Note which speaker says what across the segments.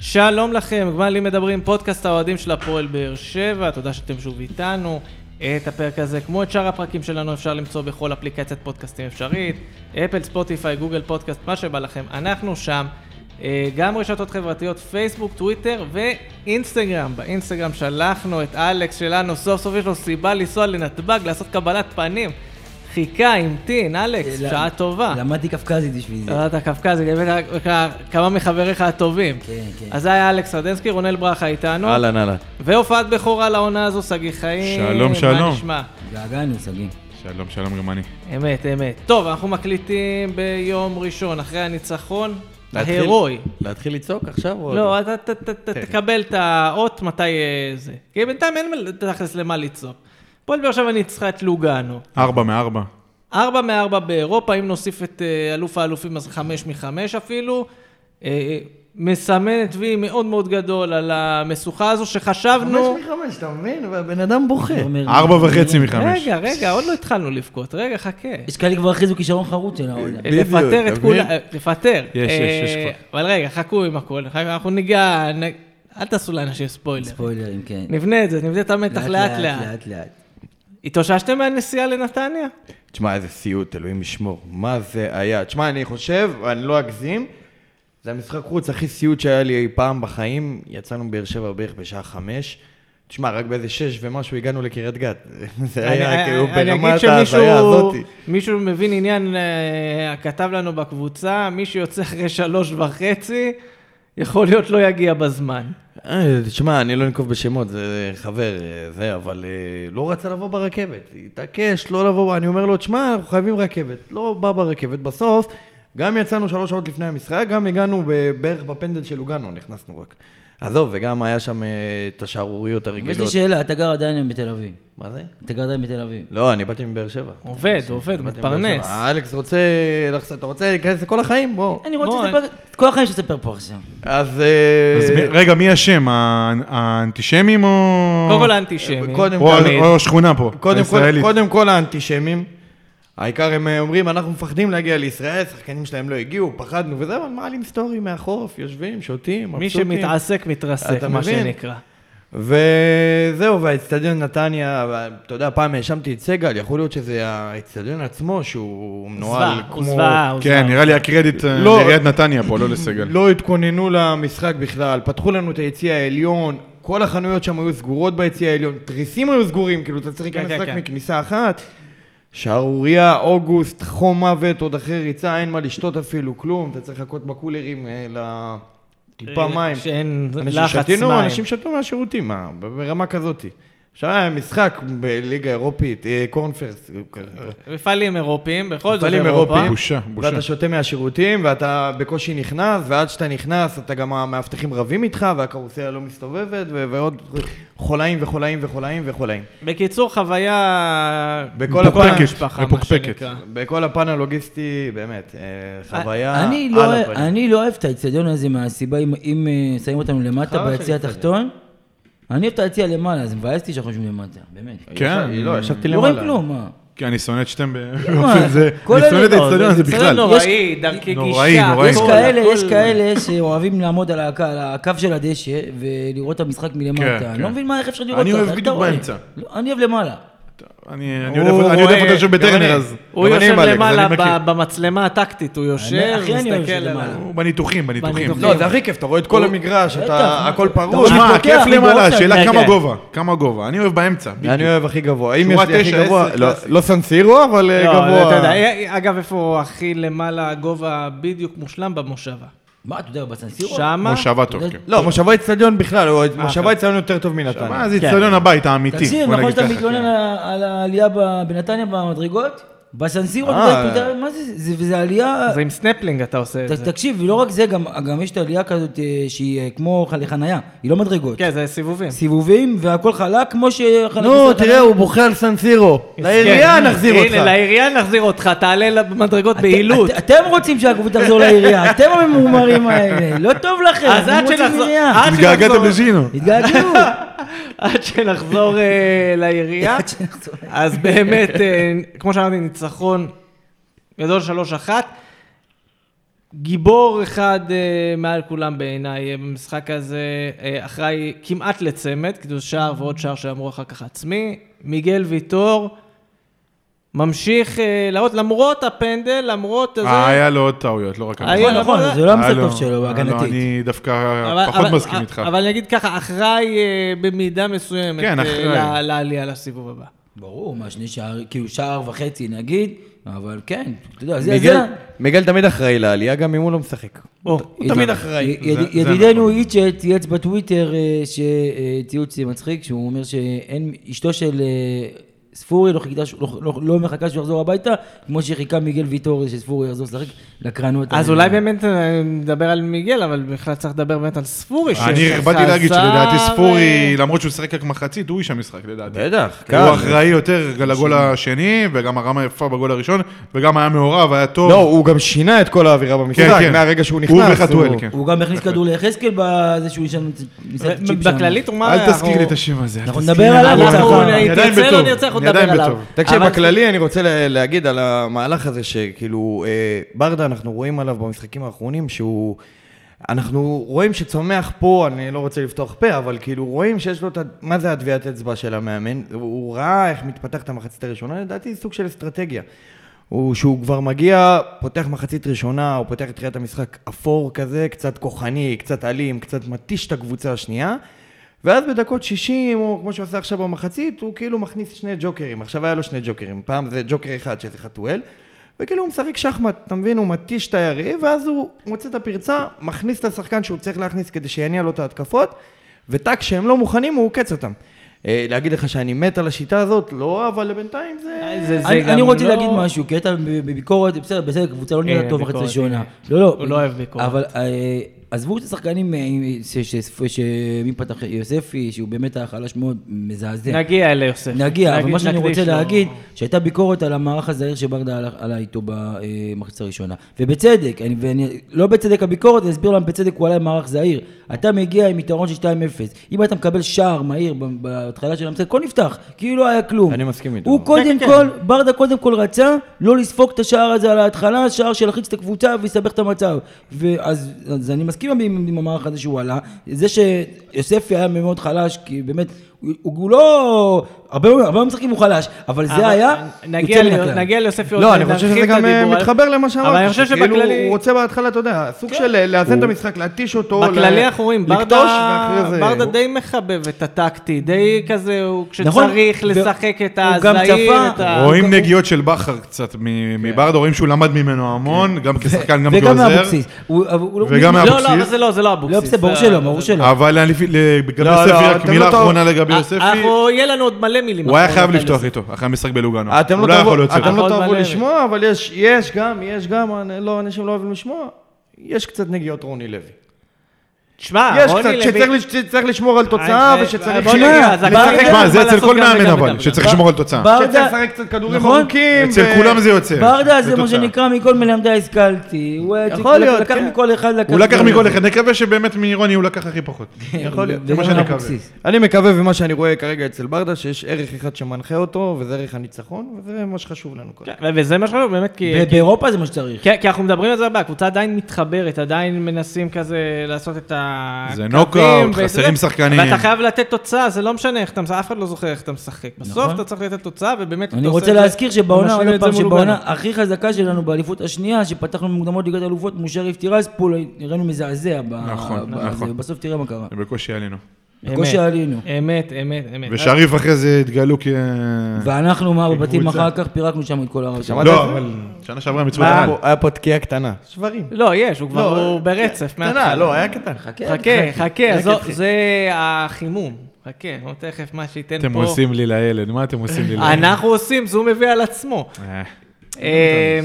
Speaker 1: שלום לכם, גמלים מדברים, פודקאסט האוהדים של הפועל באר שבע, תודה שאתם שוב איתנו. את הפרק הזה, כמו את שאר הפרקים שלנו, אפשר למצוא בכל אפליקציית פודקאסטים אפשרית, אפל, ספוטיפיי, גוגל פודקאסט, מה שבא לכם, אנחנו שם. אה, גם רשתות חברתיות, פייסבוק, טוויטר ואינסטגרם. באינסטגרם שלחנו את אלכס שלנו, סוף סוף יש לו סיבה לנסוע לנתב"ג, לעשות קבלת פנים. חיכה, המתין, אלכס,
Speaker 2: אה,
Speaker 1: שעה
Speaker 2: למ-
Speaker 1: טובה.
Speaker 2: למדתי קפקזית בשביל זה.
Speaker 1: אתה קפקזי, הבאת כ- כמה מחבריך הטובים.
Speaker 2: כן, כן.
Speaker 1: אז זה היה אלכס רדנסקי, רונל ברכה איתנו.
Speaker 3: אהלן, אהלן.
Speaker 1: והופעת בכורה לעונה הזו, שגיא חיים.
Speaker 4: שלום,
Speaker 1: מה
Speaker 4: שלום.
Speaker 1: נשמע?
Speaker 2: התגעגענו, שגיא.
Speaker 4: שלום, שלום גם אני.
Speaker 1: אמת, אמת. טוב, אנחנו מקליטים ביום ראשון, אחרי הניצחון
Speaker 3: להתחיל-
Speaker 1: ההירואי.
Speaker 3: להתחיל לצעוק עכשיו? או-
Speaker 1: לא, אתה ת- ת- ת-
Speaker 2: כן.
Speaker 1: תקבל את האות מתי אה, זה. כי בינתיים אין מה- תכלס למה לצעוק. הפועל באר שבע ניצחה את לוגאנו.
Speaker 4: ארבע מארבע.
Speaker 1: ארבע מארבע באירופה, אם נוסיף את אה, אלוף האלופים אז חמש מחמש אפילו. אה, מסמנת וי מאוד מאוד גדול על המשוכה הזו שחשבנו...
Speaker 3: חמש מחמש, אתה מבין? והבן אדם בוכה.
Speaker 1: לא
Speaker 2: תומר,
Speaker 4: ארבע וחצי מחמש.
Speaker 1: רגע, רגע, עוד לא התחלנו לבכות, רגע, חכה.
Speaker 2: יש כאלה כבר הכריזו כישרון חרוץ של העולם.
Speaker 3: בדיוק,
Speaker 1: לפטר את
Speaker 3: אתה
Speaker 1: כולם,
Speaker 3: מבין?
Speaker 1: אה, לפטר.
Speaker 4: יש,
Speaker 1: אה,
Speaker 4: יש, יש כבר.
Speaker 1: אבל רגע, חכו עם הכל, אחר כך אנחנו ניגע... נ- אל תעשו לאנשים ספוילר.
Speaker 2: ספוילרים, כן.
Speaker 1: נבנה את זה, נבנה את המתח לאט לאט.
Speaker 2: לאט לאט.
Speaker 1: התאוששתם מהנסיעה לנתניה?
Speaker 3: תשמע, איזה סיוט, אלוהים ישמור. מה זה היה? תשמע, אני חושב, אני לא אגזים, זה המשחק חוץ הכי סיוט שהיה לי אי פעם בחיים. יצאנו מבאר שבע בערך בשעה חמש. תשמע, רק באיזה שש ומשהו הגענו לקריית גת. זה היה כאילו
Speaker 1: אני- אני
Speaker 3: ברמת
Speaker 1: אגיד
Speaker 3: ההזיה הזאת.
Speaker 1: שמישהו מישהו מבין עניין, אה, כתב לנו בקבוצה, מי שיוצא אחרי שלוש וחצי, יכול להיות לא יגיע בזמן.
Speaker 3: אה, תשמע, אני לא אנקוב בשמות, זה חבר, אה, זה, אבל אה, לא רצה לבוא ברכבת. התעקש לא לבוא, אני אומר לו, תשמע, אנחנו חייבים רכבת. לא בא ברכבת. בסוף, גם יצאנו שלוש שעות לפני המשחק, גם הגענו ב- בערך בפנדל של לוגנו, נכנסנו רק. עזוב, וגם היה שם אה, את השערוריות
Speaker 2: יש לי
Speaker 3: הרגילות.
Speaker 2: שאלה, אתה גר עדיין היום בתל אביב.
Speaker 3: מה זה?
Speaker 2: אתה גר עדיין בתל אביב.
Speaker 3: לא, אני באתי מבאר שבע.
Speaker 1: עובד, עובד,
Speaker 3: באתי מבאר שבע.
Speaker 1: מתפרנס.
Speaker 3: אלכס רוצה, לחס- אתה רוצה להיכנס לכל החיים? בוא.
Speaker 2: אני
Speaker 1: בוא,
Speaker 2: רוצה לספר, את כל החיים שתספר פה עכשיו.
Speaker 3: אז... אה,
Speaker 4: אז מי- רגע, מי אשם? האנ- האנטישמים או...
Speaker 1: קודם כל האנטישמי.
Speaker 3: אה, קודם
Speaker 4: או-
Speaker 3: תמיד.
Speaker 4: או השכונה פה,
Speaker 3: קודם כל,
Speaker 4: הישראלית.
Speaker 3: קודם כל האנטישמים. העיקר הם אה, אומרים, אנחנו מפחדים להגיע לישראל, השחקנים שלהם לא הגיעו, פחדנו וזה, אבל מעלים סטורי מהחורף, יושבים, שותים,
Speaker 1: מי
Speaker 3: מבסוטים.
Speaker 1: שמתעסק, מתרסק,
Speaker 3: אתה
Speaker 1: מה
Speaker 3: מבין?
Speaker 1: שנקרא.
Speaker 3: וזהו, והאצטדיון נתניה, אתה יודע, פעם האשמתי את סגל, יכול להיות שזה האצטדיון עצמו שהוא מנוהל
Speaker 1: זוועה,
Speaker 3: כמו...
Speaker 1: הוא זוועה, הוא
Speaker 4: כן, נראה לי הקרדיט אה,
Speaker 3: לא.
Speaker 4: לעיריית נתניה פה, לא
Speaker 1: כן.
Speaker 4: לסגל.
Speaker 3: לא התכוננו למשחק בכלל, פתחו לנו את היציע העליון, כל החנויות שם היו סגורות ביציע העליון, תריסים היו סגורים, כאילו אתה צריך
Speaker 1: כן,
Speaker 3: להיכנס
Speaker 1: כן,
Speaker 3: רק
Speaker 1: כן.
Speaker 3: מכניסה אחת. שערורייה, אוגוסט, חום מוות, עוד אחרי ריצה, אין מה לשתות אפילו, כלום, אתה צריך לחכות בקולרים אה, לטיפה
Speaker 1: אה,
Speaker 3: מים.
Speaker 1: שאין
Speaker 3: אנשים
Speaker 1: לחץ מים.
Speaker 3: שתינו, אנשים שתו מהשירותים, מה, ברמה כזאת. עכשיו היה משחק בליגה האירופית, אה, קורנפרס,
Speaker 1: מפעלים אירופיים, בכל זאת
Speaker 3: מפעלים
Speaker 1: אירופה.
Speaker 3: אירופיים.
Speaker 4: בושה, בושה.
Speaker 3: ואתה שותה מהשירותים, ואתה בקושי נכנס, ועד שאתה נכנס, אתה גם המאבטחים רבים איתך, והקרוסלה לא מסתובבת, ו- ועוד חולאים וחולאים וחולאים וחולאים.
Speaker 1: בקיצור, חוויה...
Speaker 3: בכל
Speaker 1: בכל
Speaker 3: הפעם-
Speaker 1: המשפחה, מה
Speaker 4: מפוקפקת.
Speaker 1: שנקרא.
Speaker 3: בכל הפן הלוגיסטי, באמת, אה, חוויה
Speaker 2: אני
Speaker 3: על
Speaker 2: לא-
Speaker 3: הפנים.
Speaker 2: אני לא אוהב את האצטדיון הזה מהסיבה, אם- אם אה, שמים אותנו למטה
Speaker 3: חרא של
Speaker 2: ביציע
Speaker 3: אצטדיון.
Speaker 2: התחתון, אני אוהב את היציע למעלה, אז מבאס אותי שאנחנו יושבים למטה, באמת.
Speaker 4: כן.
Speaker 3: ישב- לא, ישבתי
Speaker 2: לא רואים
Speaker 3: אה, למעלה.
Speaker 2: כלום, מה?
Speaker 4: כי אני שונא את שתיהם באופן זה,
Speaker 2: כל
Speaker 4: אני שונא
Speaker 2: אלה
Speaker 4: את
Speaker 2: לא,
Speaker 4: האצטדיון
Speaker 2: זה
Speaker 4: הזה
Speaker 1: זה
Speaker 4: בכלל.
Speaker 1: נוראי, דרכי
Speaker 4: נוראי,
Speaker 1: גישה.
Speaker 4: נוראי.
Speaker 2: יש
Speaker 1: הכל,
Speaker 2: כאלה, יש
Speaker 1: הכל.
Speaker 2: כאלה שאוהבים לעמוד על הקו- על הקו של הדשא ולראות את המשחק
Speaker 4: כן,
Speaker 2: מלמטה. אני
Speaker 4: כן.
Speaker 2: לא מבין מה, איך אפשר לראות
Speaker 4: אני
Speaker 2: ככה,
Speaker 4: אוהב
Speaker 2: איך אתה
Speaker 4: בדיוק
Speaker 2: רואה?
Speaker 4: באמצע.
Speaker 2: לא, אני אוהב למעלה.
Speaker 4: אני אני
Speaker 3: הוא
Speaker 4: יודע איפה- אני יודע
Speaker 3: רואה-
Speaker 4: איפה אתה יושב
Speaker 3: גם
Speaker 4: בטרנר,
Speaker 3: אני.
Speaker 4: אז...
Speaker 1: הוא
Speaker 3: גם אני
Speaker 1: יושב
Speaker 3: עם אלכס,
Speaker 1: למעלה
Speaker 4: אני מכיר.
Speaker 1: ב- במצלמה הטקטית, הוא יושב,
Speaker 2: הכי אני אוהב
Speaker 1: מסתכל
Speaker 2: שזה
Speaker 1: עליו.
Speaker 2: למעלה.
Speaker 4: הוא בניתוחים, בניתוחים.
Speaker 1: בניתוחים.
Speaker 3: לא, זה הכי כיף, אתה רואה את כל המגרש,
Speaker 2: בטח,
Speaker 3: אתה-
Speaker 2: מה-
Speaker 3: הכל
Speaker 2: אתה
Speaker 3: פרוש.
Speaker 2: רואה
Speaker 4: תשמע,
Speaker 2: פותח,
Speaker 4: כיף
Speaker 2: אני
Speaker 4: למעלה,
Speaker 2: באופסייד.
Speaker 4: השאלה
Speaker 1: רגע.
Speaker 4: כמה גובה. כמה גובה? אני אוהב באמצע. בדיוק.
Speaker 3: אני אוהב הכי גבוה. אם יש
Speaker 4: שורה
Speaker 3: לי הכי
Speaker 4: תשע,
Speaker 3: גבוה,
Speaker 4: עשר,
Speaker 3: לא-
Speaker 4: קלאסי.
Speaker 3: לא סנסירו, אבל אה, גבוה.
Speaker 1: לא, אתה יודע, אה, אגב, איפה הכי למעלה הגובה בדיוק מושלם? במושבה.
Speaker 2: מה, אתה יודע, בסנסירו?
Speaker 1: שמה?
Speaker 4: מושבה טוב, כן.
Speaker 3: לא, מושבה אצטדיון בכלל, הוא- מושבה
Speaker 1: אוקיי.
Speaker 3: אצטדיון יותר טוב מנתניה.
Speaker 4: מה, זה אצטדיון הבית האמיתי.
Speaker 2: תקשיב,
Speaker 4: בוא
Speaker 2: נכון
Speaker 4: נגיד
Speaker 2: שאתה
Speaker 4: ככה,
Speaker 2: מתלונן
Speaker 4: כן.
Speaker 2: על- על העלייה ב- בנתניה במדרגות? בסנסירו, אתה
Speaker 3: אה.
Speaker 2: יודע, אתה יודע, מה זה, זה- וזה עלייה...
Speaker 1: זה עם סנפלינג אתה עושה
Speaker 2: ת-
Speaker 1: את זה.
Speaker 2: תקשיב, לא רק זה, גם גם יש את העלייה כזאת אה, שהיא אה, כמו ח- לחנייה, היא לא מדרגות.
Speaker 1: כן, זה סיבובים.
Speaker 2: סיבובים והכל חלק כמו ש...
Speaker 3: נו, תראה, הוא בוכה על סנסירו. לעירייה
Speaker 1: כן,
Speaker 3: נחזיר
Speaker 1: הנה,
Speaker 3: אותך.
Speaker 1: לעירייה נחזיר אותך, תעלה למדרגות בעילות.
Speaker 2: אתם רוצים שהקבוצה תחזור לעירייה, אתם הממומרים האלה, לא טוב לכם,
Speaker 1: אז עד
Speaker 2: אתם רוצים
Speaker 1: שנחזור- אה?
Speaker 2: עירייה.
Speaker 1: עד
Speaker 4: התגעגעתם
Speaker 1: שנחזור-
Speaker 4: לז'ינו.
Speaker 2: התגעגעו.
Speaker 1: עד שנחזור אה, לעירייה.
Speaker 2: עד שנחזור.
Speaker 1: אז באמת, אה, כמו שאמרתי, ניצחון גדול 3-1. גיבור אחד אה, מעל כולם בעיניי, אה, במשחק הזה אה, אחראי כמעט לצמד, כאילו שער ועוד שער שאמרו אחר כך עצמי. מיגל ויטור ממשיך אה, לעלות, למרות הפנדל, למרות... זה-
Speaker 4: אה, היה לו עוד טעויות, לא רק...
Speaker 1: היה
Speaker 4: המחצית.
Speaker 2: נכון, נכון,
Speaker 1: אבל-
Speaker 2: זה לא
Speaker 4: היה
Speaker 2: המשחק
Speaker 4: לו-
Speaker 2: טוב שלו,
Speaker 4: היה לו,
Speaker 2: הגנתית.
Speaker 4: אה, אני דווקא פחות מסכים איתך.
Speaker 1: אבל אני אגיד ככה, אחראי אה, במידה מסוימת
Speaker 4: כן,
Speaker 1: אה,
Speaker 4: אחראי.
Speaker 1: ל- לעלייה לסיבוב הבא.
Speaker 2: ברור, מה שני שער, כאילו שער וחצי נגיד, אבל כן, אתה יודע, זה...
Speaker 3: מיגל-
Speaker 2: זה-
Speaker 3: מיגל תמיד אחראי לעלייה, גם אם הוא לא משחק.
Speaker 1: או,
Speaker 3: הוא תמיד אחראי. נכון.
Speaker 2: יד-
Speaker 4: זה- זה
Speaker 2: ידידנו איצ'ה צייץ בטוויטר אה, ש- אה, ציוץ מצחיק, שהוא אומר שאין, אשתו של אה, ספורי לא חיכתה, שהוא- לא- לא- לא מחכה שהוא יחזור הביתה, כמו שחיכה מיגל ויטור אה, שספורי יחזור לשחק לקרנות.
Speaker 1: אז
Speaker 2: האלה.
Speaker 1: אולי באמת אה, נדבר על מיגל, אבל בכלל צריך לדבר באמת על ספורי.
Speaker 4: אני
Speaker 1: שחזר,
Speaker 4: באתי להגיד שלדעתי
Speaker 1: אה,
Speaker 4: ספורי, למרות שהוא שיחק רק מחצית, הוא איש המשחק לדעתי.
Speaker 3: בטח,
Speaker 4: הוא אחראי יותר לגול השני, וגם הרמה יפה בגול הראשון, וגם היה מעורב, היה טוב.
Speaker 3: לא, הוא גם שינה את כל האווירה במשחק,
Speaker 4: כן.
Speaker 3: מהרגע שהוא נכנס.
Speaker 4: הוא וחתואל, כן.
Speaker 2: הוא גם הכניס כדור ליחזקאל בזה שהוא ישן משחק צ'יפ שם.
Speaker 1: בכללית הוא מה...
Speaker 4: לא- אל תזכיר
Speaker 1: אנחנו-
Speaker 4: לי את השם הזה. אל
Speaker 2: אנחנו
Speaker 4: תזכיר
Speaker 2: נדבר
Speaker 4: לי.
Speaker 2: עליו,
Speaker 4: אנחנו-
Speaker 2: אנחנו-
Speaker 4: אני
Speaker 1: אם
Speaker 4: עדיין
Speaker 1: תרצה,
Speaker 4: בטוב.
Speaker 1: לא נרצה, אנחנו
Speaker 4: אני
Speaker 1: נדבר
Speaker 4: עדיין
Speaker 1: עליו.
Speaker 4: בטוב.
Speaker 3: תקשיב,
Speaker 1: אבל-
Speaker 3: בכללי אני רוצה לה- להגיד על המהלך הזה שכאילו, אה, ברדה, אנחנו רואים עליו במשחקים האחרונים שהוא... אנחנו רואים שצומח פה, אני לא רוצה לפתוח פה, אבל כאילו רואים שיש לו את ה... מה זה הטביעת אצבע של המאמן? הוא- הוא ראה איך מתפתחת המחצית הראשונה, לדעתי זה סוג של אסטרטגיה. הוא שהוא כבר מגיע, פותח מחצית ראשונה, הוא פותח את תחילת המשחק אפור כזה, קצת כוחני, קצת אלים, קצת מתיש את הקבוצה השנייה, ואז בדקות 60, או כמו שהוא עשה עכשיו במחצית, הוא כאילו מכניס שני ג'וקרים. עכשיו היה לו שני ג'וקרים, פעם זה ג'וקר אחד שזה חתואל, וכאילו הוא משחק שחמט, אתה מבין? הוא מתיש את היריב, ואז הוא מוצא את הפרצה, מכניס את השחקן שהוא צריך להכניס כדי שיניע לו את ההתקפות, וטאק שהם לא מוכנים, הוא עוקץ אותם. אה, להגיד לך שאני מת על השיטה הזאת, לא, אבל בינתיים זה...
Speaker 1: זה- זה
Speaker 2: אני
Speaker 1: גם
Speaker 2: אני רוצה
Speaker 1: לא-
Speaker 2: להגיד משהו, כי אתה בביקורת, בסדר, בסדר, קבוצה לא
Speaker 1: אה,
Speaker 2: נראית טוב אחרי
Speaker 1: ביקורת,
Speaker 2: ראשונה.
Speaker 1: אה,
Speaker 2: לא, לא.
Speaker 1: הוא לא אוהב ביקורת.
Speaker 2: אבל אה, עזבו את השחקנים, אה, ש- ש- ש- מי פתח? יוספי, שהוא באמת היה חלש מאוד, מזעזע.
Speaker 1: נגיע אל יוסף.
Speaker 2: נגיע, אבל
Speaker 1: נגיד-
Speaker 2: מה שאני
Speaker 1: נקדיש
Speaker 2: רוצה
Speaker 1: לו-
Speaker 2: להגיד, שהייתה ביקורת על המערך הזעיר שברדה עלה- עלה איתו אה, במחצית הראשונה. ובצדק, אני- ואני- לא בצדק הביקורת, אני אסביר למה בצדק הוא עלה עם מערך זעיר. אתה מגיע עם יתרון של 2-0. אם אתה מקבל שער מהיר ב- בהתחלה של המשחק, הכל נפתח, כאילו לא היה כלום.
Speaker 3: אני מסכים איתו.
Speaker 2: הוא קודם
Speaker 1: כן,
Speaker 2: כל, ברדה קודם כל רצה לא לספוג את השער הזה על ההתחלה, שער שילחיץ את הקבוצה ויסבך את המצב. ואז אז אני מסכים עם, עם המערך הזה שהוא עלה. זה שיוספי היה מאוד חלש, כי באמת, הוא, הוא לא... הרבה, הרבה משחקים הוא חלש, אבל זה
Speaker 1: אבל
Speaker 2: היה...
Speaker 1: נגיע
Speaker 2: יוצא מן
Speaker 1: ל-
Speaker 2: הכלל.
Speaker 1: נגיע ליוסף
Speaker 3: לא, אני חושב שזה גם אה, מתחבר למה שאמרת.
Speaker 1: אבל אני חושב
Speaker 3: כאילו,
Speaker 1: שבכללי... כן.
Speaker 3: הוא רוצה בהתחלה, אתה יודע, סוג של אה, לאזן את המשחק, להתיש אותו,
Speaker 1: בכללי
Speaker 3: ל-
Speaker 1: אנחנו רואים,
Speaker 3: לקטוש,
Speaker 1: ברדה,
Speaker 3: ואחרי זה...
Speaker 1: ברדה די מחבב את הטקטי, די כזה, הוא
Speaker 2: נכון,
Speaker 1: כשצריך
Speaker 2: ו-
Speaker 1: לשחק את
Speaker 2: הוא גם
Speaker 1: הזעיר,
Speaker 2: צפה-
Speaker 1: את ה...
Speaker 4: רואים נגיעות של בכר קצת מ- מברדה, רואים שהוא למד ממנו המון, גם כשחקן, גם
Speaker 2: וגם
Speaker 4: כעוזר.
Speaker 2: מאבוקסיס. הוא- אבל הוא לא-
Speaker 4: וגם אה,
Speaker 2: הוא-
Speaker 4: מה-
Speaker 1: לא,
Speaker 4: אבוקסיס.
Speaker 1: לא, אבל זה לא, זה לא אבוקסיס.
Speaker 2: לא, בסדר, ברור
Speaker 1: זה-
Speaker 2: שלא, ברור שלא.
Speaker 4: אבל אני- לגבי
Speaker 3: לא, לא,
Speaker 4: יוספי, רק
Speaker 3: אתם
Speaker 4: מילה
Speaker 3: לא טוב.
Speaker 4: אחרונה לגבי
Speaker 1: אה,
Speaker 4: יוספי,
Speaker 1: אנחנו, יהיה לנו עוד מלא מילים.
Speaker 4: הוא היה
Speaker 1: אחרונות
Speaker 4: חייב
Speaker 1: על
Speaker 4: לפתוח
Speaker 1: יוספי.
Speaker 4: איתו, אחרי המשחק בלוגנו.
Speaker 3: אתם
Speaker 4: הוא
Speaker 3: לא
Speaker 4: לא יכול
Speaker 3: תעברו-
Speaker 4: להוציא
Speaker 3: אתם
Speaker 4: אותו.
Speaker 3: לא
Speaker 1: נכון,
Speaker 3: תעברו
Speaker 1: מלא.
Speaker 3: לשמוע, אבל יש, יש גם, יש גם, אני- לא, אנשים לא אוהבים לשמוע. יש קצת נגיעות רוני לוי.
Speaker 1: תשמע,
Speaker 3: יש
Speaker 1: אה, רוני
Speaker 3: קצת,
Speaker 1: לוי-
Speaker 3: שצריך לש- שצריך לשמור על תוצאה
Speaker 1: אה, אה,
Speaker 3: ושצריך...
Speaker 1: בוא נגיד,
Speaker 3: שנייה,
Speaker 1: אז הקהל
Speaker 3: לשחק-
Speaker 1: גם-
Speaker 4: תשמע, זה
Speaker 1: מה
Speaker 4: אצל
Speaker 1: לעשות
Speaker 4: כל
Speaker 1: גם
Speaker 4: מאמן
Speaker 1: וגם
Speaker 4: אבל,
Speaker 1: וגם.
Speaker 4: שצריך לשמור על תוצאה.
Speaker 3: שצריך
Speaker 2: ברדה-
Speaker 3: לשחק קצת כדורים
Speaker 2: נכון.
Speaker 3: ארוכים.
Speaker 4: אצל
Speaker 3: ו-
Speaker 4: כולם זה יוצא.
Speaker 2: ברדה זה מה
Speaker 4: תוצאה.
Speaker 2: שנקרא מכל מלמדי השכלתי. הוא היה-
Speaker 3: יכול להיות,
Speaker 2: לקח
Speaker 3: כן.
Speaker 2: מכל אחד, לקח...
Speaker 4: הוא לקח
Speaker 2: מכל-
Speaker 4: מכל אחד, נקווה שבאמת מרוני הוא לקח הכי פחות.
Speaker 3: יכול להיות,
Speaker 4: זה
Speaker 2: כן,
Speaker 4: מה
Speaker 2: וגם
Speaker 4: שאני מקווה.
Speaker 2: אבוקסיס.
Speaker 3: אני מקווה ומה שאני רואה כרגע אצל ברדה, שיש ערך אחד שמנחה אותו, וזה ערך הניצחון, וזה מה שחשוב לנו כרגע.
Speaker 1: כן, וזה מה שחשוב, באמת, כי...
Speaker 3: כן.
Speaker 2: ב- באירופה זה מה שצריך.
Speaker 1: כי, כי אנחנו מדברים על זה הרבה, הקבוצה עדיין מתחברת, עדיין מנסים כזה לעשות את הקווים.
Speaker 4: זה נוקאוט,
Speaker 1: ואת זה.
Speaker 4: חסרים שחקנים.
Speaker 1: ואתה חייב לתת תוצאה, זה לא משנה איך אתה משחק, אף אחד לא זוכר איך אתה משחק. בסוף
Speaker 2: נכון.
Speaker 1: אתה צריך לתת תוצאה, ובאמת כן, אתה
Speaker 2: אני
Speaker 1: עושה
Speaker 2: רוצה
Speaker 1: את זה,
Speaker 2: להזכיר שבעונה,
Speaker 1: ומשלים
Speaker 2: עוד
Speaker 1: את זה
Speaker 2: פעם,
Speaker 1: מול
Speaker 2: שבעונה
Speaker 1: לוגאנו.
Speaker 2: הכי חזקה שלנו באליפות השנייה, שפתחנו במוקדמות ליגת אלופות, מושרף תירס, פה נראינו מזעזע. ב-
Speaker 4: נכון,
Speaker 2: ב-
Speaker 4: נכון.
Speaker 2: זה, ובסוף תראה מה קרה.
Speaker 4: זה בקושי עלינו.
Speaker 2: בקושי
Speaker 1: אמת,
Speaker 2: עלינו.
Speaker 1: אמת, אמת, אמת.
Speaker 4: ושריף אחרי זה התגלו כ...
Speaker 2: ואנחנו מה, בבתים
Speaker 4: קבוצה.
Speaker 2: אחר כך פירקנו שם את כל הרשת.
Speaker 3: שמעת?
Speaker 4: לא, אבל שנה שעברה
Speaker 1: כן.
Speaker 4: הם יצאו
Speaker 3: היה
Speaker 4: לאן.
Speaker 3: פה- היה פה תקיעה קטנה. שברים.
Speaker 1: לא, יש, הוא כבר הוא
Speaker 4: כן.
Speaker 1: ברצף.
Speaker 3: קטנה,
Speaker 1: מההתחלה.
Speaker 3: לא, היה קטן.
Speaker 1: כן. חכה, חכה, אז זו- זה החימום. חכה, נו, תכף מה שייתן
Speaker 3: כן,
Speaker 1: פה.
Speaker 4: אתם עושים לי לילד, מה אתם עושים לי לילד?
Speaker 1: אנחנו עושים, זה הוא מביא על עצמו.
Speaker 4: אה,
Speaker 1: אה,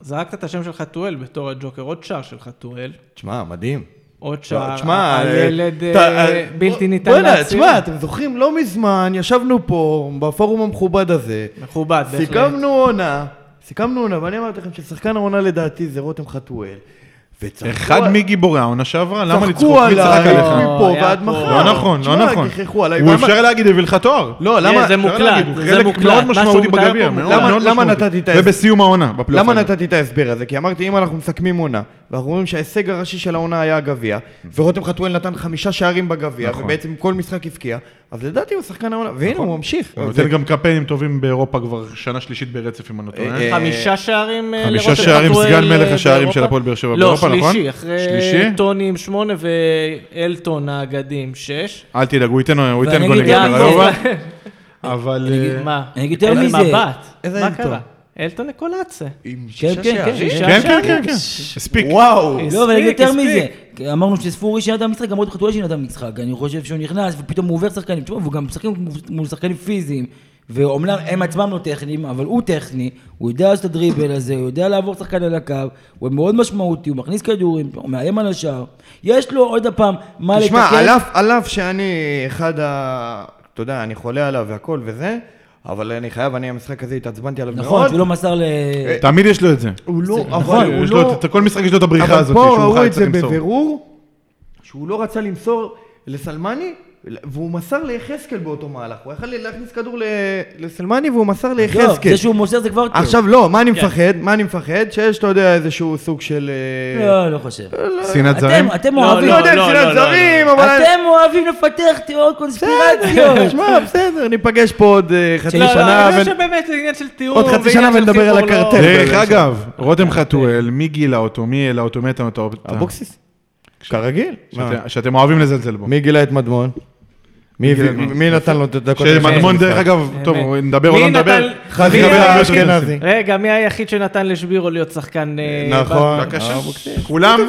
Speaker 1: זרקת את השם של חתואל בתור הג'וקר, עוד שער של חתואל,
Speaker 3: תשמע, מדהים.
Speaker 1: עוד
Speaker 3: לא,
Speaker 1: שער,
Speaker 3: תשמע,
Speaker 1: על
Speaker 3: אה,
Speaker 1: ילד
Speaker 3: ת-
Speaker 1: אה,
Speaker 3: אה,
Speaker 1: בלתי
Speaker 3: בוא-
Speaker 1: ניתן
Speaker 3: בוא'נה,
Speaker 1: להציל.
Speaker 3: תשמע, אתם זוכרים, לא מזמן ישבנו פה, בפורום המכובד הזה,
Speaker 1: מכובד, נכון, בהחלט.
Speaker 3: סיכמנו עונה, סיכמנו עונה, ואני אמרתי לכם ששחקן העונה לדעתי זה רותם חתואל. וצחקו
Speaker 4: אחד
Speaker 3: על-
Speaker 4: מגיבורי העונה שעברה, למה
Speaker 3: צחקו
Speaker 4: לצחוק? מי
Speaker 3: עליי,
Speaker 4: צחק
Speaker 1: לא.
Speaker 4: עליך?
Speaker 3: מפה
Speaker 1: היה
Speaker 3: ועד
Speaker 1: פה-
Speaker 3: מחר.
Speaker 4: לא נכון,
Speaker 3: תשמע,
Speaker 4: לא נכון.
Speaker 3: גיחכו עליי.
Speaker 4: הוא
Speaker 3: ואמר-
Speaker 4: אפשר להגיד, הביא לך תואר.
Speaker 3: לא,
Speaker 1: אה,
Speaker 3: למה...
Speaker 1: זה
Speaker 4: אפשר
Speaker 1: מוקלט,
Speaker 4: להגיד, הוא
Speaker 1: זה
Speaker 4: חלק
Speaker 1: מוקלט.
Speaker 4: מאוד
Speaker 1: מה שהוא
Speaker 4: משמעותי
Speaker 1: טעה פה
Speaker 4: בגביע, מאוד
Speaker 1: מוקלט.
Speaker 3: למה-
Speaker 4: מאוד
Speaker 3: למה
Speaker 4: משמעותי.
Speaker 3: נתתי את ההסבר?
Speaker 4: ובסיום העונה, בפלייאוף.
Speaker 3: למה
Speaker 4: העליון.
Speaker 3: נתתי את ההסבר הזה? כי אמרתי, אם אנחנו מסכמים עונה, ואנחנו רואים שההישג הראשי של העונה היה הגביע, ורותם חתואל נתן חמישה שערים בגביע,
Speaker 4: נכון.
Speaker 3: ובעצם כל משחק הבקיע, אז לדעתי הוא שחקן העונה, והנה נכון. הוא ממשיך.
Speaker 4: הוא
Speaker 3: זה-
Speaker 4: נותן גם קמפיינים טובים באירופה כבר שנה שלישית ברצף, אם אני לא טועה.
Speaker 3: אה,
Speaker 1: חמישה שערים אה, לרותם
Speaker 4: חמישה שערים,
Speaker 1: חתואל,
Speaker 4: סגן מלך
Speaker 1: אה,
Speaker 4: השערים
Speaker 1: באירופה?
Speaker 4: של הפועל באר שבע
Speaker 1: לא,
Speaker 4: באירופה, נכון?
Speaker 1: שלישי, אחרי
Speaker 4: שלישי?
Speaker 1: טוני עם שמונה ואלטון האגדים שש.
Speaker 3: אה.
Speaker 4: אל תדאג, הוא ייתן הוא ייתן
Speaker 2: ואני
Speaker 4: גול
Speaker 2: אגיד
Speaker 4: נגד
Speaker 2: גם-
Speaker 1: לא
Speaker 4: קרלובה. אבל... אה,
Speaker 1: מה?
Speaker 2: אני אגיד יותר
Speaker 1: איזה
Speaker 2: מזה.
Speaker 1: מבט.
Speaker 3: איזה
Speaker 1: מה
Speaker 3: אלטון?
Speaker 1: קרה? אלטון לקולאצה.
Speaker 3: עם
Speaker 2: כן, כן,
Speaker 3: שישה
Speaker 2: כן.
Speaker 3: שערים?
Speaker 1: שישה
Speaker 4: כן, כן,
Speaker 1: שערים.
Speaker 4: כן, כן. הספיק.
Speaker 3: וואו!
Speaker 2: לא, אבל אני
Speaker 1: הספיק,
Speaker 2: אגיד יותר מזה.
Speaker 1: הספיק.
Speaker 2: אמרנו שספורי שנתן משחק, גם עוד חתואל שנתן משחק. אני חושב שהוא נכנס, ופתאום הוא עובר שחקנים. תשמע, והוא גם משחק מול שחקנים פיזיים. ואומנם הם עצמם לא טכניים, אבל הוא טכני, הוא יודע לעשות את הדריבל הזה, הוא יודע לעבור שחקן על הקו, הוא מאוד משמעותי, הוא מכניס כדורים, הוא מאיים על השער. יש לו עוד הפעם מה אה, לתקן.
Speaker 3: תשמע, על אף- על אף שאני אחד ה... אתה יודע, אני חולה עליו והכל וזה, אבל אני חייב, אני המשחק הזה התעצבנתי עליו מאוד. אה,
Speaker 2: נכון, שהוא לא מסר ל...
Speaker 4: תמיד יש לו את זה.
Speaker 3: הוא לא, אבל
Speaker 4: נכון,
Speaker 3: הוא
Speaker 4: יש לו
Speaker 3: לא...
Speaker 4: את- כל משחק יש לו את הבריחה הזאת,
Speaker 3: אבל פה
Speaker 4: שהוא חי
Speaker 3: ראו את זה
Speaker 4: צריך למסור.
Speaker 3: בבירור, שהוא לא רצה למסור לסלמני, והוא מסר ליחזקאל באותו מהלך. הוא יכל להכניס כדור ל- לסלמני והוא מסר
Speaker 2: לא,
Speaker 3: ליחזקאל.
Speaker 2: זה שהוא מוסר זה כבר... טוב.
Speaker 3: עכשיו לא, מה אני
Speaker 1: כן.
Speaker 3: מפחד? מה אני מפחד? שיש, אתה יודע, איזשהו סוג של... אה,
Speaker 2: לא, לא חושב.
Speaker 4: שנאת זרים?
Speaker 2: אתם- אתם
Speaker 1: לא,
Speaker 2: אוהבים...
Speaker 3: לא יודע אם
Speaker 1: לא, לא,
Speaker 3: שנאת
Speaker 1: לא,
Speaker 3: זרים, אבל...
Speaker 2: אתם אוהבים לפתח תיאוריות
Speaker 3: בסדר,
Speaker 2: קונספירציות.
Speaker 3: שמע, בסדר, ניפגש פה עוד אה, חצי
Speaker 1: לא,
Speaker 3: שנה.
Speaker 1: לא, אני
Speaker 3: ו-
Speaker 1: חושב שבאמת זה עניין של תיאום.
Speaker 3: עוד חצי
Speaker 1: ועניין
Speaker 3: שנה
Speaker 1: של
Speaker 3: ונדבר על
Speaker 1: חיבור, לא-
Speaker 3: הקרטל.
Speaker 4: דרך
Speaker 3: אה,
Speaker 4: אגב, רותם חתואל, מי גילה אותו? מי העלה אותו? מי נתן אותו?
Speaker 3: אבוקסיס? כרגיל.
Speaker 4: שאתם- שאתם אוהבים לזלזל בו.
Speaker 3: מי גילה את מדמון? מי
Speaker 4: גילה את
Speaker 3: הביא-
Speaker 4: מדמון?
Speaker 3: מי נתן לו את הדקות? אה,
Speaker 4: שמדמון,
Speaker 3: הראשונות? אוקיי.
Speaker 4: דרך אגב,
Speaker 1: באמת.
Speaker 4: טוב, נדבר או
Speaker 1: מי
Speaker 4: לא נדבר.
Speaker 1: נתן-
Speaker 4: חזי
Speaker 1: מי
Speaker 4: נדבר
Speaker 1: נתן-
Speaker 4: על
Speaker 3: אשכנזי.
Speaker 4: אשכנזי.
Speaker 1: רגע, מי היחיד שנתן לשבירו להיות שחקן... אה,
Speaker 3: נכון.
Speaker 4: בבקשה. כולם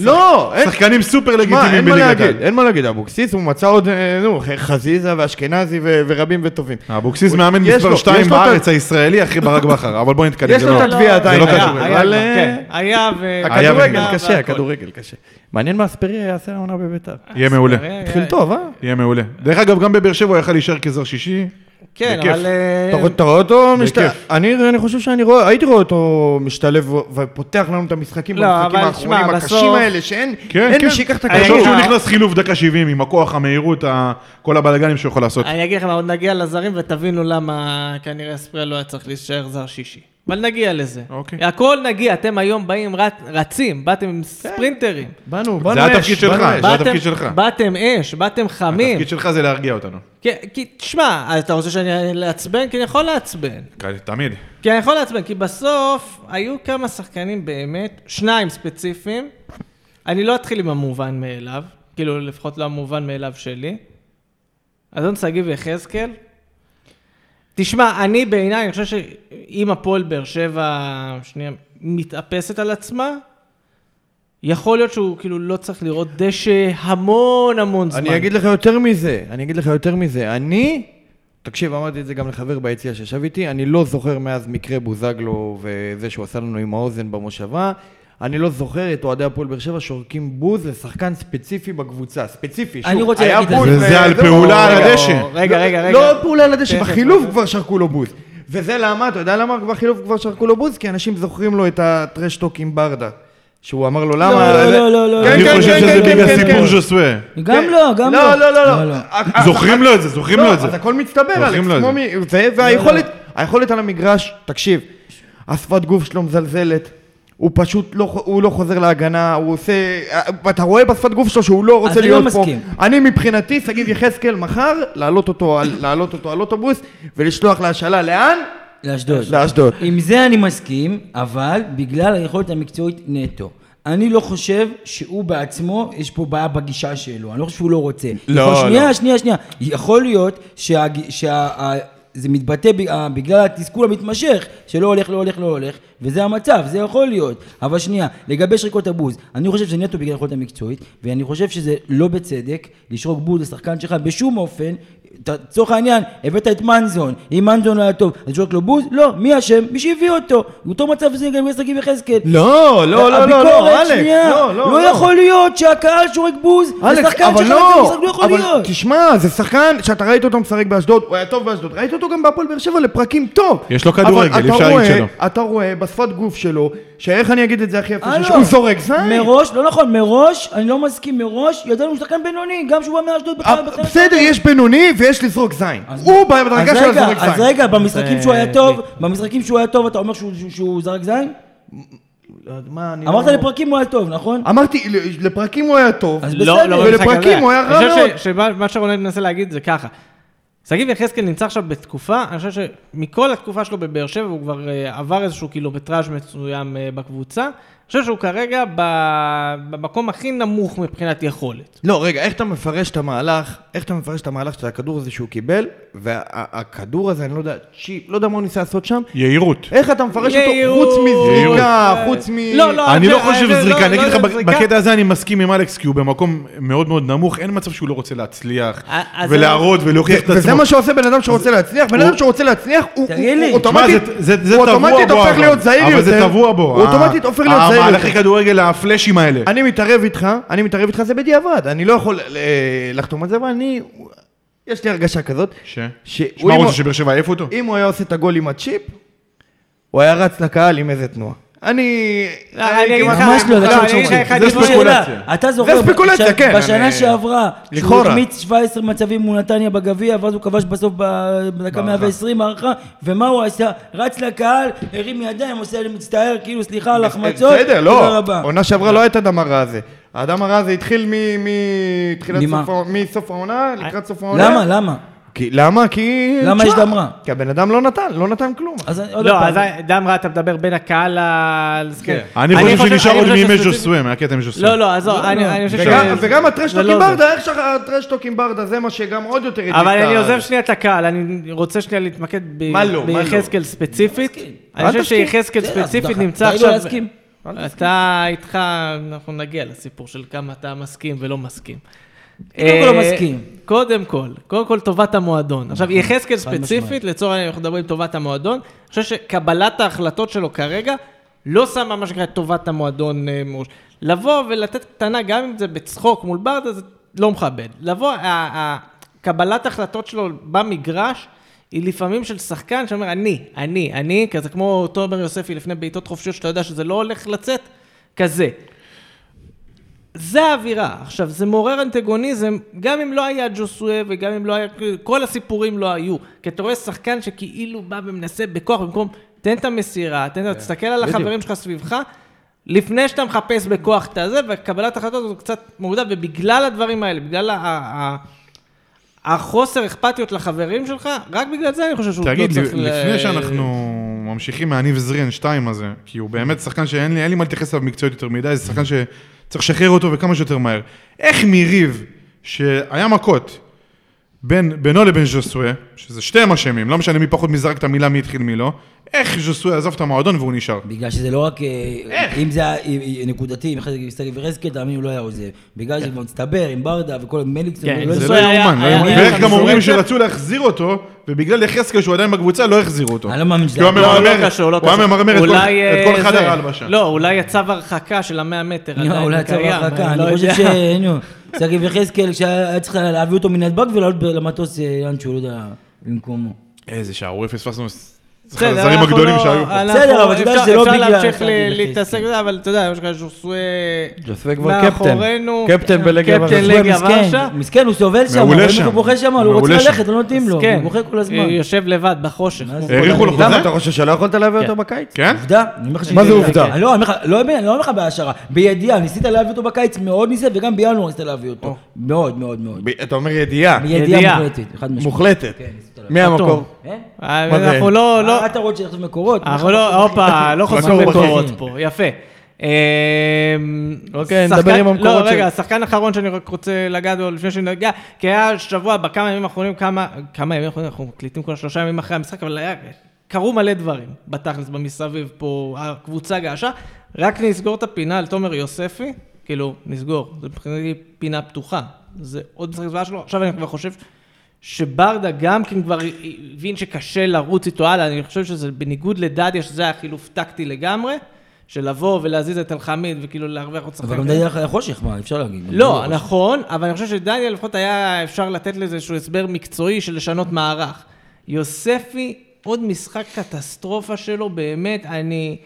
Speaker 3: לא, אין-
Speaker 4: שחקנים סופר
Speaker 3: מה,
Speaker 4: לגיטימיים
Speaker 3: אין מה
Speaker 4: בליגת
Speaker 3: להגיד,
Speaker 4: העל.
Speaker 3: אין מה להגיד, אבוקסיס הוא מצא עוד, אה, נו, חזיזה ואשכנזי ו- ורבים וטובים.
Speaker 4: אבוקסיס
Speaker 3: הוא-
Speaker 4: מאמן
Speaker 3: יש
Speaker 4: מספר
Speaker 3: לו-
Speaker 4: 2
Speaker 3: יש לו את ה-
Speaker 4: בארץ הישראלי, אחי ברק בכר, אבל בוא נתקדם.
Speaker 3: יש
Speaker 4: זה
Speaker 3: לו
Speaker 4: לא-
Speaker 3: את התביעה עדיין,
Speaker 4: זה לא
Speaker 1: היה,
Speaker 4: קשור.
Speaker 1: היה
Speaker 3: אבל,
Speaker 1: כבר, כן. היה ו...
Speaker 4: היה
Speaker 3: הכדורגל
Speaker 4: וגם-
Speaker 3: קשה,
Speaker 1: אה, והכל.
Speaker 3: הכדורגל קשה. מעניין מה אספריה יעשה העונה בביתר.
Speaker 4: יהיה מעולה.
Speaker 1: היה-
Speaker 3: התחיל
Speaker 1: היה-
Speaker 3: טוב, אה?
Speaker 4: יהיה מעולה. דרך אגב, גם בבאר שבע הוא יכל להישאר כזר שישי.
Speaker 1: כן,
Speaker 4: בכיף.
Speaker 1: אבל... אה,
Speaker 3: אתה רואה- אתה רואה אותו משתלב,
Speaker 4: בכיף.
Speaker 3: אני אני חושב שאני רואה, הייתי רואה אותו משתלב ו- ופותח לנו את המשחקים,
Speaker 1: לא,
Speaker 3: במשחקים
Speaker 1: אבל
Speaker 3: האחרונים
Speaker 1: שמע,
Speaker 3: הקשים
Speaker 1: בסוף-
Speaker 3: האלה, שאין
Speaker 4: כן,
Speaker 3: אין
Speaker 4: כן.
Speaker 3: מי שיקח את
Speaker 1: אני
Speaker 4: תחשוב
Speaker 1: אגיד
Speaker 3: הכדור.
Speaker 4: שהוא
Speaker 1: לך-
Speaker 4: נכנס חילוף דקה 70 עם הכוח, המהירות, ה- כל הבלגנים שהוא יכול לעשות.
Speaker 1: אני אגיד לכם, עוד נגיע לזרים ותבינו למה כנראה ספרי לא היה צריך להישאר זר שישי. אבל נגיע לזה.
Speaker 4: אוקיי.
Speaker 1: הכל נגיע, אתם היום באים, רט- רצים, באתם
Speaker 3: כן.
Speaker 1: עם ספרינטרים.
Speaker 3: באנו,
Speaker 4: זה התפקיד
Speaker 3: באנו
Speaker 4: שלך.
Speaker 3: אש.
Speaker 4: זה
Speaker 1: באתם-
Speaker 4: התפקיד שלך.
Speaker 1: באתם אש, באתם חמים.
Speaker 4: התפקיד שלך זה להרגיע אותנו.
Speaker 1: כן, כי תשמע, אתה רוצה שאני אעצבן? כי אני יכול לעצבן.
Speaker 4: תמיד.
Speaker 1: כי אני יכול לעצבן, כי בסוף היו כמה שחקנים באמת, שניים ספציפיים. אני לא אתחיל עם המובן מאליו, כאילו לפחות לא המובן מאליו שלי. אדון שגיב יחזקאל. תשמע, אני בעיניי, אני חושב שאם הפועל באר שבע, שנייה, מתאפסת על עצמה, יכול להיות שהוא כאילו לא צריך לראות דשא המון המון זמן.
Speaker 3: אני אגיד לך יותר מזה, אני אגיד לך יותר מזה. אני, תקשיב, אמרתי את זה גם לחבר ביציע שישב איתי, אני לא זוכר מאז מקרה בוזגלו וזה שהוא עשה לנו עם האוזן במושבה. אני לא זוכר את אוהדי הפועל באר שבע שורקים בוז לשחקן ספציפי בקבוצה, ספציפי, שוב.
Speaker 2: אני רוצה
Speaker 3: היה
Speaker 2: להגיד את
Speaker 3: בוז
Speaker 4: זה. וזה על פעולה על
Speaker 3: רגע,
Speaker 4: הדשא.
Speaker 1: רגע, רגע, רגע.
Speaker 3: לא פעולה על הדשא,
Speaker 1: כן, כן,
Speaker 3: בחילוף
Speaker 1: כן.
Speaker 3: כבר שרקו לו בוז. וזה למה, אתה יודע למה בחילוף כבר שרקו לו בוז? כי אנשים זוכרים לו את הטרשטוק עם ברדה. שהוא אמר לו למה...
Speaker 2: לא, לא, לא, לא,
Speaker 3: כן,
Speaker 4: אני
Speaker 3: כן,
Speaker 4: חושב
Speaker 3: כן,
Speaker 4: שזה
Speaker 3: כן,
Speaker 4: בגלל
Speaker 3: כן,
Speaker 4: סיפור
Speaker 3: כן.
Speaker 4: ז'וסווה.
Speaker 2: גם לא, גם לא.
Speaker 3: לא, לא, לא, לא. אה,
Speaker 4: זוכרים לו את זה, זוכרים לו את זה.
Speaker 3: לא, אז הכל מצטבר, אלכס.
Speaker 4: זוכרים לו את
Speaker 3: כמו
Speaker 4: זה.
Speaker 3: מי-
Speaker 2: לא,
Speaker 3: זה, והיכולת, היכולת על המגרש, תקשיב, השפת גוף שלו מזלזלת. הוא פשוט לא, ח- הוא לא חוזר להגנה, הוא עושה... אה, אתה רואה בשפת גוף שלו שהוא לא רוצה
Speaker 2: אני
Speaker 3: להיות
Speaker 2: לא
Speaker 3: פה.
Speaker 2: מסכים.
Speaker 3: אני מבחינתי, שגיב יחזקאל מחר, להעלות אותו, על- להעלות אותו על אוטובוס ולשלוח להשאלה לאן?
Speaker 2: לאשדוד.
Speaker 3: לאשדוד.
Speaker 2: עם זה אני מסכים, אבל בגלל היכולת המקצועית נטו. אני לא חושב שהוא בעצמו, יש פה בעיה בגישה שלו, אני לא חושב שהוא לא רוצה.
Speaker 3: לא,
Speaker 2: יכול-
Speaker 3: לא.
Speaker 2: שנייה, שנייה, שנייה. יכול להיות שה... שה... ה- זה מתבטא ב- ה- בגלל התסכול המתמשך, שלא הולך, לא הולך, לא הולך, וזה המצב, זה יכול להיות. אבל שנייה, לגבי שריקות הבוז, אני חושב שזה נטו בגלל היכולת המקצועית, ואני חושב שזה לא בצדק לשרוק בוז לשחקן שלך בשום אופן. ת- לצורך העניין, הבאת את מנזון, אם מנזון לא היה טוב, אז שרוק לו בוז? לא, מי אשם? מי שהביא אותו. אותו מצב זה גם בשגיב יחזקאל.
Speaker 3: לא,
Speaker 2: הביקורת, שנייה, לא יכול להיות שהקהל שורק בוז
Speaker 3: אלכס,
Speaker 2: לשחקן
Speaker 3: אבל
Speaker 2: שלך,
Speaker 3: לא,
Speaker 2: זה משחק לא יכול
Speaker 3: אבל
Speaker 2: להיות.
Speaker 3: תשמע, זה שחקן שאתה ראית אותו משחק באשדוד, הוא היה טוב באשדוד, ראית אותו לו גם בהפועל באר שבע לפרקים טוב.
Speaker 4: יש לו כדורגל,
Speaker 3: אבל אתה
Speaker 4: אפשר להגיד
Speaker 3: רואה-
Speaker 4: שלא.
Speaker 3: אתה רואה בשפת גוף שלו, שאיך אני אגיד את זה הכי יפה,
Speaker 2: אה,
Speaker 3: שיש-
Speaker 2: לא.
Speaker 3: הוא זורק זין.
Speaker 2: מראש, לא נכון, מראש, אני לא מסכים, מראש, ידענו שהוא שחקן בינוני, גם שהוא בא מאשדוד בכלל. בכלל-
Speaker 3: אה, בסדר, יש בינוני ויש לזרוק זין.
Speaker 2: אז-
Speaker 3: הוא בדרגה
Speaker 2: אז
Speaker 3: של
Speaker 2: רגע,
Speaker 3: הזורק זין.
Speaker 2: אז רגע, במשחקים
Speaker 3: אה,
Speaker 1: זה-
Speaker 2: שהוא היה טוב, במשחקים שהוא היה טוב, אתה אומר שהוא- שהוא- שהוא זרק זין?
Speaker 3: מה, אני
Speaker 2: אמרת
Speaker 3: לא-
Speaker 2: לפרקים הוא היה טוב, נכון?
Speaker 3: אמרתי, ל- לפרקים הוא היה טוב.
Speaker 2: אז
Speaker 1: לא,
Speaker 2: בסדר.
Speaker 1: לא במשחק
Speaker 3: ולפרקים
Speaker 1: הזה.
Speaker 3: הוא היה
Speaker 1: אני
Speaker 3: רע
Speaker 1: חושב ש-
Speaker 3: מאוד.
Speaker 1: שמה מה שרונן מנסה להגיד זה ככה. שגיב יחזקאל נמצא עכשיו בתקופה, אני חושב שמכל התקופה שלו בבאר שבע הוא כבר אה, עבר איזשהו קילומטראז' מסוים אה, בקבוצה. אני חושב שהוא כרגע ב- במקום הכי נמוך מבחינת יכולת.
Speaker 3: לא, רגע, איך אתה מפרש את המהלך, איך אתה מפרש את המהלך של הכדור הזה שהוא קיבל, והכדור הזה, אני לא יודע, צ'יפ, לא יודע מה הוא ניסה לעשות שם,
Speaker 4: יהירות.
Speaker 3: איך אתה מפרש אותו
Speaker 1: יהירות.
Speaker 3: חוץ מזריקה,
Speaker 1: יהירות.
Speaker 3: חוץ מ...
Speaker 1: לא, לא,
Speaker 4: אני
Speaker 1: זה-
Speaker 4: לא חושב
Speaker 1: זה- לא-
Speaker 4: זריקה, אני
Speaker 1: לא
Speaker 4: אגיד לך,
Speaker 1: זה זריקה.
Speaker 4: בקטע הזה אני מסכים עם אלכס, כי הוא במקום מאוד מאוד נמוך, אין מצב שהוא לא רוצה להצליח,
Speaker 1: אה, אז
Speaker 4: ולהראות ולהוכיח את
Speaker 3: וזה
Speaker 4: עצמו.
Speaker 3: מה שעושה בן אדם שרוצה להצליח, בן אדם
Speaker 4: הוא-
Speaker 3: שרוצה להצליח, הוא הוא-
Speaker 2: תגיד לי.
Speaker 3: הוא
Speaker 4: תשמע,
Speaker 3: אוטומטית
Speaker 4: זה- זה זה
Speaker 3: הוא
Speaker 4: טבוע בו,
Speaker 3: אוטומטית הופך
Speaker 4: אבל.
Speaker 3: להיות זהיר יותר.
Speaker 4: אבל זה טבוע בו. אה,
Speaker 3: הוא אוטומטית הופך להיות זהיר יותר.
Speaker 4: המהלכי כדורגל, הפלאשים האלה.
Speaker 3: אני מתערב איתך, אני מתערב איתך, זה בדיעבד, אני לא יכול אה, לחתום על זה, אבל אני, יש לי הרגשה כזאת,
Speaker 4: ש?
Speaker 3: שהוא-
Speaker 4: שמע,
Speaker 3: אם
Speaker 4: רוצה
Speaker 3: הוא-
Speaker 4: שבאר שבע יעיף אותו?
Speaker 3: אם הוא היה עושה את הגול עם הצ'יפ, הוא היה רץ לקהל עם איזה תנועה. אני...
Speaker 1: לא, אני אגיד
Speaker 3: כמעט-
Speaker 1: לך-
Speaker 2: ממש לא,
Speaker 1: לא,
Speaker 2: זה
Speaker 1: אני אגיד לך
Speaker 2: שעושים.
Speaker 1: אחד
Speaker 4: זה
Speaker 1: דברי-
Speaker 4: ספקולציה.
Speaker 2: אתה זוכר,
Speaker 3: זה ספקולציה,
Speaker 2: בש-
Speaker 3: כן,
Speaker 2: בשנה
Speaker 3: אני-
Speaker 2: שעברה, שהוא
Speaker 3: לכאורה.
Speaker 2: החמיץ 17 מצבים מול נתניה בגביע, ואז הוא כבש בסוף ב- בדקה 120 הערכה, ומה הוא עשה? רץ לקהל, הרים ידיים, עושה לי מצטער, כאילו סליחה
Speaker 1: אה,
Speaker 2: על ההחמצות,
Speaker 3: בסדר,
Speaker 2: תודה
Speaker 3: לא.
Speaker 2: רבה.
Speaker 3: עונה שעברה לא היה את האדם הרע הזה. האדם הרע הזה התחיל מ- מתחילת
Speaker 2: ממה?
Speaker 3: סוף העונה- מסוף העונה, לקראת סוף העונה.
Speaker 2: למה, למה?
Speaker 3: כי, למה? כי...
Speaker 2: למה
Speaker 3: תשמע,
Speaker 2: יש דם רע?
Speaker 3: כי הבן אדם לא נתן, לא נתן כלום.
Speaker 2: אז אני- עוד
Speaker 1: לא, אז
Speaker 2: פעם,
Speaker 1: דם רע, אתה מדבר בין הקהל ל... כן.
Speaker 4: אני חושב שנשאר
Speaker 1: אני
Speaker 4: עוד
Speaker 1: חושב
Speaker 4: מימי
Speaker 1: שספציפית-
Speaker 4: ז'וסווה, מהקטע עם ז'וסווה.
Speaker 1: לא, לא, עזוב, אני אני חושב
Speaker 3: וגם-
Speaker 1: ש...
Speaker 3: וגם
Speaker 1: זה לא
Speaker 3: הטרשטוקים
Speaker 1: זה.
Speaker 3: ברדה, איך שהטרשטוקים ברדה, זה מה שגם עוד יותר הדליק
Speaker 1: אבל
Speaker 3: את
Speaker 1: אני
Speaker 3: ה-
Speaker 1: עוזב שנייה את הקהל, אני רוצה שנייה להתמקד ב-
Speaker 3: מה לא, מה לא?
Speaker 1: ביחזקאל ספציפית. אני
Speaker 3: אל
Speaker 1: חושב
Speaker 3: תסכים.
Speaker 1: שיחזקאל
Speaker 2: בסדר, אז
Speaker 1: ספציפית
Speaker 2: דחה.
Speaker 1: נמצא
Speaker 2: די לא
Speaker 1: עכשיו...
Speaker 2: להסכים.
Speaker 1: אתה איתך, אנחנו נגיע לסיפור של כמה אתה מסכים ולא מסכים.
Speaker 2: קודם כל לא
Speaker 1: אה,
Speaker 2: מסכים.
Speaker 1: קודם כל, קודם כל טובת המועדון. עכשיו, יחזקאל
Speaker 2: משמעית.
Speaker 1: ספציפית, לצורך העניין אנחנו מדברים טובת המועדון, אני חושב שקבלת ההחלטות שלו כרגע לא שמה מה שנקרא את טובת המועדון אה, מראש. לבוא ולתת קטנה, גם אם זה בצחוק מול ברדה, זה לא מכבד. לבוא, ה- ה- קבלת ההחלטות שלו במגרש, היא לפעמים של שחקן שאומר, אני, אני, אני, כזה כמו תומר יוספי לפני בעיטות חופשיות, שאתה יודע שזה לא הולך לצאת, כזה. זה האווירה. עכשיו, זה מעורר אנטגוניזם, גם אם לא היה ג'וסואה וגם אם לא היה... כל הסיפורים לא היו. כי אתה רואה שחקן שכאילו בא ומנסה בכוח, במקום, תן את המסירה,
Speaker 4: כן,
Speaker 1: תן את... תסתכל על החברים שלך סביבך, לפני שאתה מחפש בכוח את הזה, וקבלת החלטות הזו קצת מורידה, ובגלל הדברים האלה, בגלל ה... ה- ה- החוסר אכפתיות לחברים שלך, רק בגלל זה אני חושב שהוא
Speaker 4: תגיד,
Speaker 1: לא
Speaker 4: לי,
Speaker 1: צריך... ל-
Speaker 4: לפני שאנחנו ממשיכים מהניב זרין 2 הזה, כי הוא באמת שחקן שאין לי, אין לי מה להתייחס אליו מקצועית יותר מדי, זה שחקן שצריך לשחרר אותו וכמה שיותר מהר. איך מריב, שהיה מכות, בין, בינו לבין ז'וסואה, שזה שתיהם אשמים, לא משנה מי פחות מי זרק את המילה, מי התחיל מי לא, איך ז'וסואה עזב את המועדון והוא נשאר?
Speaker 2: בגלל שזה לא רק... אה, אם זה היה אה, אה, נקודתי, אם אחד יסתכל ורזקי, תאמין, הוא לא היה עוזב. בגלל שזה כבר מצטבר עם ברדה וכל מליקסון.
Speaker 1: כן,
Speaker 2: לא
Speaker 4: זה
Speaker 2: יסתכל.
Speaker 4: לא
Speaker 1: היה-
Speaker 4: יאומן, לא
Speaker 1: כן. היה-
Speaker 4: יאומן.
Speaker 1: היה-
Speaker 4: ואיך
Speaker 1: היה-
Speaker 4: גם אומרים
Speaker 1: היה-
Speaker 4: שרצו להחזיר אותו, ובגלל יחזקאל שהוא עדיין בקבוצה, לא החזירו אותו.
Speaker 2: אני לא מאמין שזה
Speaker 4: כי הוא
Speaker 2: היה-
Speaker 1: לא,
Speaker 4: היה ממרמר-
Speaker 1: לא קשור, לא
Speaker 4: הוא
Speaker 1: קשור.
Speaker 4: היה ממרמר את כל-
Speaker 1: אולי,
Speaker 4: את כל
Speaker 1: אה,
Speaker 4: חדר
Speaker 1: זה.
Speaker 4: ההלבשה.
Speaker 1: לא, אולי הצו הרחקה של המאה מטר
Speaker 2: נו,
Speaker 1: עדיין
Speaker 2: לא, אולי
Speaker 1: קיים.
Speaker 2: צו הרחקה,
Speaker 1: לא
Speaker 2: אני חושב
Speaker 1: יודע.
Speaker 2: ש... אה, נו, שגיב יחזקאל, שהיה צריך להביא אותו מנתב"ג ולעלות ב- למטוס אה, לאן שהוא לא יודע במקומו.
Speaker 4: איזה שערורי פספסנו, זה אחד
Speaker 1: בסדר,
Speaker 4: הזרים
Speaker 1: אנחנו
Speaker 4: הגדולים
Speaker 1: לא-
Speaker 4: שהיו פה.
Speaker 1: אנחנו-
Speaker 2: בסדר, אבל אתה יודע
Speaker 1: אפשר-
Speaker 2: שזה לא בגלל
Speaker 1: אפשר להמשיך
Speaker 2: אחד
Speaker 1: ל-
Speaker 2: ולחצי.
Speaker 1: להתעסק בזה, אבל אתה יודע, יש כאלה שוסווה...
Speaker 5: ג'וסווה כבר קפטן. קפטן בלגיה
Speaker 1: קפטן
Speaker 5: ורשה.
Speaker 1: לגה
Speaker 2: הוא מסכן,
Speaker 1: ורשה.
Speaker 2: מסכן, הוא סובל שם,
Speaker 4: מעולה
Speaker 2: רואים
Speaker 4: שם.
Speaker 2: אותו בוכה שם, אבל הוא
Speaker 4: מעולה
Speaker 2: רוצה
Speaker 4: שם.
Speaker 2: ללכת, לא נותנים לו,
Speaker 1: מסכן.
Speaker 2: הוא בוכה כל הזמן.
Speaker 1: אה, יושב לבד בחושך.
Speaker 5: אה,
Speaker 2: מה זה?
Speaker 4: האריכו לו
Speaker 3: למה,
Speaker 4: חוזה?
Speaker 3: אתה חושב שלא יכולת להביא אותו
Speaker 1: כן.
Speaker 3: בקיץ?
Speaker 4: כן?
Speaker 2: עובדה, אני אומר לך ש-
Speaker 3: מה זה עובדה?
Speaker 2: אני לא אני אומר לך- לא אני לא אומר לך בהשערה, בידיעה, ניסית להביא אותו בקיץ, מאוד ניסית, וגם בינואר ניסית להביא אותו. מאוד, מאוד, מאוד.
Speaker 3: ב- אתה אומר ידיעה.
Speaker 2: בידיעה
Speaker 1: ידיעה.
Speaker 2: מוחלטת, חד משמעית.
Speaker 3: מוחלטת.
Speaker 2: כן, ניסית להביא.
Speaker 3: מי המקור?
Speaker 2: אה?
Speaker 1: אה,
Speaker 3: מה זה?
Speaker 1: אנחנו לא... לא-
Speaker 2: מה אתה רוצה לכתוב מקורות?
Speaker 1: אנחנו לא... הופה, לא חוסמים
Speaker 3: מקור
Speaker 1: מקורות
Speaker 2: בכיר.
Speaker 1: פה, יפה. אמ,
Speaker 5: אוקיי,
Speaker 1: שחקן-
Speaker 5: נדבר עם המקורות
Speaker 1: לא,
Speaker 5: של-
Speaker 1: רגע, השחקן האחרון שאני רק רוצה לגעת בו לפני שנגע, כי היה שבוע, בכמה ימים האחרונים, כמה כמה ימים האחרונים, אנחנו מקליטים כל שלושה ימים אחרי המשחק, אבל היה... קרו מלא דברים בתכלס, במסביב פה, הקבוצה געשה. רק נסגור את הפינה על תומר יוספי, כאילו, נסגור, זה מבחינתי פינה פתוחה. זה עוד משחק זוועה שלו, עכשיו אני כבר חושב שברדה גם כן כבר הבין שקשה לרוץ איתו הלאה, אני חושב שזה בניגוד לדדיה, שזה היה חילוף טקטי לגמרי, של לבוא ולהזיז את אלחמיד וכאילו להרוויח עוד שחקן.
Speaker 2: אבל גם די היה חושך, מה, אפשר להגיד.
Speaker 1: לא, נכון, אבל אני חושב שדניאל לפחות היה אפשר לתת לזה איזשהו הסבר מקצועי של לשנות מערך. יוספי, עוד משחק קטסטרופה שלו, באמת, אני...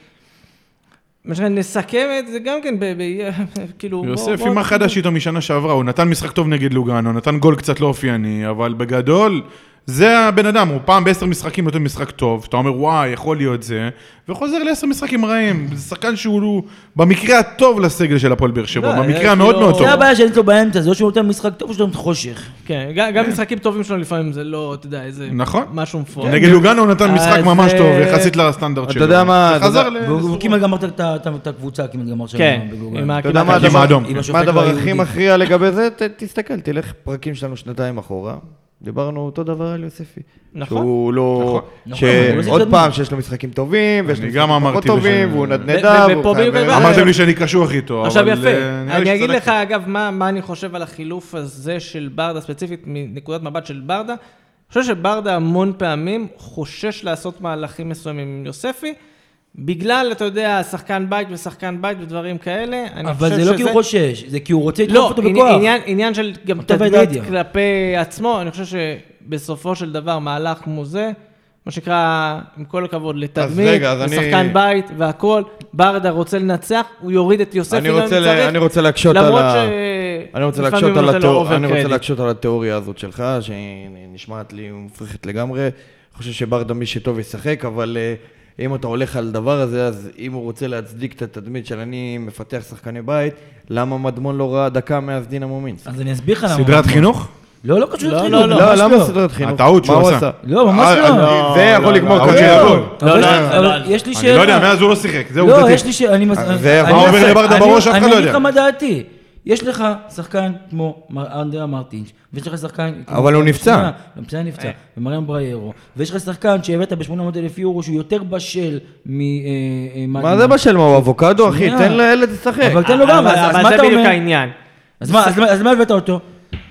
Speaker 1: מה שאני נסכם את זה גם כן, ב- ב- כאילו... בוא-
Speaker 4: יוספי,
Speaker 1: בוא-
Speaker 4: מה חדש איתו משנה שעברה? הוא נתן משחק טוב נגד לוגאנו, נתן גול קצת לא אופייני, אבל בגדול, זה הבן אדם, הוא פעם בעשר משחקים נותן משחק טוב, אתה אומר, וואי, יכול להיות זה, וחוזר לעשר משחקים רעים. זה שחקן שהוא במקרה הטוב לסגל של הפועל באר שבע,
Speaker 1: לא,
Speaker 4: במקרה
Speaker 1: אה,
Speaker 4: המאוד
Speaker 1: כאילו-
Speaker 4: מאוד טוב.
Speaker 2: זה הבעיה שיש לו באמצע, זה או שהוא נותן משחק טוב או שהוא נותן חושך.
Speaker 1: כן, גם- גם משחקים טובים שלו לפעמים זה לא, אתה יודע, איזה...
Speaker 4: נכון.
Speaker 1: משהו מפורט.
Speaker 4: נגד לוגאנו הוא נתן משחק
Speaker 1: אז,
Speaker 4: ממש טוב,
Speaker 1: אה,
Speaker 4: יחסית לסטנדרט שלו.
Speaker 3: אתה יודע מה, אתה
Speaker 4: חזר
Speaker 3: יודע-
Speaker 4: ל...
Speaker 2: והוא הוא כמעט גמר את ה- את ה- את הקבוצה, כמעט גמר שם.
Speaker 1: כן,
Speaker 2: בגובה.
Speaker 1: עם ה-
Speaker 3: אתה יודע מה
Speaker 4: עם
Speaker 3: הדבר,
Speaker 4: האדום.
Speaker 2: אם השופט
Speaker 3: מה
Speaker 2: לא
Speaker 3: הדבר
Speaker 2: היה
Speaker 3: הכי
Speaker 2: יהודי.
Speaker 3: מכריע לגבי זה? ת- תסתכל, תלך פרקים שלנו שנתיים אחורה. דיברנו אותו דבר על יוספי.
Speaker 1: נכון.
Speaker 3: שהוא לא...
Speaker 2: נכון. נכון, אבל זה
Speaker 3: שעוד
Speaker 2: התקדמות.
Speaker 3: פעם, שיש לו משחקים טובים, ויש לו
Speaker 4: אני גם
Speaker 3: משחקים פחות
Speaker 4: אמרתי
Speaker 3: טובים,
Speaker 4: בש-
Speaker 3: והוא
Speaker 1: ו-
Speaker 3: נדנדה,
Speaker 1: ופה
Speaker 3: והוא
Speaker 1: בדיוק
Speaker 3: חייב...
Speaker 1: הבנתי.
Speaker 4: אמרתם לי שאני קשוח איתו,
Speaker 1: עכשיו
Speaker 4: אבל...
Speaker 1: יפה,
Speaker 4: אה, נראה לי
Speaker 1: אני אגיד
Speaker 4: שצדקתי.
Speaker 1: לך אגב מה, מה אני חושב על החילוף הזה של ברדה, ספציפית מנקודת מבט של ברדה. אני חושב שברדה המון פעמים חושש לעשות מהלכים מסוימים עם יוספי, בגלל, אתה יודע, שחקן בית ושחקן בית ודברים כאלה. אני
Speaker 2: אבל
Speaker 1: חושב
Speaker 2: זה לא
Speaker 1: שזה-
Speaker 2: כי הוא חושש, זה כי הוא רוצה לדחוף
Speaker 1: לא,
Speaker 2: אותו
Speaker 1: עני-
Speaker 2: בכוח.
Speaker 1: עניין, עניין של גם
Speaker 2: אותו
Speaker 1: תדמית
Speaker 2: ודדיה.
Speaker 1: כלפי עצמו, אני חושב שבסופו של דבר מהלך כמו זה, מה שנקרא, עם כל הכבוד, לתדמית,
Speaker 3: רגע, אז אני-
Speaker 1: לשחקן בית והכול, ברדה רוצה לנצח, הוא יוריד את יוספי
Speaker 3: אני
Speaker 1: גם אם
Speaker 3: רוצה ל-
Speaker 1: צריך,
Speaker 3: אני רוצה להקשות על
Speaker 1: למרות
Speaker 3: ה-
Speaker 1: ש...
Speaker 3: אני רוצה
Speaker 1: אה, לפעמים לא
Speaker 3: להקשות
Speaker 1: הוא
Speaker 3: על
Speaker 1: נותן לו
Speaker 3: התיאור-
Speaker 1: over
Speaker 3: אני רוצה
Speaker 1: credit.
Speaker 3: להקשות על התיאוריה הזאת שלך, שהיא נשמעת לי מופרכת לגמרי. אני חושב שברדה מי שטוב ישחק, אבל אה, אם אתה הולך על דבר הזה, אז אם הוא רוצה להצדיק את התדמית של אני מפתח שחקני בית, למה מדמון לא ראה דקה מאז דינמו מינסק?
Speaker 2: אז אני אסביר לך למה.
Speaker 4: סדרת חינוך?
Speaker 2: לא, לא קשור
Speaker 1: לא,
Speaker 2: לחינוך.
Speaker 1: לא, לא,
Speaker 2: ממש
Speaker 3: למה סדרת חינוך?
Speaker 4: הטעות שהוא
Speaker 3: מה הוא
Speaker 4: עשה.
Speaker 2: לא, ממש
Speaker 4: אה,
Speaker 2: לא.
Speaker 4: אה,
Speaker 3: זה יכול לגמור
Speaker 4: טעות של
Speaker 3: קריירה.
Speaker 4: הגול.
Speaker 2: אבל יש-
Speaker 1: לא,
Speaker 2: אבל
Speaker 1: לא,
Speaker 2: יש לי
Speaker 4: אני
Speaker 2: שאלה.
Speaker 4: לא יודע, מאז הוא לא שיחק, זה
Speaker 2: לא,
Speaker 4: עובדתי.
Speaker 2: יש לי ש... אני
Speaker 4: אה,
Speaker 2: מס...
Speaker 3: זה
Speaker 2: אני
Speaker 3: מה
Speaker 4: עובר
Speaker 2: מנסה-
Speaker 4: לברדה
Speaker 2: אני-
Speaker 4: בראש, אף אחד לא
Speaker 2: אני אגיד
Speaker 4: יודע.
Speaker 2: לך מה דעתי. יש לך שחקן כמו מר- אנדרה מרטינש, ויש לך שחקן... כמו-
Speaker 3: אבל הוא נפצע.
Speaker 2: שנייה, גם בסדר נפצע, ומריאם בריירו, ויש לך שחקן שהבאת ב-800 אלף יורו שהוא יותר בשל מ... אה, אה,
Speaker 3: מה זה בשל? מה הוא אבוקדו, אחי?
Speaker 2: שנייה.
Speaker 3: תן לילד לשחק.
Speaker 2: אבל תן לו גם,
Speaker 1: אה, אבל-
Speaker 2: אז אז
Speaker 1: אבל
Speaker 2: מה
Speaker 1: זה
Speaker 2: אתה
Speaker 1: בדיוק
Speaker 2: אומר?
Speaker 1: העניין.
Speaker 2: אז מה, אז מה- אז מה הבאת אותו?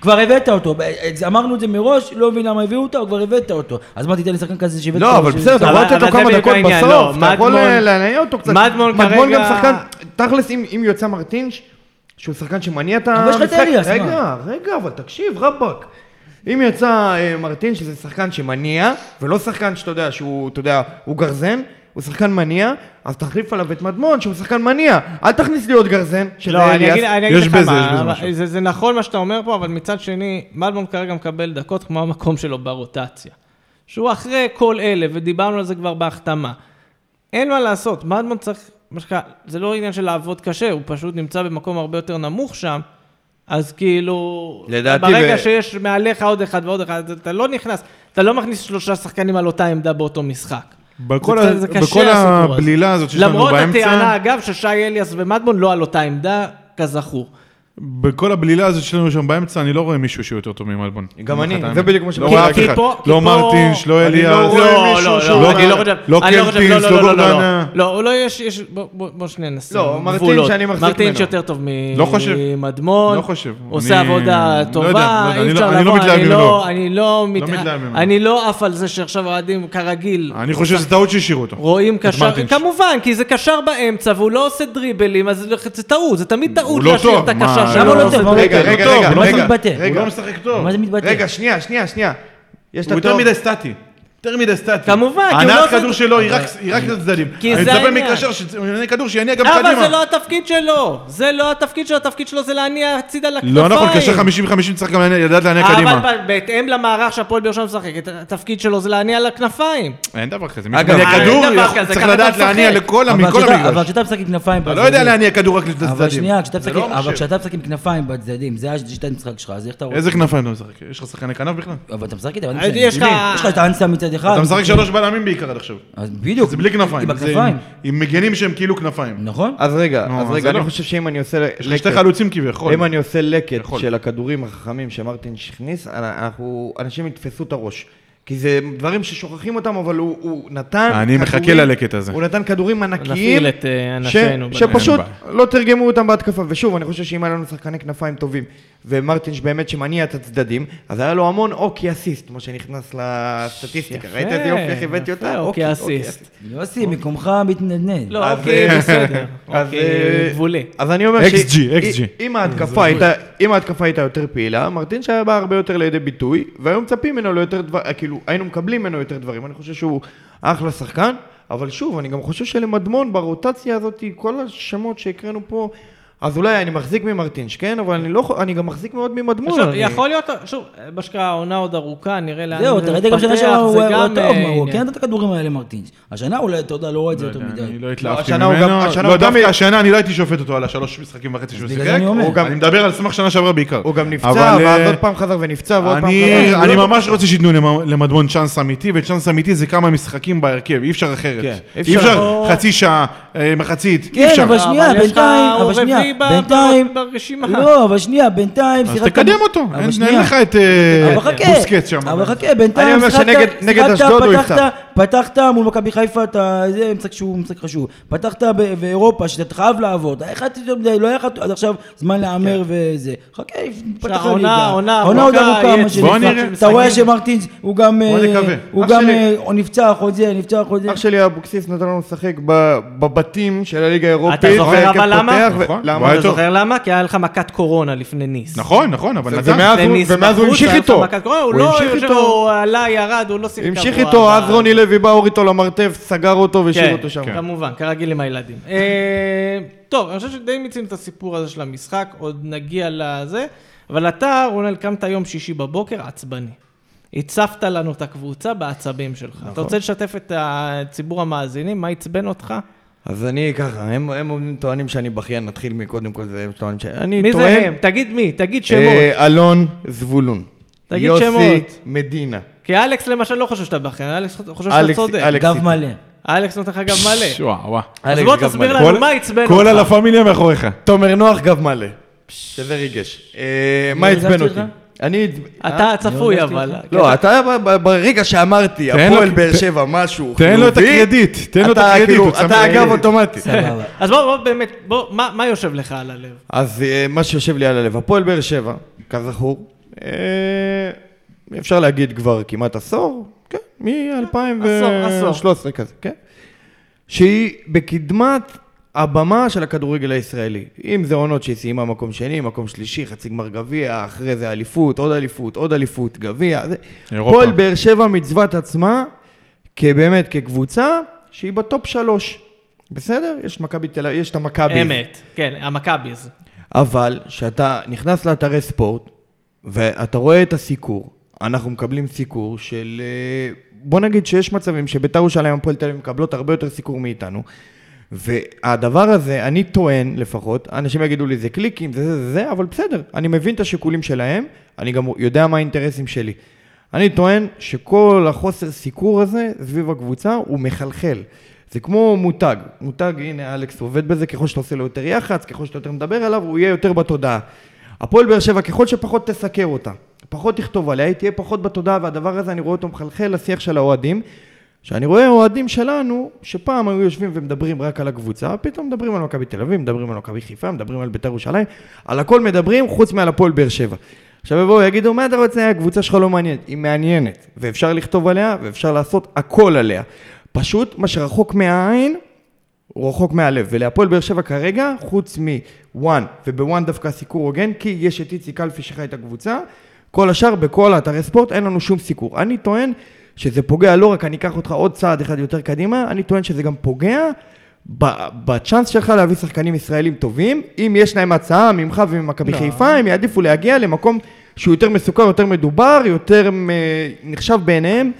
Speaker 2: כבר הבאת אותו, ב- אה, אמרנו את זה מראש, לא מבין למה הביאו אותו, כבר הבאת אותו. אז מה, תיתן לשחקן כזה שהבאת
Speaker 3: לא,
Speaker 2: אותו
Speaker 3: אבל
Speaker 2: ש-
Speaker 3: בסדר, אתה
Speaker 1: אבל-
Speaker 3: יכול לתת
Speaker 1: אבל
Speaker 3: לו
Speaker 1: זה
Speaker 3: כמה
Speaker 1: בדיוק
Speaker 3: דקות
Speaker 1: העניין,
Speaker 3: בסוף,
Speaker 1: לא,
Speaker 3: אתה יכול
Speaker 1: מדמון-
Speaker 3: אה, להנעים אותו קצת.
Speaker 1: מדמון כרגע-
Speaker 3: גם שחקן, תכלס, אם אם הוא יצא מרטינש, שהוא שחקן שמניע את
Speaker 2: אבל יש לך את
Speaker 3: המשחק...
Speaker 2: אליאס, מה?
Speaker 3: רגע, רגע, אבל תקשיב, רבאק. אם יצא אה, מרטינש, שזה שחקן שמניע, ולא שחקן שאתה יודע, שהוא, אתה יודע, הוא גרזן, הוא שחקן מניע, אז תחליף עליו את מדמון, שהוא שחקן מניע. אל תכניס לי עוד גרזן,
Speaker 1: לא,
Speaker 3: שזה
Speaker 1: אני אגיד,
Speaker 3: אליאס.
Speaker 1: אני אגיד
Speaker 4: יש
Speaker 1: לך
Speaker 4: בזה, יש בזה
Speaker 1: מה,
Speaker 4: משהו.
Speaker 1: זה, זה נכון מה שאתה אומר פה, אבל מצד שני, מלבון כרגע מקבל דקות כמו המקום שלו ברוטציה. שהוא אחרי כל אלה, ודיברנו על זה כבר בהחתמה. אין מה לעשות, מלבון צריך, מה שנקרא, זה לא עניין של לעבוד קשה, הוא פשוט נמצא במקום הרבה יותר נמוך שם, אז כאילו,
Speaker 3: לדעתי
Speaker 1: ברגע
Speaker 3: ו-
Speaker 1: שיש מעליך עוד אחד ועוד אחד, אתה לא נכנס, אתה לא מכניס שלושה שחקנים על אותה עמדה באותו משחק.
Speaker 4: בכל
Speaker 1: זה
Speaker 4: ה-
Speaker 1: קצת- זה קשה,
Speaker 4: בכל
Speaker 1: הסיפור הזה.
Speaker 4: הבלילה הזאת שיש לנו
Speaker 1: למרות
Speaker 4: באמצע-
Speaker 1: הטענה, אגב, ששי אליאס ומדמון לא על אותה עמדה, כזכור.
Speaker 4: בכל הבלילה הזאת שלנו שם באמצע, אני לא רואה מישהו שהוא יותר טוב ממלבון.
Speaker 3: גם אני,
Speaker 4: אני אומר לך את
Speaker 3: זה
Speaker 4: האמת.
Speaker 3: בדיוק מה
Speaker 4: לא
Speaker 3: שבאתי
Speaker 4: רואה
Speaker 1: כי-
Speaker 4: אף
Speaker 3: להגיד.
Speaker 1: כי
Speaker 4: אחד.
Speaker 1: פה- כי
Speaker 4: לא
Speaker 1: פה-
Speaker 4: מרטינש, לא
Speaker 3: אני לא
Speaker 4: אליאס.
Speaker 3: רואה
Speaker 1: לא,
Speaker 3: מישהו
Speaker 1: לא,
Speaker 3: שהוא
Speaker 1: לא,
Speaker 3: לא-
Speaker 1: אני לא חושב,
Speaker 4: לא
Speaker 1: אני לא חושב,
Speaker 4: קלטינס,
Speaker 1: לא, לא,
Speaker 4: לא
Speaker 1: לא, לא,
Speaker 4: גורדנה.
Speaker 1: לא, לא, הוא לא יש, יש, בוא- בוא בוא שנייה נשים
Speaker 3: לא, מרטינש אני מחזיק
Speaker 1: מרטינש
Speaker 3: ממנו.
Speaker 1: יותר טוב מ-
Speaker 4: לא חושב.
Speaker 1: ממדמון,
Speaker 4: לא חושב.
Speaker 1: עושה
Speaker 4: אני- לא
Speaker 1: עבודה
Speaker 4: יודע, לא
Speaker 1: טובה,
Speaker 4: יודע,
Speaker 1: אי
Speaker 4: אני
Speaker 1: אפשר
Speaker 4: לא- אני לא
Speaker 1: לבוא,
Speaker 4: מתלהב
Speaker 1: אני
Speaker 4: ממנו.
Speaker 1: לא, אני לא, מת-
Speaker 4: מתלהב ממנו.
Speaker 1: אני לא עף על זה שעכשיו אוהדים כרגיל,
Speaker 4: אני חושב שזה טעות שהשאירו אותו.
Speaker 1: רואים קשר,
Speaker 4: מרטינש.
Speaker 1: כמובן, כי זה קשר באמצע והוא לא עושה דריבלים, אז זה- זה טעות, זה תמיד טעות
Speaker 4: לא
Speaker 1: להשאיר
Speaker 4: טוב,
Speaker 1: את
Speaker 4: מה,
Speaker 1: הקשר
Speaker 2: למה
Speaker 1: שלו,
Speaker 2: הוא לא
Speaker 1: עושה
Speaker 2: טוב?
Speaker 4: הוא
Speaker 3: רגע,
Speaker 4: לא
Speaker 3: רגע,
Speaker 4: טוב,
Speaker 3: רגע,
Speaker 4: הוא לא
Speaker 3: רגע.
Speaker 4: משחק-
Speaker 2: רגע.
Speaker 4: הוא לא משחק טוב.
Speaker 2: מה זה מתבטא?
Speaker 3: רגע, שנייה, שנייה, שנייה. יש את
Speaker 4: הוא יותר
Speaker 3: הטוב.
Speaker 4: מדי סטטי. יותר מדי סטטי.
Speaker 1: כמובן, כי הוא לא
Speaker 4: הנעת
Speaker 1: עושה-
Speaker 4: כדור שלו היא רק- היא רק לצדדים.
Speaker 1: כי
Speaker 4: אני
Speaker 1: זה
Speaker 4: מצפה
Speaker 1: העניין.
Speaker 4: מקשר שהוא יענה כדור, שיענה גם
Speaker 1: אבל
Speaker 4: קדימה.
Speaker 1: זה לא התפקיד שלו, זה לא התפקיד שלו, התפקיד שלו זה להניע הצידה לכנפיים.
Speaker 4: לא נכון, קשר 50-50 צריך גם לעניין- לדעת להניע קדימה.
Speaker 1: אבל ב- בהתאם למערך שהפועל באר שבע משחקת, התפקיד שלו זה להניע על הכנפיים.
Speaker 4: אין דבר כזה. מי
Speaker 3: אגב,
Speaker 4: שמניע
Speaker 3: אין
Speaker 4: כדור,
Speaker 1: דבר כזה,
Speaker 4: צריך
Speaker 1: ככה אתה
Speaker 4: לדעת להניע
Speaker 1: משחק.
Speaker 4: לכל
Speaker 2: אבל
Speaker 4: מכל
Speaker 2: כשאתה- אבל
Speaker 4: המגרש.
Speaker 2: כשאתה משחק עם כנפיים...
Speaker 4: אתה לא יודע
Speaker 2: בצדדים-
Speaker 4: להניע כדור רק לצדדים.
Speaker 2: אבל שנייה, כשאתה
Speaker 4: זה
Speaker 2: משחק,
Speaker 4: לא
Speaker 2: אבל
Speaker 4: מחשב.
Speaker 2: כשאתה משחק עם כנפיים בצדדים, זה השיטת משחק שלך, אז איך אתה רוצה?
Speaker 4: איזה כנפיים אתה משחק? יש לך שחקני כנף בכלל?
Speaker 2: אבל אתה משחק איתם, אבל
Speaker 1: אז
Speaker 2: אני
Speaker 1: יש לך-
Speaker 2: יש לך את האנסה מצד אחד.
Speaker 3: אה,
Speaker 4: אתה משחק שלוש בלמים בעיקר עד עכשיו.
Speaker 2: אז בדיוק.
Speaker 4: זה בלי כנפיים.
Speaker 2: עם
Speaker 4: זה
Speaker 2: הכנפיים,
Speaker 4: עם מגנים שהם כאילו כנפיים.
Speaker 2: נכון?
Speaker 3: אז רגע,
Speaker 4: נו,
Speaker 3: אז
Speaker 4: אבל
Speaker 3: רגע,
Speaker 4: זה
Speaker 3: אני
Speaker 4: לא.
Speaker 3: חושב שאם אני עושה
Speaker 4: יש לך
Speaker 3: לקט,
Speaker 4: שתי חלוצים כביכול.
Speaker 3: אם אני עושה לקט
Speaker 4: יכול.
Speaker 3: של הכדורים החכמים שמרטין הכניס, אנחנו, אנשים יתפסו את הראש. כי זה דברים ששוכחים אותם, אבל הוא, הוא נתן
Speaker 4: אני מחכה ללקט הזה.
Speaker 3: הוא נתן כדורים ענקיים,
Speaker 1: נפעיל את, אה, אנשינו בנ-
Speaker 3: שפשוט
Speaker 4: אין
Speaker 3: לא תרגמו אותם בהתקפה. ושוב, אני חושב שאם היה לנו שחקני כנפיים טובים, ומרטינש באמת שמניע את הצדדים, אז היה לו המון אוקי אסיסט, מה שנכנס לסטטיסטיקה.
Speaker 1: יפה,
Speaker 3: ראית איזה יופי איך הבאתי
Speaker 1: יפה,
Speaker 3: אותה? אוקיי,
Speaker 1: אוקי אסיסט.
Speaker 2: יוסי, מקומך מתנדנד.
Speaker 1: אוקיי, לא,
Speaker 3: אז,
Speaker 1: אוקיי,
Speaker 3: אה,
Speaker 1: בסדר.
Speaker 3: אז,
Speaker 1: אוקיי,
Speaker 3: אה,
Speaker 1: גבולי.
Speaker 3: אז אני אומר
Speaker 4: XG, XG.
Speaker 3: אם- אם ההתקפה הייתה, אם ההתקפה הייתה יותר פעילה, מרטין שהיה בא הרבה יותר לידי ביטוי, והיו מצפים ממנו ליותר דבר, אה, כאילו, היינו מקבלים ממנו יותר דברים. אני חושב שהוא אחלה שחקן, אבל שוב, אני גם חושב שלמדמון ברוטציה הזאת, כל השמות שהקראנו פה, אז אולי אני מחזיק ממרטינש, כן? אבל אני, לא, חו- אני גם מחזיק מאוד ממדמון.
Speaker 1: עכשיו,
Speaker 3: אני...
Speaker 1: יכול להיות, שוב, מה שקרה, העונה עוד ארוכה, נראה לאן
Speaker 2: זהו, אתה ראית גם שנה
Speaker 1: מתפתח,
Speaker 2: שעברה הוא
Speaker 1: זה
Speaker 2: היה
Speaker 1: גם,
Speaker 2: טוב,
Speaker 1: אה,
Speaker 2: הוא
Speaker 1: עניין.
Speaker 2: כן נתן את הכדורים האלה מרטינש. השנה אולי, אתה יודע, לא רואה את זה
Speaker 4: לא
Speaker 2: יותר
Speaker 4: יודע,
Speaker 2: מדי.
Speaker 4: אני לא
Speaker 3: לא,
Speaker 4: התלהבתי
Speaker 3: השנה הוא גם-
Speaker 4: ממנו.
Speaker 3: השנה
Speaker 4: לא,
Speaker 3: הוא גם-
Speaker 4: דווקא השנה אני לא הייתי שופט אותו על השלוש משחקים וחצי שהוא
Speaker 2: בגלל זה
Speaker 4: שיחק.
Speaker 2: אני אומר.
Speaker 4: הוא גם- אני מדבר על סמך שנה שעברה בעיקר.
Speaker 3: הוא גם נפצע,
Speaker 4: אבל,
Speaker 3: ואז
Speaker 4: אה,
Speaker 3: עוד פעם חזר ונפצע, ועוד פעם אה, לא-
Speaker 4: אני,
Speaker 3: חזר.
Speaker 4: אני ממש רוצה שייתנו למ- למדמון צ'אנס אמיתי, וצ'אנס אמיתי זה כמה משחקים בהרכב, אי אפשר אחרת.
Speaker 3: כן, אי אפשר-
Speaker 4: אי אפשר חצי שעה, אה, מחצית, אי
Speaker 2: כן,
Speaker 4: אפשר.
Speaker 2: אבל
Speaker 1: לא,
Speaker 2: שנייה,
Speaker 1: אבל יש לך-
Speaker 2: בינתיים,
Speaker 1: הוא
Speaker 2: אבל שנייה,
Speaker 1: רביעי ב-
Speaker 2: בינתיים,
Speaker 1: ב- ברשימה.
Speaker 2: לא, אבל שנייה, בינתיים,
Speaker 4: אז תקדם אותו,
Speaker 2: אבל
Speaker 4: אין אין
Speaker 2: שנייה.
Speaker 4: לך את אה,
Speaker 2: אבל חכה,
Speaker 4: בוסקט שם.
Speaker 2: אבל חכה, בינתיים
Speaker 3: אני אומר שנגד- נגד אשדוד הוא
Speaker 2: פתחת,
Speaker 3: יפתח.
Speaker 2: פתחת מול מכבי חיפה, אתה, זה משחק שהוא משחק חשוב, פתחת ב- באירופה, שאתה חייב לעבור, אתה אחד יותר מדי, לא היה לך עד עכשיו זמן
Speaker 3: כן.
Speaker 2: להמר וזה, חכה, פתח
Speaker 1: עכשיו, העונה- העונה
Speaker 2: העונה עוד
Speaker 1: ארוכה,
Speaker 2: ארוכה,
Speaker 1: יהיה
Speaker 2: מה
Speaker 4: בוא
Speaker 2: שנקרא,
Speaker 4: נראה.
Speaker 2: אתה רואה שמרטינס הוא גם,
Speaker 4: בוא
Speaker 2: אה,
Speaker 4: נקווה.
Speaker 2: הוא
Speaker 3: אח
Speaker 2: גם
Speaker 3: שלי.
Speaker 2: אה, הוא נפצע חוזר, נפצע חוזר,
Speaker 3: אח שלי אבוקסיס נתן לנו לשחק ב- בבתים של הליגה האירופית.
Speaker 1: אתה זוכר
Speaker 3: והרכב
Speaker 1: אבל למה?
Speaker 3: פותח, ו-
Speaker 4: נכון.
Speaker 3: למה?
Speaker 4: הוא היה
Speaker 1: אתה
Speaker 4: טוב.
Speaker 1: זוכר למה? כי היה לך מכת קורונה לפני ניס.
Speaker 4: נכון, נכון, אבל נתן.
Speaker 3: ומאז
Speaker 1: לפני
Speaker 3: הוא-
Speaker 1: ניס
Speaker 3: ומאז הוא
Speaker 1: בחוץ,
Speaker 3: המשיך
Speaker 1: היה לך
Speaker 3: איתו.
Speaker 1: מכת קורונה, הוא
Speaker 3: הוא
Speaker 1: לא
Speaker 3: המשיך
Speaker 1: יושב,
Speaker 3: איתו.
Speaker 1: הוא עלה, ירד, הוא לא שיחק.
Speaker 3: המשיך
Speaker 1: עבור
Speaker 3: איתו, אז
Speaker 1: הבא.
Speaker 3: רוני לוי בא, הוריד אותו למרתף, סגר אותו והשאיר
Speaker 1: כן,
Speaker 3: אותו שם.
Speaker 1: כן. כמובן, כרגיל עם הילדים. אה, טוב, אני חושב שדי מיצינו את הסיפור הזה של המשחק, עוד נגיע לזה, אבל אתה, רונל, קמת יום שישי בבוקר עצבני. הצפת לנו את הקבוצה בעצבים שלך.
Speaker 3: נכון.
Speaker 1: אתה רוצה לשתף את הציבור המאזינים, מה עצבן אותך?
Speaker 3: אז אני ככה, הם הם טוענים שאני בכיין, נתחיל מקודם כל זה, הם טוענים שאני... אני
Speaker 1: מי זה
Speaker 3: טוען-
Speaker 1: הם? תגיד מי, תגיד שמות.
Speaker 3: אה, אלון זבולון.
Speaker 1: תגיד
Speaker 3: יוסי
Speaker 1: שמות.
Speaker 3: מדינה.
Speaker 1: כי אלכס למשל לא חושב שאתה בכיר, אלכס חושב שאתה
Speaker 3: אלכס-
Speaker 1: צודק.
Speaker 3: אלכס-
Speaker 2: גב מלא.
Speaker 3: כן.
Speaker 1: אלכס נותן לך גב מלא.
Speaker 4: שואה, וואה.
Speaker 1: אז
Speaker 3: אלכס
Speaker 1: בוא
Speaker 3: גב
Speaker 1: תסביר
Speaker 3: מלא.
Speaker 1: לנו
Speaker 4: כל-
Speaker 1: מה עצבן אותך.
Speaker 4: כל הלה פמיליה מאחוריך.
Speaker 3: תומר נוח גב מלא. שזה ריגש. אה, מה
Speaker 2: לא
Speaker 3: עצבן
Speaker 2: עזבתי
Speaker 3: אותי?
Speaker 2: אותך?
Speaker 3: אני... עצ- אה,
Speaker 1: אתה
Speaker 2: אני
Speaker 1: הצפוי
Speaker 2: הרגשתי
Speaker 1: אבל.
Speaker 2: אותך.
Speaker 1: כן,
Speaker 3: לא, אתה ב- ב- ברגע שאמרתי,
Speaker 4: תן לו-
Speaker 3: הפועל באר
Speaker 4: ת-
Speaker 3: שבע, משהו
Speaker 4: תן לו את
Speaker 3: חיובי,
Speaker 4: הקרדיט, תן לו את
Speaker 3: אתה
Speaker 4: הקרדיט,
Speaker 3: כאילו-
Speaker 4: הוא צמא
Speaker 3: אתה
Speaker 4: לקרדיט.
Speaker 3: אגב אוטומטי.
Speaker 2: סבבה.
Speaker 1: אז בוא, בוא באמת, בוא, מה, מה יושב לך על הלב?
Speaker 3: אז אה, מה שיושב לי על הלב, הפועל באר שבע, כזכור, אה, אפשר להגיד כבר כמעט עשור, כן, מ-2013 כזה, כן? שהיא בקדמת הבמה של הכדורגל הישראלי. אם זה עונות שהיא סיימה מקום שני, מקום שלישי, חצי גמר גביע, אחרי זה אליפות, עוד אליפות, עוד אליפות, גביע. זה-
Speaker 4: אירופה.
Speaker 3: הפועל באר שבע מצוות עצמה, כבאמת, כקבוצה, שהיא בטופ שלוש. בסדר? יש מכבי תל אביב, יש את המכבי.
Speaker 1: אמת, כן, המכביז.
Speaker 3: אבל כשאתה נכנס לאתרי ספורט, ואתה רואה את הסיקור, אנחנו מקבלים סיקור של... אה, בוא נגיד שיש מצבים שביתר ירושלים הפועל תל אביב מקבלות הרבה יותר סיקור מאיתנו. והדבר הזה, אני טוען לפחות, אנשים יגידו לי זה קליקים, זה זה זה זה, אבל בסדר, אני מבין את השיקולים שלהם, אני גם יודע מה האינטרסים שלי. אני טוען שכל החוסר סיקור הזה סביב הקבוצה הוא מחלחל. זה כמו מותג, מותג, הנה אלכס עובד בזה, ככל שאתה עושה לו יותר יח"צ, ככל שאתה יותר מדבר עליו, הוא יהיה יותר בתודעה. הפועל באר שבע, ככל שפחות תסקר אותה, פחות תכתוב עליה, היא תהיה פחות בתודעה, והדבר הזה, אני רואה אותו מחלחל לשיח של האוהדים. שאני רואה אוהדים שלנו, שפעם היו יושבים ומדברים רק על הקבוצה, פתאום מדברים על מכבי תל אביב, מדברים על מכבי חיפה, מדברים על בית"ר ירושלים, על הכל מדברים חוץ מעל הפועל באר שבע. עכשיו יבואו יגידו, מה אתה רוצה, הקבוצה שלך לא מעניינת. היא מעניינת, ואפשר לכתוב עליה, ואפשר לעשות הכל עליה. פשוט, מה שרחוק מהעין, הוא רחוק מהלב, ולהפועל באר שבע כרגע, חוץ מוואן, ובוואן דווקא הסיקור הוגן, כי יש את איציק אלפי שחי את הקבוצה, כל השאר בכל האתרי ספורט אין לנו שום סיקור. אני טוען שזה פוגע לא רק, אני אקח אותך עוד צעד אחד יותר קדימה, אני טוען שזה גם פוגע ב- בצ'אנס שלך להביא שחקנים ישראלים טובים, אם יש להם הצעה ממך וממכבי חיפה, הם יעדיפו להגיע למקום שהוא יותר מסוכר, יותר מדובר, יותר מ- נחשב בעיניהם,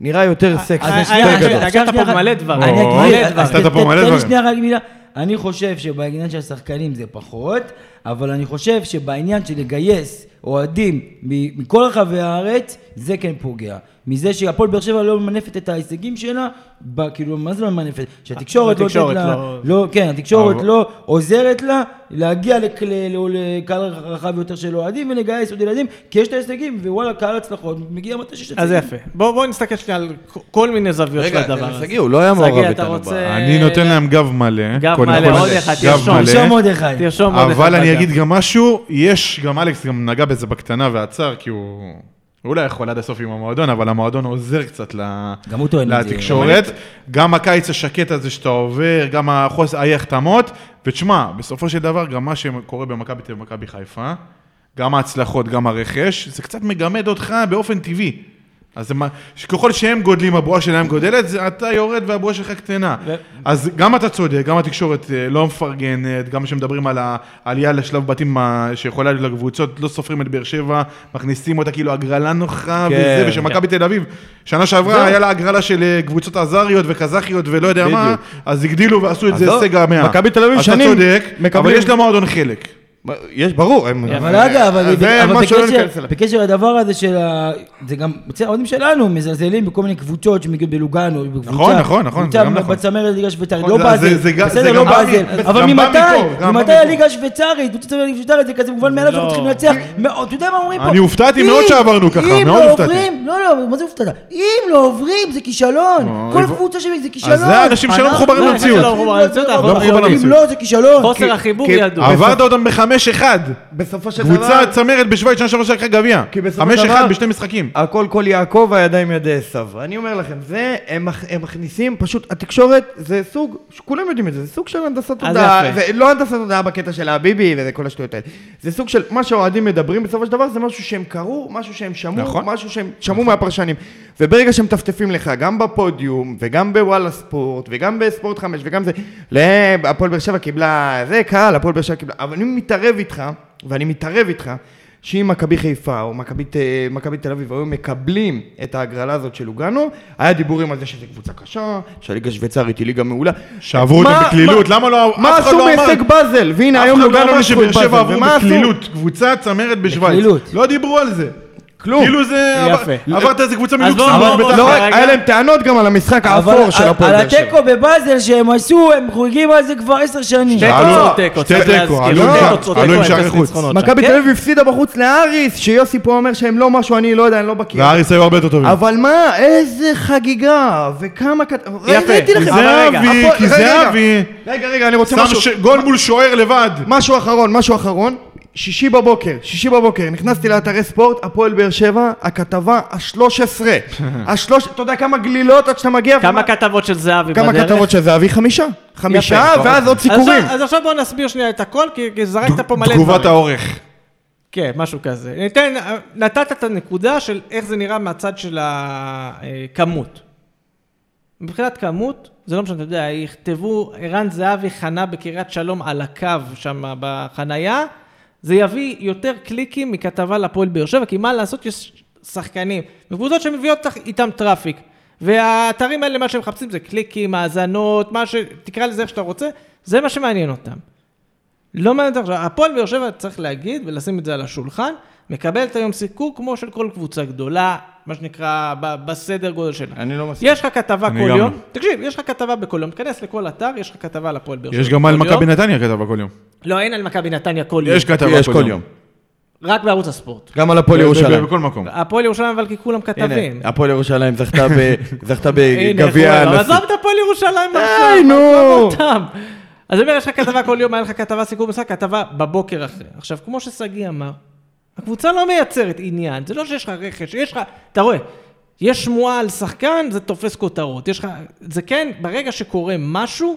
Speaker 3: נראה יותר סקסי.
Speaker 1: אז
Speaker 2: אה,
Speaker 3: יותר
Speaker 1: שנייה,
Speaker 3: גדול.
Speaker 1: שנייה, נגעת פה מלא דברים.
Speaker 2: אני
Speaker 4: או,
Speaker 2: אגיד,
Speaker 4: מלא
Speaker 2: אז
Speaker 4: דברים. נתת פה מלא
Speaker 2: תן לי
Speaker 4: דברים.
Speaker 2: שנייה רק מילה. אני חושב שבעניין של השחקנים זה פחות, אבל אני חושב שבעניין של לגייס אוהדים מ- מכל רחבי הארץ, זה כן פוגע. מזה שהפועל באר שבע לא ממנפת את ההישגים שלה, ב, כאילו, מה זה לא ממנפת? שהתקשורת לא
Speaker 1: התקשורת
Speaker 2: נותנת לה,
Speaker 1: לא-
Speaker 2: לא, כן, התקשורת
Speaker 4: אבל-
Speaker 2: לא עוזרת לה להגיע לק- ל- ל- לקהל רחב יותר של אוהדים ולגייס עוד ילדים, כי יש את ההישגים, ווואלה, קהל הצלחות מגיע מתי שיש
Speaker 1: אז
Speaker 2: הישגים.
Speaker 1: יפה. בואו בוא נסתכל שנייה על כל- כל מיני זוויות של
Speaker 3: רגע,
Speaker 1: הדבר הזה.
Speaker 3: שגיא, הוא לא היה מעורב
Speaker 1: שגיא, אתה
Speaker 3: איתנו
Speaker 1: רוצה-
Speaker 4: אני נותן להם גב מלא.
Speaker 1: גב
Speaker 4: קודם
Speaker 1: מלא,
Speaker 4: כל.
Speaker 1: עוד אחד,
Speaker 4: גב
Speaker 1: תרשום.
Speaker 4: מלא.
Speaker 2: תרשום עוד אחד.
Speaker 1: תרשום עוד אחד.
Speaker 4: אבל אני
Speaker 1: בגב.
Speaker 4: אגיד גם משהו, יש, גם אלכס גם נגע בזה בקטנה ועצר, כי הוא... הוא לא יכול עד הסוף עם המועדון, אבל המועדון עוזר קצת ל...
Speaker 2: גם הוא טוען את זה.
Speaker 4: לתקשורת. גם הקיץ השקט הזה שאתה עובר, גם החוס... האי החתמות, ותשמע, בסופו של דבר, גם מה שקורה במכבי תל אביב ומכבי חיפה, גם ההצלחות, גם הרכש, זה קצת מגמד אותך באופן טבעי. אז זה מה- ככל שהם גודלים, הבועה שלהם גודלת, זה- אתה יורד והבועה שלך קטנה.
Speaker 1: ו-
Speaker 4: אז גם אתה צודק, גם התקשורת אה, לא מפרגנת, גם כשמדברים על העלייה לשלב בתים ה- שיכולה להיות לקבוצות, לא סופרים את באר שבע, מכניסים אותה כאילו הגרלה נוחה
Speaker 3: כן.
Speaker 4: וזה, ושמכבי תל אביב, שנה שעברה היה לה הגרלה של אה, קבוצות עזריות וקזחיות ולא יודע מה,
Speaker 3: בדיוק.
Speaker 4: אז הגדילו ועשו את
Speaker 3: אז
Speaker 4: זה
Speaker 3: לא,
Speaker 4: הישג המאה.
Speaker 3: מכבי תל אביב שנים
Speaker 4: אתה צודק, אבל
Speaker 3: מקבלים-
Speaker 4: יש למועדון חלק.
Speaker 3: יש, ברור. הם-
Speaker 1: יפה.
Speaker 2: אבל אגב, אבל
Speaker 4: זה
Speaker 2: אבל
Speaker 4: מה שלא
Speaker 2: בקשר-
Speaker 4: ניכנס אליו.
Speaker 2: בקשר לדבר הזה של ה... זה גם, אצל האוהדים שלנו מזלזלים בכל מיני קבוצות שמגיעות בלוגאנו, בקבוצה.
Speaker 4: נכון, נכון, נכון, זה
Speaker 2: קבוצה
Speaker 4: גם נכון.
Speaker 2: בצמרת הליגה השוויצרית, לא
Speaker 4: נכון, זה- זה- זה
Speaker 2: באזל,
Speaker 4: גם-
Speaker 2: בסדר,
Speaker 4: זה
Speaker 2: לא
Speaker 4: גם בא
Speaker 2: באזל.
Speaker 4: מ- זה
Speaker 2: אבל
Speaker 4: גם בא
Speaker 2: ממתי,
Speaker 4: מפה, גם
Speaker 2: ממתי
Speaker 4: בא
Speaker 2: הליגה השוויצרית, קבוצה בצמרת הליגה השוויצרית, זה כזה מובן מאליו
Speaker 1: לא.
Speaker 2: שאנחנו צריכים לנצח. מאוד, אתה יודע מה אומרים פה?
Speaker 4: אני הופתעתי
Speaker 2: אם-
Speaker 4: מאוד שעברנו ככה, מאוד
Speaker 2: אם לא
Speaker 4: הופתעתי.
Speaker 2: עוברים, לא, לא, מה זה הופתעת? אם לא עוברים, זה כישלון.
Speaker 4: אוי,
Speaker 2: כל
Speaker 4: ו-
Speaker 2: קבוצה שלי זה כישלון.
Speaker 4: לא, אז זה האנשים שלא
Speaker 2: אנחנו-
Speaker 4: מחוברים
Speaker 2: לא,
Speaker 4: למציאות.
Speaker 1: לא מחוברים למציאות, אנחנו
Speaker 2: לא
Speaker 4: מחוברים
Speaker 2: מחוברים. אם
Speaker 4: למציאות.
Speaker 2: לא, זה כישלון.
Speaker 1: חוסר החיבור
Speaker 3: כי-
Speaker 1: ידוע.
Speaker 4: עברת אותם בחמש אחד.
Speaker 3: בסופו של דבר,
Speaker 4: קבוצה צמרת בשוויץ שנה שעברה שלקחה גביע.
Speaker 3: כי בסופו
Speaker 4: חמש
Speaker 3: של
Speaker 4: אחד
Speaker 3: דבר-
Speaker 4: בשני משחקים.
Speaker 3: הכל כל יעקב והידיים ידי עשו. אני אומר לכם, זה, הם, מכ- הם מכניסים, פשוט התקשורת זה סוג, כולם יודעים את זה, זה סוג של הנדסת
Speaker 1: אז
Speaker 3: תודעה.
Speaker 1: יפה.
Speaker 3: זה לא הנדסת תודעה בקטע של הביבי וזה כל השטויות האלה. זה סוג של מה שהאוהדים מדברים בסופו של דבר, זה משהו שהם קראו, משהו שהם שמעו,
Speaker 4: נכון.
Speaker 3: משהו שהם שמעו מהפרשנים. וברגע שמטפטפים לך, גם בפודיום, וגם בוואלה ספורט, וגם בספורט חמש, וגם זה, לא, הפועל באר שבע קיבלה, זה קהל, הפועל באר שבע קיבלה, אבל אני מתערב איתך, ואני מתערב איתך, שאם מכבי חיפה או מכבי ת- מכבי תל אביב היו מקבלים את ההגרלה הזאת של לוגנו, היה דיבורים על זה שזו קבוצה קשה, שהליגה השוויצרית היא ליגה מעולה.
Speaker 4: שעברו אותם
Speaker 3: מה-
Speaker 4: בקלילות,
Speaker 3: מה-
Speaker 4: למה לא...
Speaker 3: מה
Speaker 4: אף אחד
Speaker 3: עשו
Speaker 4: לא אמר-
Speaker 3: מהישג באזל? והנה היום
Speaker 4: אף אחד לא
Speaker 3: לוגנו
Speaker 4: אמר
Speaker 3: ניצחו את
Speaker 4: שבאר שבע
Speaker 3: באזל,
Speaker 4: עברו
Speaker 3: ומה עשו?
Speaker 4: בקלילות, קבוצה צמרת בשוויץ.
Speaker 2: בקלילות.
Speaker 4: לא דיברו על זה.
Speaker 3: כלום.
Speaker 4: כאילו זה...
Speaker 1: יפה.
Speaker 4: עבר- עברת איזה קבוצה
Speaker 1: בואו, בואו,
Speaker 4: מלוקסמבורג
Speaker 1: בואו,
Speaker 3: לא
Speaker 4: בטח.
Speaker 3: רק,
Speaker 1: רגע.
Speaker 3: היה להם טענות גם על המשחק האפור
Speaker 2: אבל
Speaker 3: של
Speaker 2: על-
Speaker 3: הפועל
Speaker 2: על
Speaker 3: באר שבע.
Speaker 2: התיקו בבאזל שהם עשו, הם חוגגים על זה כבר עשר שנים.
Speaker 1: תיקו,
Speaker 4: עלו-
Speaker 1: תיקו,
Speaker 4: שתי
Speaker 1: צריך
Speaker 4: תיקו,
Speaker 1: להזכיר,
Speaker 4: עלו
Speaker 1: לא,
Speaker 4: עם-
Speaker 1: תוצאות,
Speaker 4: עלו עם
Speaker 1: תיקו,
Speaker 4: שערי
Speaker 1: אפס
Speaker 4: חוץ.
Speaker 1: ניצחונות שם.
Speaker 3: מכבי תל
Speaker 2: כן.
Speaker 3: אביב הפסידה בחוץ לאריס, שיוסי פה אומר שהם לא משהו, אני לא יודע, אני לא בקיא.
Speaker 4: והאריס היו הרבה יותר טובים.
Speaker 3: אבל מה, איזה חגיגה, וכמה כת...
Speaker 1: יפה,
Speaker 3: ראיתי
Speaker 1: כי
Speaker 3: לכם.
Speaker 1: זה
Speaker 3: אבל רגע,
Speaker 4: אבי,
Speaker 3: הפועל-
Speaker 4: כי
Speaker 3: רגע,
Speaker 4: זה
Speaker 3: רגע.
Speaker 4: אבי.
Speaker 3: רגע, רגע, אני רוצה
Speaker 4: שם
Speaker 3: משהו.
Speaker 4: ש- גול מול שוער לבד.
Speaker 3: משהו אחרון, משהו אחרון. שישי בבוקר, שישי בבוקר, נכנסתי לאתרי ספורט, הפועל באר שבע, הכתבה ה-13. השלוש... אתה יודע כמה גלילות עד שאתה מגיע?
Speaker 1: כמה
Speaker 3: ומה-
Speaker 1: כתבות של זהבי
Speaker 3: כמה
Speaker 1: בדרך?
Speaker 3: כתבות של זהבי? חמישה. חמישה, ואז עוד
Speaker 1: אז עכשיו-
Speaker 3: סיקורים.
Speaker 1: אז עכשיו בואו נסביר שנייה את הכל, כי כי זרקת פה מלא דברים.
Speaker 4: תגובת העורך.
Speaker 1: כן, משהו כזה. ניתן, נתת את הנקודה של איך זה נראה מהצד של אה, הכמות. מבחינת כמות, זה לא משנה, אתה יודע, יכתבו, ערן זהבי חנה בקריית שלום על הקו שם בחנייה, זה יביא יותר קליקים מכתבה לפועל באר שבע, כי מה לעשות, יש שחקנים, וקבוצות שמביאות תח- איתם טראפיק. והאתרים האלה, מה שהם מחפשים זה קליקים, האזנות, מה ש... תקרא לזה איך שאתה רוצה, זה מה שמעניין אותם. לא מעניין אותך. עכשיו, הפועל באר שבע, צריך להגיד ולשים את זה על השולחן, מקבלת היום סיקור כמו של כל קבוצה גדולה, מה שנקרא, ב- בסדר גודל שלה.
Speaker 3: אני לא מסכים.
Speaker 1: יש לך כתבה
Speaker 4: אני
Speaker 1: כל
Speaker 4: גם
Speaker 1: יום,
Speaker 4: לא.
Speaker 1: תקשיב, יש לך כתבה בכל יום, תיכנס לכל אתר, יש לך כתבה על הפועל באר שבע.
Speaker 4: יש גם על
Speaker 1: כל
Speaker 4: מכבי
Speaker 1: יום.
Speaker 4: נתניה כתבה כל יום.
Speaker 1: לא, אין על מכבי נתניה כל יום.
Speaker 4: יש כתבה
Speaker 3: יש כל יום.
Speaker 1: רק בערוץ הספורט.
Speaker 3: גם על הפועל ירושלים.
Speaker 4: בכל מקום.
Speaker 1: הפועל ירושלים, אבל כי כולם כתבים.
Speaker 3: הנה, הפועל ירושלים זכתה ב- זכתה
Speaker 1: הנה,
Speaker 3: בגביע
Speaker 1: יכול- אבל
Speaker 3: הנשיא. אה,
Speaker 1: עזוב את הפועל ירושלים עכשיו,
Speaker 3: נו.
Speaker 1: עזוב אותם. אז אני אומר, יש לך כתבה כל יום, היה לך כתבה סיכום משחק, כתבה בבוקר אחרי. עכשיו, כמו ששגיא אמר, הקבוצה לא מייצרת עניין, זה לא שיש לך רכש, יש לך, אתה רואה, יש שמועה על שחקן, זה תופס כותרות, יש לך, זה כן, ברגע שקורה משהו,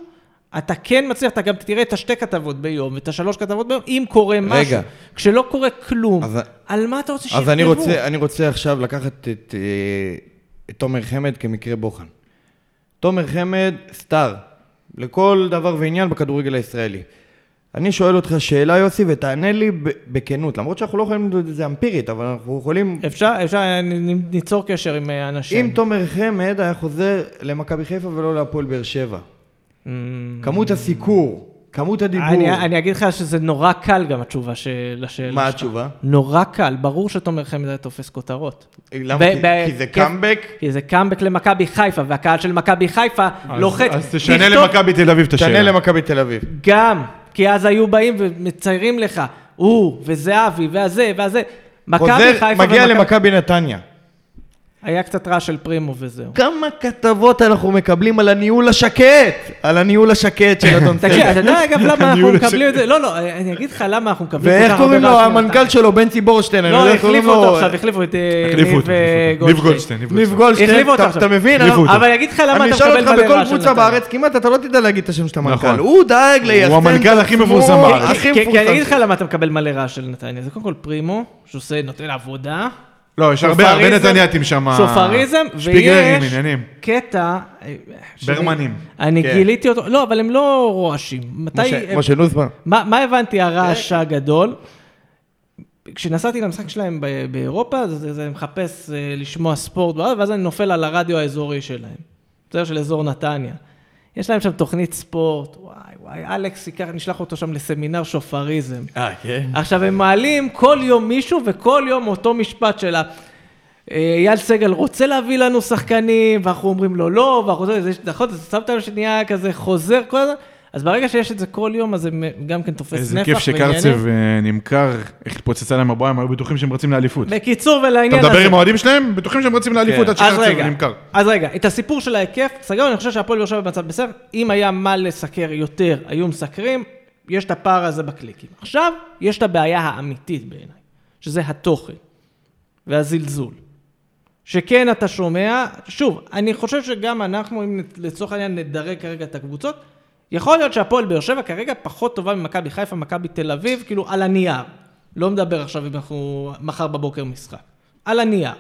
Speaker 1: אתה כן מצליח, אתה גם תראה את השתי כתבות ביום, ואת השלוש כתבות ביום, אם קורה משהו.
Speaker 3: רגע.
Speaker 1: כשלא קורה כלום,
Speaker 3: אז-
Speaker 1: על מה אתה רוצה שיכתבו?
Speaker 3: אז אני רוצה, אני רוצה עכשיו לקחת את, אה, את תומר חמד כמקרה בוחן. תומר חמד, סטאר, לכל דבר ועניין בכדורגל הישראלי. אני שואל אותך שאלה, יוסי, ותענה לי ב- בכנות, למרות שאנחנו לא יכולים למדוד את זה אמפירית, אבל אנחנו יכולים...
Speaker 1: אפשר, אפשר, נ- נ- ניצור קשר עם אה, אנשים.
Speaker 3: אם תומר חמד היה חוזר למכבי חיפה ולא להפועל באר שבע,
Speaker 1: אמ,
Speaker 3: כמות הסיקור, כמות הדיבור,
Speaker 1: אני, אני אגיד לך שזה נורא קל גם התשובה של- לשאלה
Speaker 3: מה
Speaker 1: שלך.
Speaker 3: התשובה? אה,
Speaker 1: נורא קל, ברור שתומר חמד היה תופס כותרות.
Speaker 3: למה?
Speaker 1: ב-
Speaker 3: כי-
Speaker 1: ב-
Speaker 3: כי זה
Speaker 1: כן.
Speaker 3: קאמבק?
Speaker 1: כי זה קאמבק למכבי חיפה, והקהל של מכבי חיפה לוחץ.
Speaker 4: אז תשנה
Speaker 1: לכתוב
Speaker 4: למכבי תל אביב את
Speaker 3: תענה
Speaker 4: השאלה.
Speaker 3: למכבי תל אביב.
Speaker 1: גם, כי אז היו באים ומציירים לך, הוא, וזהבי, והזה, והזה. מכבי
Speaker 3: חוזר,
Speaker 1: חיפה
Speaker 3: מגיע למכבי נתניה.
Speaker 1: היה קצת רעש של פרימו וזהו.
Speaker 3: כמה כתבות אנחנו מקבלים על הניהול השקט, על הניהול השקט של אדון
Speaker 1: תקשיב, אתה
Speaker 3: סגל.
Speaker 1: יודע אגב למה אנחנו
Speaker 4: הניהול
Speaker 1: מקבלים את זה? לא, לא, אני אגיד לך למה אנחנו מקבלים כל כך
Speaker 3: ואיך
Speaker 1: הרבה
Speaker 3: קוראים לו
Speaker 1: רעש
Speaker 3: המנכ"ל
Speaker 1: מאותם.
Speaker 3: שלו, בנצי בורשטיין? אני לא
Speaker 1: לא,
Speaker 3: יודע איך קוראים
Speaker 1: החליפו
Speaker 3: לו.
Speaker 1: אותו עכשיו, החליפו את אה,
Speaker 4: החליפו
Speaker 1: ניב
Speaker 4: אותו,
Speaker 1: אה,
Speaker 4: החליפו אותו. ניב גולדשטיין.
Speaker 3: ניב
Speaker 4: ניב גולדשטיין.
Speaker 3: גולדשטיין.
Speaker 1: החליפו אותו
Speaker 3: אתה-
Speaker 1: עכשיו.
Speaker 3: אתה מבין?
Speaker 4: החליפו אותו.
Speaker 1: אבל אני אגיד לך למה אתה
Speaker 3: אני
Speaker 1: מקבל
Speaker 3: אשאל
Speaker 1: בלרעש
Speaker 3: אותך
Speaker 1: של
Speaker 3: בכל קבוצה
Speaker 1: נתניה.
Speaker 3: בארץ, כמעט אתה לא תדע להגיד את השם של המנכ"ל.
Speaker 4: נכון.
Speaker 3: הוא דאג לייחסן.
Speaker 4: הוא המנכ"ל הכי מפורסם בארץ.
Speaker 1: כי- כי אני אגיד לך למה אתה מקבל מלא רעש של נתניה, זה קודם כל פרימו, שעושה, נותן עבודה,
Speaker 4: לא, יש הרבה, הרבה
Speaker 1: סופריזם-
Speaker 4: נתניאתים שם.
Speaker 1: סופריזם,
Speaker 4: שפיגלרים,
Speaker 1: ויש
Speaker 4: עניינים.
Speaker 1: קטע... אה, שאני-
Speaker 4: ברמנים.
Speaker 1: אני
Speaker 3: כן.
Speaker 1: גיליתי אותו, לא, אבל הם לא רועשים. מתי...
Speaker 3: משה-
Speaker 1: הם-
Speaker 3: משה נוסבאום.
Speaker 1: מה מה הבנתי הרעש
Speaker 4: אה,
Speaker 1: הגדול? כשנסעתי למשחק שלהם ב- באירופה, אז אז אני מחפש אה, לשמוע ספורט, ואז אני נופל על הרדיו האזורי שלהם. בסדר, של אזור נתניה. יש להם שם תוכנית ספורט, וואי וואי, אלכס ייקח, נשלח אותו שם לסמינר שופריזם.
Speaker 3: אה, כן?
Speaker 1: עכשיו, הם מעלים כל יום מישהו וכל יום אותו משפט של ה... אה, אייל סגל רוצה להביא לנו שחקנים, ואנחנו אומרים לו לא, ואנחנו זה, זה, נכון, אז שמת לב שנהיה כזה חוזר כל הזמן, אז ברגע שיש את זה כל יום, אז זה מ- גם כן תופס נפח.
Speaker 4: איזה כיף
Speaker 1: ועניינים.
Speaker 4: שקרצב אה, נמכר, איך התפוצצה להם הבועה, הם היו בטוחים שהם רצים לאליפות.
Speaker 1: בקיצור,
Speaker 4: אתה
Speaker 1: ולעניין
Speaker 4: מדבר עם האוהדים שלהם? בטוחים שהם רצים לאליפות עד
Speaker 1: אז
Speaker 4: שקרצב
Speaker 1: רגע,
Speaker 4: נמכר.
Speaker 1: אז רגע, את הסיפור של ההיקף, סגרנו, אני חושב שהפועל באר שבע במצב בסדר, אם היה מה לסקר יותר, היו מסקרים, יש את הפער הזה בקליקים. עכשיו, יש את הבעיה האמיתית בעיניי, שזה התוכן והזלזול. שכן אתה שומע, שוב, אני חושב שגם אנחנו, אם לצורך העניין נדרג כרגע את הקבוצות, יכול להיות שהפועל באר שבע כרגע פחות טובה ממכבי חיפה, מכבי תל אביב, כאילו על הנייר. לא מדבר עכשיו אם אנחנו מחר בבוקר משחק. על הנייר.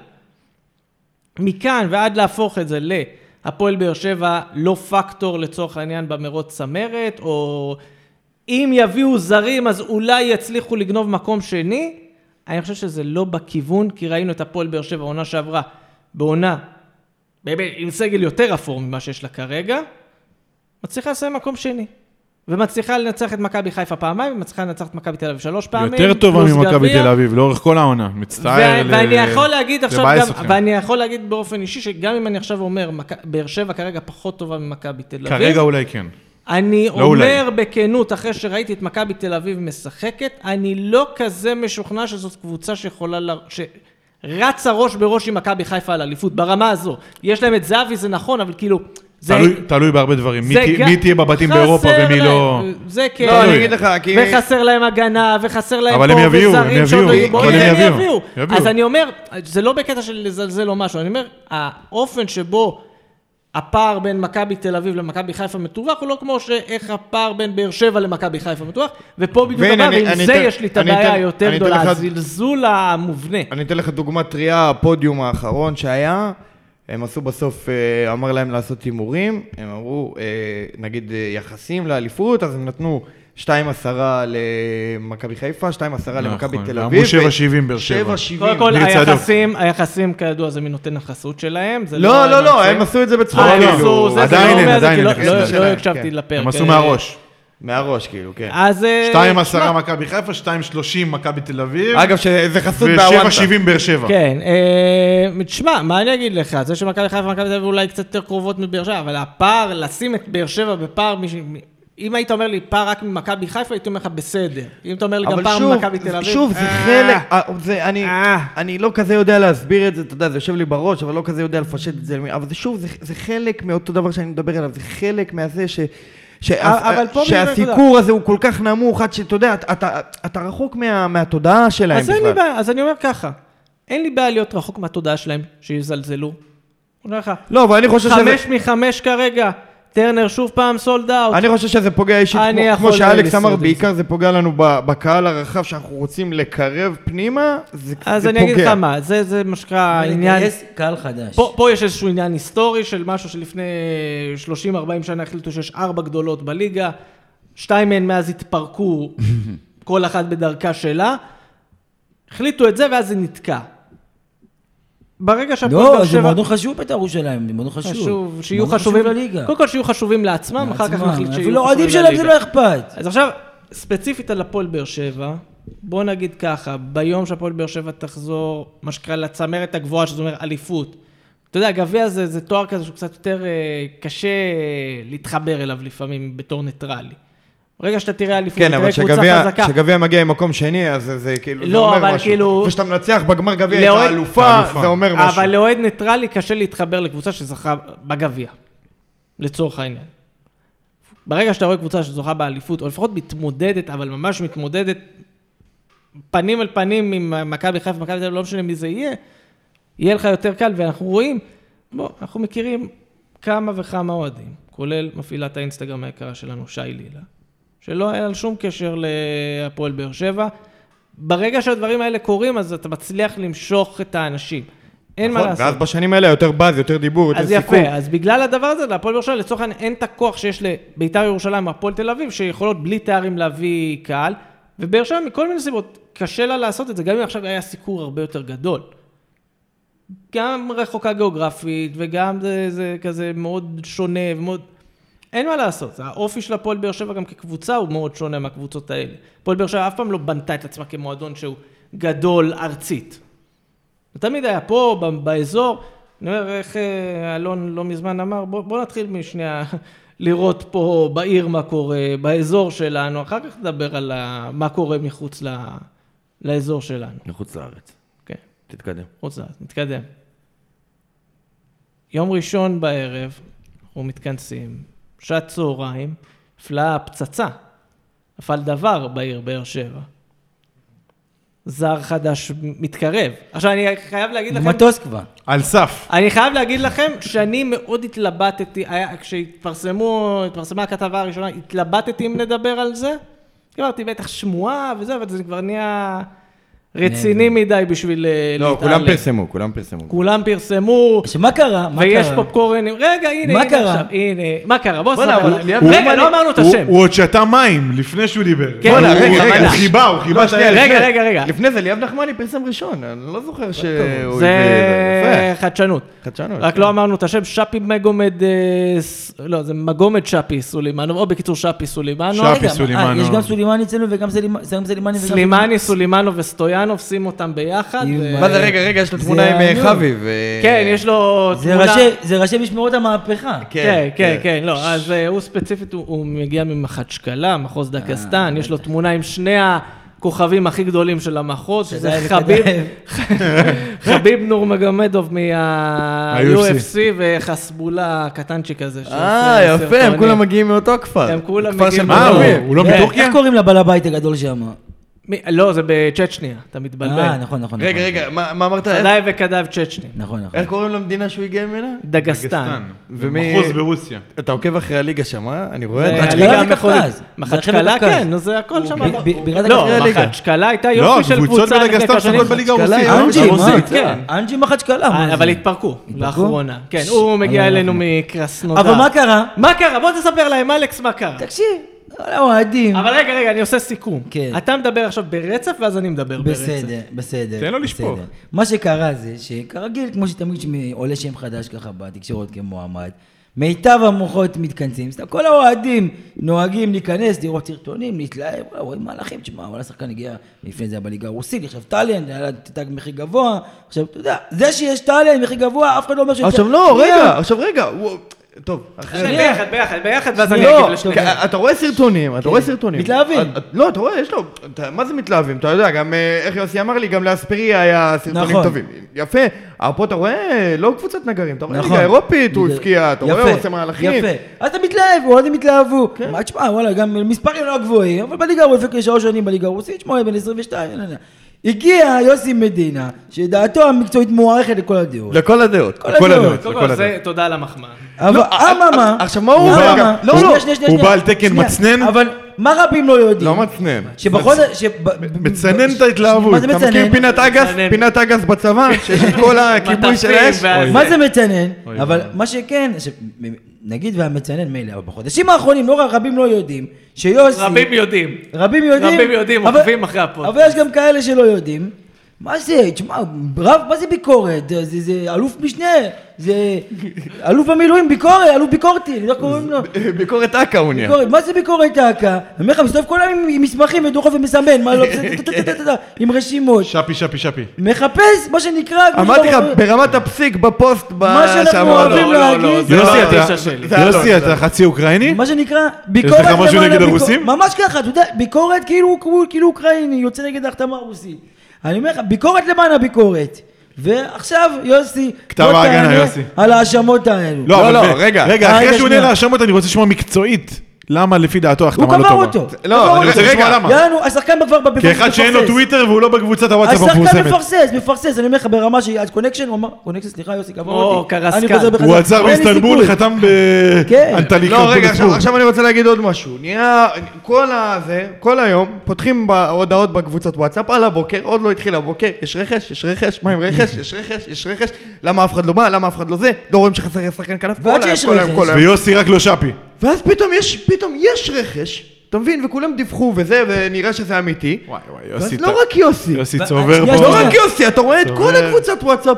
Speaker 1: מכאן ועד להפוך את זה להפועל באר שבע לא פקטור לצורך העניין במרוץ צמרת, או אם יביאו זרים אז אולי יצליחו לגנוב מקום שני, אני חושב שזה לא בכיוון, כי ראינו את הפועל באר שבע עונה שעברה, בעונה, באמת, עם סגל יותר אפור ממה שיש לה כרגע, מצליחה לסיים מקום שני. ומצליחה לנצח את מכבי חיפה פעמיים, ומצליחה לנצח את מכבי תל אביב שלוש פעמים.
Speaker 4: יותר טובה
Speaker 1: פלוס
Speaker 4: ממכבי
Speaker 1: גביע.
Speaker 4: תל אביב, לאורך כל העונה. מצטער.
Speaker 1: ו-
Speaker 4: ל-
Speaker 1: ואני יכול להגיד עכשיו
Speaker 4: לבאס
Speaker 1: גם,
Speaker 4: אה, אתכם.
Speaker 1: ואני יכול להגיד באופן אישי, שגם אם אני עכשיו אומר, מכ- באר שבע כרגע פחות טובה ממכבי תל אביב,
Speaker 4: כרגע אולי כן.
Speaker 1: אני
Speaker 4: לא
Speaker 1: אומר
Speaker 4: אולי.
Speaker 1: בכנות, אחרי שראיתי את מכבי תל אביב משחקת, אני לא כזה משוכנע שזאת קבוצה שיכולה ל... ש... רצה ראש בראש עם מכבי חיפה על אליפות, ברמה הזו. יש להם את זהבי, זה נכון, אבל כאילו... זה...
Speaker 4: תלוי- תלוי בהרבה דברים. מי
Speaker 1: זה
Speaker 4: תה-
Speaker 1: גם-
Speaker 4: מי תהיה בבתים
Speaker 1: חסר
Speaker 4: באירופה ומי
Speaker 1: להם-
Speaker 4: לא...
Speaker 1: זה כן.
Speaker 3: לא, אני
Speaker 4: תלוי.
Speaker 3: אגיד לך, כי...
Speaker 1: וחסר להם הגנה, וחסר להם
Speaker 4: אבל הם
Speaker 1: פה,
Speaker 4: יביאו, הם
Speaker 1: וזרים שעוד
Speaker 4: יביאו,
Speaker 1: לא היו בו,
Speaker 4: אבל הם
Speaker 1: הם
Speaker 4: יביאו.
Speaker 1: יביאו.
Speaker 4: יביאו.
Speaker 1: אז אני אומר, זה לא בקטע של לזלזל או משהו, אני אומר, האופן שבו הפער בין מכבי תל אביב למכבי חיפה מטווח, הוא לא כמו שאיך הפער בין באר שבע למכבי חיפה מטווח, ופה בדיוק
Speaker 3: והנה,
Speaker 1: הבעיה,
Speaker 3: אני-
Speaker 1: ועם
Speaker 3: אני
Speaker 1: זה
Speaker 3: אתן-
Speaker 1: יש לי את
Speaker 3: אני
Speaker 1: הבעיה
Speaker 3: אתן-
Speaker 1: היותר
Speaker 3: אני אתן
Speaker 1: גדולה,
Speaker 3: לך-
Speaker 1: הזלזול המובנה.
Speaker 3: אני אתן לך דוגמה טריה, הפודיום האחרון שהיה, הם עשו בסוף, אה, אמר להם לעשות הימורים, הם אמרו, אה, נגיד אה, יחסים לאליפות, אז הם נתנו 2.10 למכבי חיפה, 2.10 למכבי
Speaker 4: נכון.
Speaker 3: תל
Speaker 4: אמרו
Speaker 3: אביב.
Speaker 4: 7.70 באר שבע.
Speaker 3: 7.70.
Speaker 1: קודם כל,
Speaker 4: ניר צדוק.
Speaker 1: היחסים, היחסים כידוע זה מנותן החסות שלהם. זה
Speaker 3: לא, לא, לא,
Speaker 1: הממציא.
Speaker 3: הם עשו את זה כאילו, בצורה
Speaker 1: אה, הם
Speaker 4: לא,
Speaker 1: עשו, זה, זה
Speaker 4: עדיין
Speaker 1: לא
Speaker 4: אין,
Speaker 1: אומר את זה,
Speaker 4: עדיין
Speaker 1: כי
Speaker 4: אין
Speaker 1: לא-
Speaker 4: החסות
Speaker 1: לא-
Speaker 3: שלהם,
Speaker 1: לא
Speaker 3: כן.
Speaker 1: הקשבתי לפרק.
Speaker 4: הם עשו
Speaker 1: אה,
Speaker 4: מהראש.
Speaker 3: מהראש, כאילו, כן.
Speaker 1: אז... אה,
Speaker 4: 2.10
Speaker 1: שמע,
Speaker 4: מכבי חיפה, 2.30 מכבי תל אביב,
Speaker 3: אגב, שזה חסות בהוואטסאפ.
Speaker 4: ו-7.70 באר שבע.
Speaker 1: כן, אה, תשמע, מה אני אגיד לך? זה שמכבי חיפה ומכבי תל אביב אולי קצת יותר קרובות מבאר שבע, אבל הפער, לשים את באר שבע בפער, מש- מ- אם היית אומר לי פער רק ממכבי חיפה, הייתי אומר לך בסדר. אם אתה אומר לי גם
Speaker 3: אבל
Speaker 1: פער
Speaker 3: שוב,
Speaker 1: ממכבי תל אביב...
Speaker 3: שוב, זה
Speaker 1: אה,
Speaker 3: חלק, אה, זה, אני,
Speaker 1: אה.
Speaker 3: אני לא כזה יודע להסביר את זה, אתה יודע, זה יושב לי בראש, אבל לא כזה יודע לפשט את זה, אבל זה שוב, זה, זה חלק מאותו דבר שאני מדבר עליו, זה חלק מהזה ש... ש-
Speaker 1: אה, אבל פה בדיוק
Speaker 3: שהסיקור הזה הוא כל כך נמוך, עד שאתה יודע, אתה, אתה, אתה רחוק מה, מהתודעה שלהם
Speaker 1: אז אין לי
Speaker 3: בכלל.
Speaker 1: בעיה, אז אני אומר ככה, אין לי בעיה להיות רחוק מהתודעה שלהם, שיזלזלו. אני אומר לך,
Speaker 3: לא, אבל אני חושב שזה...
Speaker 1: חמש מחמש כרגע, טרנר שוב פעם סולד אאוט.
Speaker 3: אני חושב שזה פוגע אישית,
Speaker 1: אני
Speaker 3: כמו,
Speaker 1: יכול
Speaker 3: כמו שאלכס
Speaker 1: לשרוד
Speaker 3: אמר,
Speaker 1: עם
Speaker 3: בעיקר זה פוגע לנו ב- בקהל הרחב שאנחנו רוצים לקרב פנימה, זה,
Speaker 1: אז
Speaker 3: זה
Speaker 1: אני
Speaker 3: פוגע.
Speaker 1: אגיד לך מה, זה זה מה שנקרא עניין...
Speaker 2: לא, לגייס קהל חדש.
Speaker 1: פה, פה יש איזשהו עניין היסטורי של משהו שלפני 30-40 שנה החליטו שיש ארבע גדולות בליגה, שתיים מהן מאז התפרקו, כל אחת בדרכה שלה, החליטו את זה ואז זה נתקע. ברגע שהפועל
Speaker 2: לא,
Speaker 1: באר
Speaker 2: זה
Speaker 1: שבע...
Speaker 2: מועדון חשוב בית"ר ירושלים, זה מועדון חשוב.
Speaker 1: חשוב, שיהיו
Speaker 2: מועדון חשוב
Speaker 1: חשובים,
Speaker 2: לליגה.
Speaker 1: קודם כל שיהיו חשובים לעצמם, אחר כך
Speaker 2: לעצמם.
Speaker 1: נחליט
Speaker 2: אפילו
Speaker 1: שיהיו
Speaker 2: לאוהדים
Speaker 1: חשובים
Speaker 2: שלהם זה
Speaker 1: לליגה.
Speaker 2: לא אכפת.
Speaker 1: אז עכשיו, ספציפית על הפועל באר שבע, בוא נגיד ככה, ביום שהפועל באר שבע תחזור, מה שנקרא, לצמרת הגבוהה, שזה אומר אליפות. אתה יודע, גביע זה, זה תואר כזה שהוא קצת יותר אה, קשה אה, להתחבר אליו לפעמים בתור ניטרלי. ברגע שאתה תראה אליפות,
Speaker 3: כן, אבל
Speaker 1: תראה קבוצה
Speaker 3: כשגביע-
Speaker 1: חזקה.
Speaker 3: כשגביע מגיע ממקום שני, אז זה- זה כאילו, זה
Speaker 1: לא,
Speaker 3: אומר
Speaker 1: אבל
Speaker 3: משהו.
Speaker 1: כאילו-
Speaker 3: וכשאתה מנצח בגמר גביע את
Speaker 1: לאוהד-
Speaker 3: האלופה,
Speaker 4: האלופה.
Speaker 3: זה אומר משהו.
Speaker 1: אבל לאוהד ניטרלי קשה להתחבר לקבוצה שזכה בגביע, לצורך העניין. ברגע שאתה רואה קבוצה שזוכה באליפות, או לפחות מתמודדת, אבל ממש מתמודדת, פנים אל פנים עם מכבי חיפה, מכבי תל אביב, לא משנה מי זה יהיה, יהיה לך יותר קל, ואנחנו רואים, בוא, אנחנו מכירים כמה וכמה אוהדים, כולל מפעילת האינסטגרם היקרה שלנו, שי לילה, שלא היה לה שום קשר להפועל באר שבע, ברגע שהדברים האלה קורים, אז אתה מצליח למשוך את האנשים. אין מה
Speaker 6: נכון,
Speaker 1: לעשות.
Speaker 6: ואז בשנים האלה יותר באז, יותר דיבור, יותר
Speaker 1: אז
Speaker 6: סיכום.
Speaker 1: יפה, אז בגלל הדבר הזה, להפועל באר שבע, לצורך העניין, אין את הכוח שיש לביתר ירושלים והפועל תל אביב, שיכולות בלי תארים להביא קהל, ובאר שבע מכל מיני סיבות, קשה לה לעשות את זה, גם אם עכשיו היה סיקור הרבה יותר גדול. גם רחוקה גיאוגרפית, וגם זה, זה כזה מאוד שונה ומאוד... אין מה לעשות, האופי של הפועל באר שבע גם כקבוצה הוא מאוד שונה מהקבוצות האלה. הפועל באר שבע אף פעם לא בנתה את עצמה כמועדון שהוא גדול ארצית. זה תמיד היה פה, ב- באזור. אני אומר, איך אה, אלון לא מזמן אמר, בוא, בוא נתחיל משנייה לראות פה בעיר מה קורה, באזור שלנו, אחר כך נדבר על ה, מה קורה מחוץ ל, לאזור שלנו.
Speaker 3: מחוץ לארץ.
Speaker 1: כן,
Speaker 3: תתקדם.
Speaker 1: חוץ לארץ, נתקדם. יום ראשון בערב, אנחנו מתכנסים, שעת צהריים, נפלה פצצה, נפל דבר בעיר באר שבע. זר חדש מתקרב. עכשיו, אני חייב להגיד לכם...
Speaker 2: מטוס כבר.
Speaker 4: על סף.
Speaker 1: אני חייב להגיד לכם שאני מאוד התלבטתי, היה- כשהתפרסמו, התפרסמה הכתבה הראשונה, התלבטתי אם נדבר על זה. אמרתי, בטח שמועה וזה, אבל זה כבר נהיה רציני מדי בשביל אה,
Speaker 6: לא,
Speaker 1: להתעלם.
Speaker 6: כולם פרסמו, כולם פרסמו.
Speaker 1: כולם פרסמו.
Speaker 2: שמה קרה? מה
Speaker 1: ויש
Speaker 2: קרה?
Speaker 1: פופקורנים, רגע, הנה,
Speaker 2: מה
Speaker 1: הנה
Speaker 2: קרה?
Speaker 1: עכשיו, הנה, מה קרה? בוא
Speaker 3: בוא'נה,
Speaker 1: נספר
Speaker 3: אבל
Speaker 1: עליו.
Speaker 3: ליאב
Speaker 1: רגע,
Speaker 3: רוטמן-
Speaker 1: לא אמרנו את
Speaker 4: הוא-
Speaker 1: השם.
Speaker 4: הוא עוד שתה מים לפני שהוא דיבר.
Speaker 1: כן,
Speaker 4: הוא-
Speaker 1: רגע,
Speaker 4: הוא-
Speaker 1: רגע.
Speaker 4: הוא חיבה, הוא חיבה
Speaker 3: לא,
Speaker 4: שנייה.
Speaker 3: שנייה,
Speaker 1: רגע,
Speaker 3: לפני-
Speaker 1: רגע, רגע.
Speaker 3: לפני זה ליאב נחמני פרסם ראשון, אני לא זוכר שהוא...
Speaker 1: זה חדשנות.
Speaker 3: חדשנות. כן.
Speaker 1: רק לא אמרנו את השם, שפי מגומד, אה, ס- לא, זה מגומד שפי סולימנוב, או בקיצור שפי סולימנוב.
Speaker 4: שפי
Speaker 2: רגע, מה-
Speaker 4: סולימני.
Speaker 2: אה, יש גם סולימני אצלנו וגם סלימ- סלימ- סלימני. וגם-
Speaker 1: סלימני, סולימנוב וסטויאנוב, שים אותם ביחד.
Speaker 2: עם-
Speaker 1: ו-
Speaker 3: מה זה, רגע, רגע, יש לו
Speaker 2: זה
Speaker 3: תמונה עם אה,
Speaker 2: העניין.
Speaker 3: חביב. אה,
Speaker 1: כן, יש לו
Speaker 2: זה
Speaker 1: תמונה...
Speaker 2: ראשי- זה ראשי משמרות המהפכה.
Speaker 1: כן, כן, כן, לא, אז אה, הוא ספציפית, הוא- הוא מגיע ממחצ'קלה, מחוז דקסטן, יש לו תמונה עם שני הכוכבים הכי גדולים של המחוז, שזה
Speaker 2: היה
Speaker 1: חביב,
Speaker 2: לקדם.
Speaker 1: חביב נור מגמדוב מה-UFC וחסבולה הקטנצ'יק הזה.
Speaker 3: אה,
Speaker 1: שעושה
Speaker 3: יפה, הם
Speaker 1: סרטונים.
Speaker 3: כולם מגיעים מאותו כפר.
Speaker 1: הם כולם
Speaker 3: כפר של
Speaker 1: מגיעים
Speaker 4: מה, הוא-
Speaker 3: מערבים.
Speaker 4: הוא לא
Speaker 2: אה,
Speaker 4: מטורקיה?
Speaker 2: איך קוראים לבעל הבית הגדול שם?
Speaker 1: מי- לא, זה בצ'צ'ניה, אתה מתבלבל.
Speaker 2: אה, נכון, נכון.
Speaker 3: רגע,
Speaker 2: נכון.
Speaker 3: רגע, מה מה אמרת? איך-
Speaker 1: סדאי וקדאב צ'צ'ני.
Speaker 2: נכון, נכון.
Speaker 3: איך קוראים למדינה שהוא הגיע ממנה?
Speaker 1: דגסטן.
Speaker 3: ומי-
Speaker 4: מחוז ברוסיה.
Speaker 1: אה,
Speaker 3: אתה עוקב אחרי הליגה שם, אה? אני רואה
Speaker 1: זה
Speaker 3: את
Speaker 2: מחצ'קלה
Speaker 1: הליגה
Speaker 2: זה קווקז.
Speaker 1: המחוזית.
Speaker 2: זה
Speaker 1: מחצ'קלה,
Speaker 2: קווקז.
Speaker 1: כן, נו, זה הכל שם.
Speaker 2: ב- ב- בירת
Speaker 1: לא,
Speaker 2: הקווקז.
Speaker 1: מחצ'קלה הייתה
Speaker 4: לא,
Speaker 1: יופי של
Speaker 4: הקבוצות
Speaker 1: קבוצה לפני
Speaker 4: בדגסטן
Speaker 1: כמה שנים.
Speaker 4: שחקות בליגה
Speaker 3: קלה,
Speaker 4: הרוסית.
Speaker 3: אה?
Speaker 2: אנג'י,
Speaker 1: הרוסית,
Speaker 2: מה?
Speaker 1: כן.
Speaker 2: אנג'י מחצ'קלה. מה
Speaker 1: אה,
Speaker 2: זה?
Speaker 1: אבל התפרקו, לאחרונה. כן, הוא מגיע
Speaker 2: אבל
Speaker 1: אלינו
Speaker 2: אנחנו-
Speaker 1: מקרסנודר.
Speaker 2: לא אבל מה קרה?
Speaker 1: מה קרה? בוא תספר להם, אלכס, מה קרה.
Speaker 2: תקשיב, על האוהדים.
Speaker 1: אבל רגע, רגע, אני עושה סיכום.
Speaker 2: כן.
Speaker 1: אתה מדבר עכשיו ברצף, ואז אני מדבר ברצף.
Speaker 2: בסדר, בסדר.
Speaker 6: תן לו
Speaker 2: בסדר.
Speaker 6: לשפוך.
Speaker 2: מה שקרה זה שכרגיל, כמו שתמיד עולה שם חדש ככה בתקשורת כמועמד, מיטב המוחות מתכנסים, סתם כל האוהדים נוהגים להיכנס, לראות סרטונים, להתלהב, וואלה, רואים מהלכים, תשמע, אבל השחקן הגיע, לפני זה היה בליגה הרוסית, עכשיו טאלנט, היה לה תג מחיר גבוה, עכשיו, אתה יודע, זה שיש טאלנט, מחיר גבוה, אף אחד לא אומר ש...
Speaker 3: עכשיו לא, רגע, עכשיו רגע, הוא- טוב, אחרי...
Speaker 2: אה.
Speaker 1: כן, ביחד, ביחד, ביחד, ואז אני
Speaker 3: לא,
Speaker 1: אגיב לשניכם. כן.
Speaker 3: כי אתה רואה סרטונים, אתה רואה סרטונים.
Speaker 2: מתלהבים.
Speaker 3: את- את- לא, אתה רואה, יש לו, אתה- מה זה מתלהבים? אתה יודע, גם אה, איך יוסי אמר לי, גם לאספריה היה סרטונים
Speaker 2: נכון.
Speaker 3: טובים. יפה, אבל פה אתה רואה, לא קבוצת נגרים, אתה רואה
Speaker 2: נכון.
Speaker 3: ליגה אירופית, הוא
Speaker 2: בדיוק.
Speaker 3: הבקיע, אתה רואה,
Speaker 2: יפה,
Speaker 3: הוא עושה מהלכים. כן.
Speaker 2: יפה. אז אתה מתלהב, אוהדים התלהבו. מה, תשמע, וואלה, גם מספרים לא גבוהים, אבל בליגה הרוסית, לפני שלוש שנים בליגה הרוסית, שמואל בן 22, לא יודע. הגיע יוסי מדינה, שדעתו המקצועית מוערכת לכל הדעות.
Speaker 3: אה, לכל הדעות.
Speaker 4: כל
Speaker 2: הדעות.
Speaker 4: הדעות,
Speaker 1: קודם
Speaker 4: לכל
Speaker 1: כל, לא
Speaker 4: הדעות.
Speaker 1: זה תודה על המחמאה.
Speaker 2: אבל אממה...
Speaker 3: לא, אה, עכשיו, מה הוא
Speaker 2: אממה,
Speaker 3: רגע, לא,
Speaker 2: שנייה,
Speaker 3: לא,
Speaker 2: שנייה,
Speaker 4: הוא
Speaker 2: שנייה.
Speaker 4: בעל תקן
Speaker 2: שנייה.
Speaker 4: מצנן?
Speaker 2: אבל מה רבים לא יודעים?
Speaker 3: לא מצנן.
Speaker 2: שבחודש... שב-
Speaker 4: מצנן
Speaker 2: ש-
Speaker 4: את ההתלהבות.
Speaker 2: מה זה
Speaker 3: אתה מכיר
Speaker 2: מצנן?
Speaker 3: פינת אגס?
Speaker 1: מצנן.
Speaker 3: פינת אגס בצבא, שיש את כל הכיבוי של
Speaker 1: מטפים
Speaker 3: האש?
Speaker 1: ואז-
Speaker 2: מה זה מצנן?
Speaker 4: אוי
Speaker 2: אבל מה שכן, ש- נגיד והמצנן מילא, אבל בחודשים האחרונים לא רבים לא יודעים שיוסי...
Speaker 1: רבים יודעים.
Speaker 2: רבים יודעים.
Speaker 1: רבים יודעים,
Speaker 2: אבל-
Speaker 1: עוקבים אחרי הפודקאסט.
Speaker 2: אבל יש גם כאלה שלא יודעים. מה זה, תשמע, רב, מה זה ביקורת? זה, זה, זה אלוף משנה, זה אלוף במילואים, ביקורת, אלוף ביקורתי, אני לא יודע איך קוראים לו.
Speaker 3: ביקורת אכ"א הוא נהיה.
Speaker 2: ביקורת, מה זה ביקורת האקה? אני אומר לך, מסתובב כל היום עם- עם מסמכים ודוחף ומסמן, מה לא, טה-טה-טה-טה-טה, עם רשימות.
Speaker 4: שפי, שפי, שפי.
Speaker 2: מחפש, מה שנקרא, כמו
Speaker 3: אמרתי לך,
Speaker 2: שאתה אומר,
Speaker 3: ברמת הפסיק בפוסט, ב-
Speaker 2: מה
Speaker 3: שם,
Speaker 2: שאנחנו
Speaker 3: לא,
Speaker 2: אוהבים
Speaker 3: לא,
Speaker 2: להגיד,
Speaker 1: זה יוסי
Speaker 4: יוסי, אתה-
Speaker 1: התשע שלי.
Speaker 3: זה אלון,
Speaker 4: יוסי,
Speaker 3: זה
Speaker 4: אתה חצי אוקראיני?
Speaker 2: מה שנקרא, ביקורת
Speaker 4: לך משהו
Speaker 2: למען
Speaker 4: נגד
Speaker 2: הביקור-
Speaker 4: הרוסים?
Speaker 2: ממש ככה, אתה יודע, ביקורת כאילו הוא כאילו אוקראיני, יוצא נגד ההחתמה הרוסית. אני אומר לך, ביקורת למען הביקורת. ועכשיו, יוסי,
Speaker 4: כתב
Speaker 2: בוא
Speaker 4: ההגנה,
Speaker 2: תענה
Speaker 4: יוסי.
Speaker 2: על ההאשמות האלו.
Speaker 4: לא,
Speaker 3: לא,
Speaker 4: אבל
Speaker 3: לא,
Speaker 4: ב-
Speaker 3: רגע.
Speaker 4: רגע,
Speaker 2: רגע,
Speaker 4: אחרי שהוא עונה
Speaker 2: שנייה.
Speaker 4: להאשמות, אני רוצה לשמוע מקצועית. למה לפי דעתו
Speaker 2: הוא
Speaker 4: ההחתמה לא
Speaker 2: קבר
Speaker 4: טובה.
Speaker 2: אותו.
Speaker 4: לא,
Speaker 2: קבר
Speaker 4: אני רוצה
Speaker 2: אותו.
Speaker 4: לשמוע למה.
Speaker 2: יענו, השחקן כבר בפרסום
Speaker 4: כאחד שאין לו טוויטר והוא לא בקבוצת הוואטסאפ
Speaker 2: השחקן
Speaker 4: המפורסמת.
Speaker 2: מפרסס, מפרסס, אני אומר לך ברמה שהיא אז קונקשן, הוא אמר, קונקשן, סליחה יוסי, קבר
Speaker 1: או,
Speaker 2: אותי.
Speaker 1: קרסקן.
Speaker 2: אני חוזר בחזרה.
Speaker 4: הוא עצר
Speaker 2: אין לי
Speaker 4: באיסטנבול,
Speaker 2: סיכוי.
Speaker 4: חתם
Speaker 2: כן.
Speaker 4: באנטליקה.
Speaker 6: לא, רגע, עכשיו, עכשיו אני רוצה להגיד עוד משהו. נהיה, כל הזה, כל היום, פותחים בהודעות בקבוצת וואטסאפ על הבוקר, עוד לא התחיל הבוקר, יש רכש, יש רכש, מה עם רכש, יש רכש, יש רכש, למה אף אחד לא בא, למה אף אחד לא זה, לא רואים שחסר שחקן כנף, כל
Speaker 2: ועד
Speaker 6: היום,
Speaker 2: שיש
Speaker 6: כל היום,
Speaker 2: רכש.
Speaker 6: כל היום.
Speaker 4: ויוסי רק לא שפי.
Speaker 6: ואז פתאום יש, פתאום יש רכש, אתה מבין, וכולם דיווחו וזה, ונראה שזה אמיתי.
Speaker 4: וואי וואי,
Speaker 6: ואז
Speaker 4: יוסי
Speaker 6: לא רק יוסי,
Speaker 4: יוסי
Speaker 2: ו-
Speaker 4: צובר
Speaker 2: שנייה,
Speaker 6: לא
Speaker 4: פה.
Speaker 2: שנייה.
Speaker 6: רק יוסי, אתה רואה את כל
Speaker 4: אומר-
Speaker 6: הקבוצת וואטסאפ.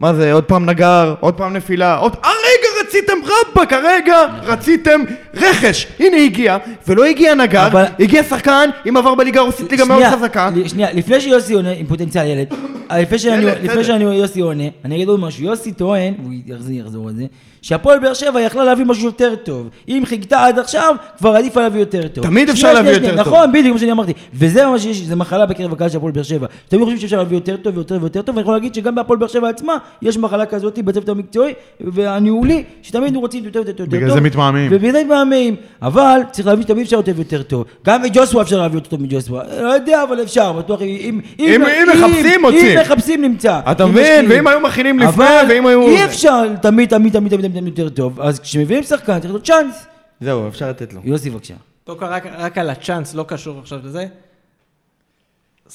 Speaker 6: מה זה, עוד פעם נגר, עוד פעם נפילה, עוד... הרגע רציתם רבאק, הרגע רציתם רכש. הנה הגיע, ולא הגיע נגר,
Speaker 2: אבל-
Speaker 6: הגיע שחקן עם עבר בליגה הרוסית ליגה מאוד
Speaker 2: שנייה,
Speaker 6: חזקה.
Speaker 2: ל- שנייה, לפני שיוסי עונה, עם פוטנציאל ילד, אה, לפני שאני-
Speaker 6: ילד,
Speaker 2: לפני
Speaker 6: בסדר.
Speaker 2: שאני יוסי עונה, אני אגיד עוד משהו, יוסי טוען, הוא יחזור, יחזור על זה, שהפועל באר שבע יכלה להביא משהו יותר טוב. אם חיכתה עד עכשיו, כבר עדיף לה להביא יותר טוב.
Speaker 6: תמיד אפשר
Speaker 2: שנייה,
Speaker 6: להביא
Speaker 2: שנייה,
Speaker 6: יותר
Speaker 2: נכון, בדיוק כמו שאני אמרתי. וזה מה שיש, זה מחלה בקרב הקהל של הפועל באר שבע. תמיד חושבים שאפשר להביא יותר טוב ויותר ויותר טוב, ואני יכול להגיד שגם בהפועל באר שבע עצמה, יש מחלה כזאת בצוות המקצועי והניהולי, שתמיד רוצים יותר ויותר יותר
Speaker 4: בגלל
Speaker 2: טוב.
Speaker 4: זה מתמהמהים.
Speaker 2: ובגלל זה מתמהמהים. אבל צריך להבין שתמיד אפשר יותר ויותר טוב. גם את ג'וסווה אפשר להביא יותר טוב מג'וסווה. לא יודע, אבל אפשר, בטוח. אם,
Speaker 6: אם- אם מחפשים, מוצאים.
Speaker 2: אם מחפשים, נמצא.
Speaker 6: אתה
Speaker 2: אם
Speaker 6: מבין?
Speaker 2: משקיעים.
Speaker 6: ואם היו מכינים לפני,
Speaker 2: אבל
Speaker 6: ואם היו...
Speaker 2: אי אפשר תמיד, תמיד, תמיד, תמיד, תמיד יותר טוב. אז כשמביאים שחקן, צריך להיות צ'אנס.
Speaker 3: זהו, אפשר לתת לו.
Speaker 2: יוסי, בבקשה.
Speaker 1: טוקה, רק, רק על הצ'אנס, לא קשור עכשיו לזה.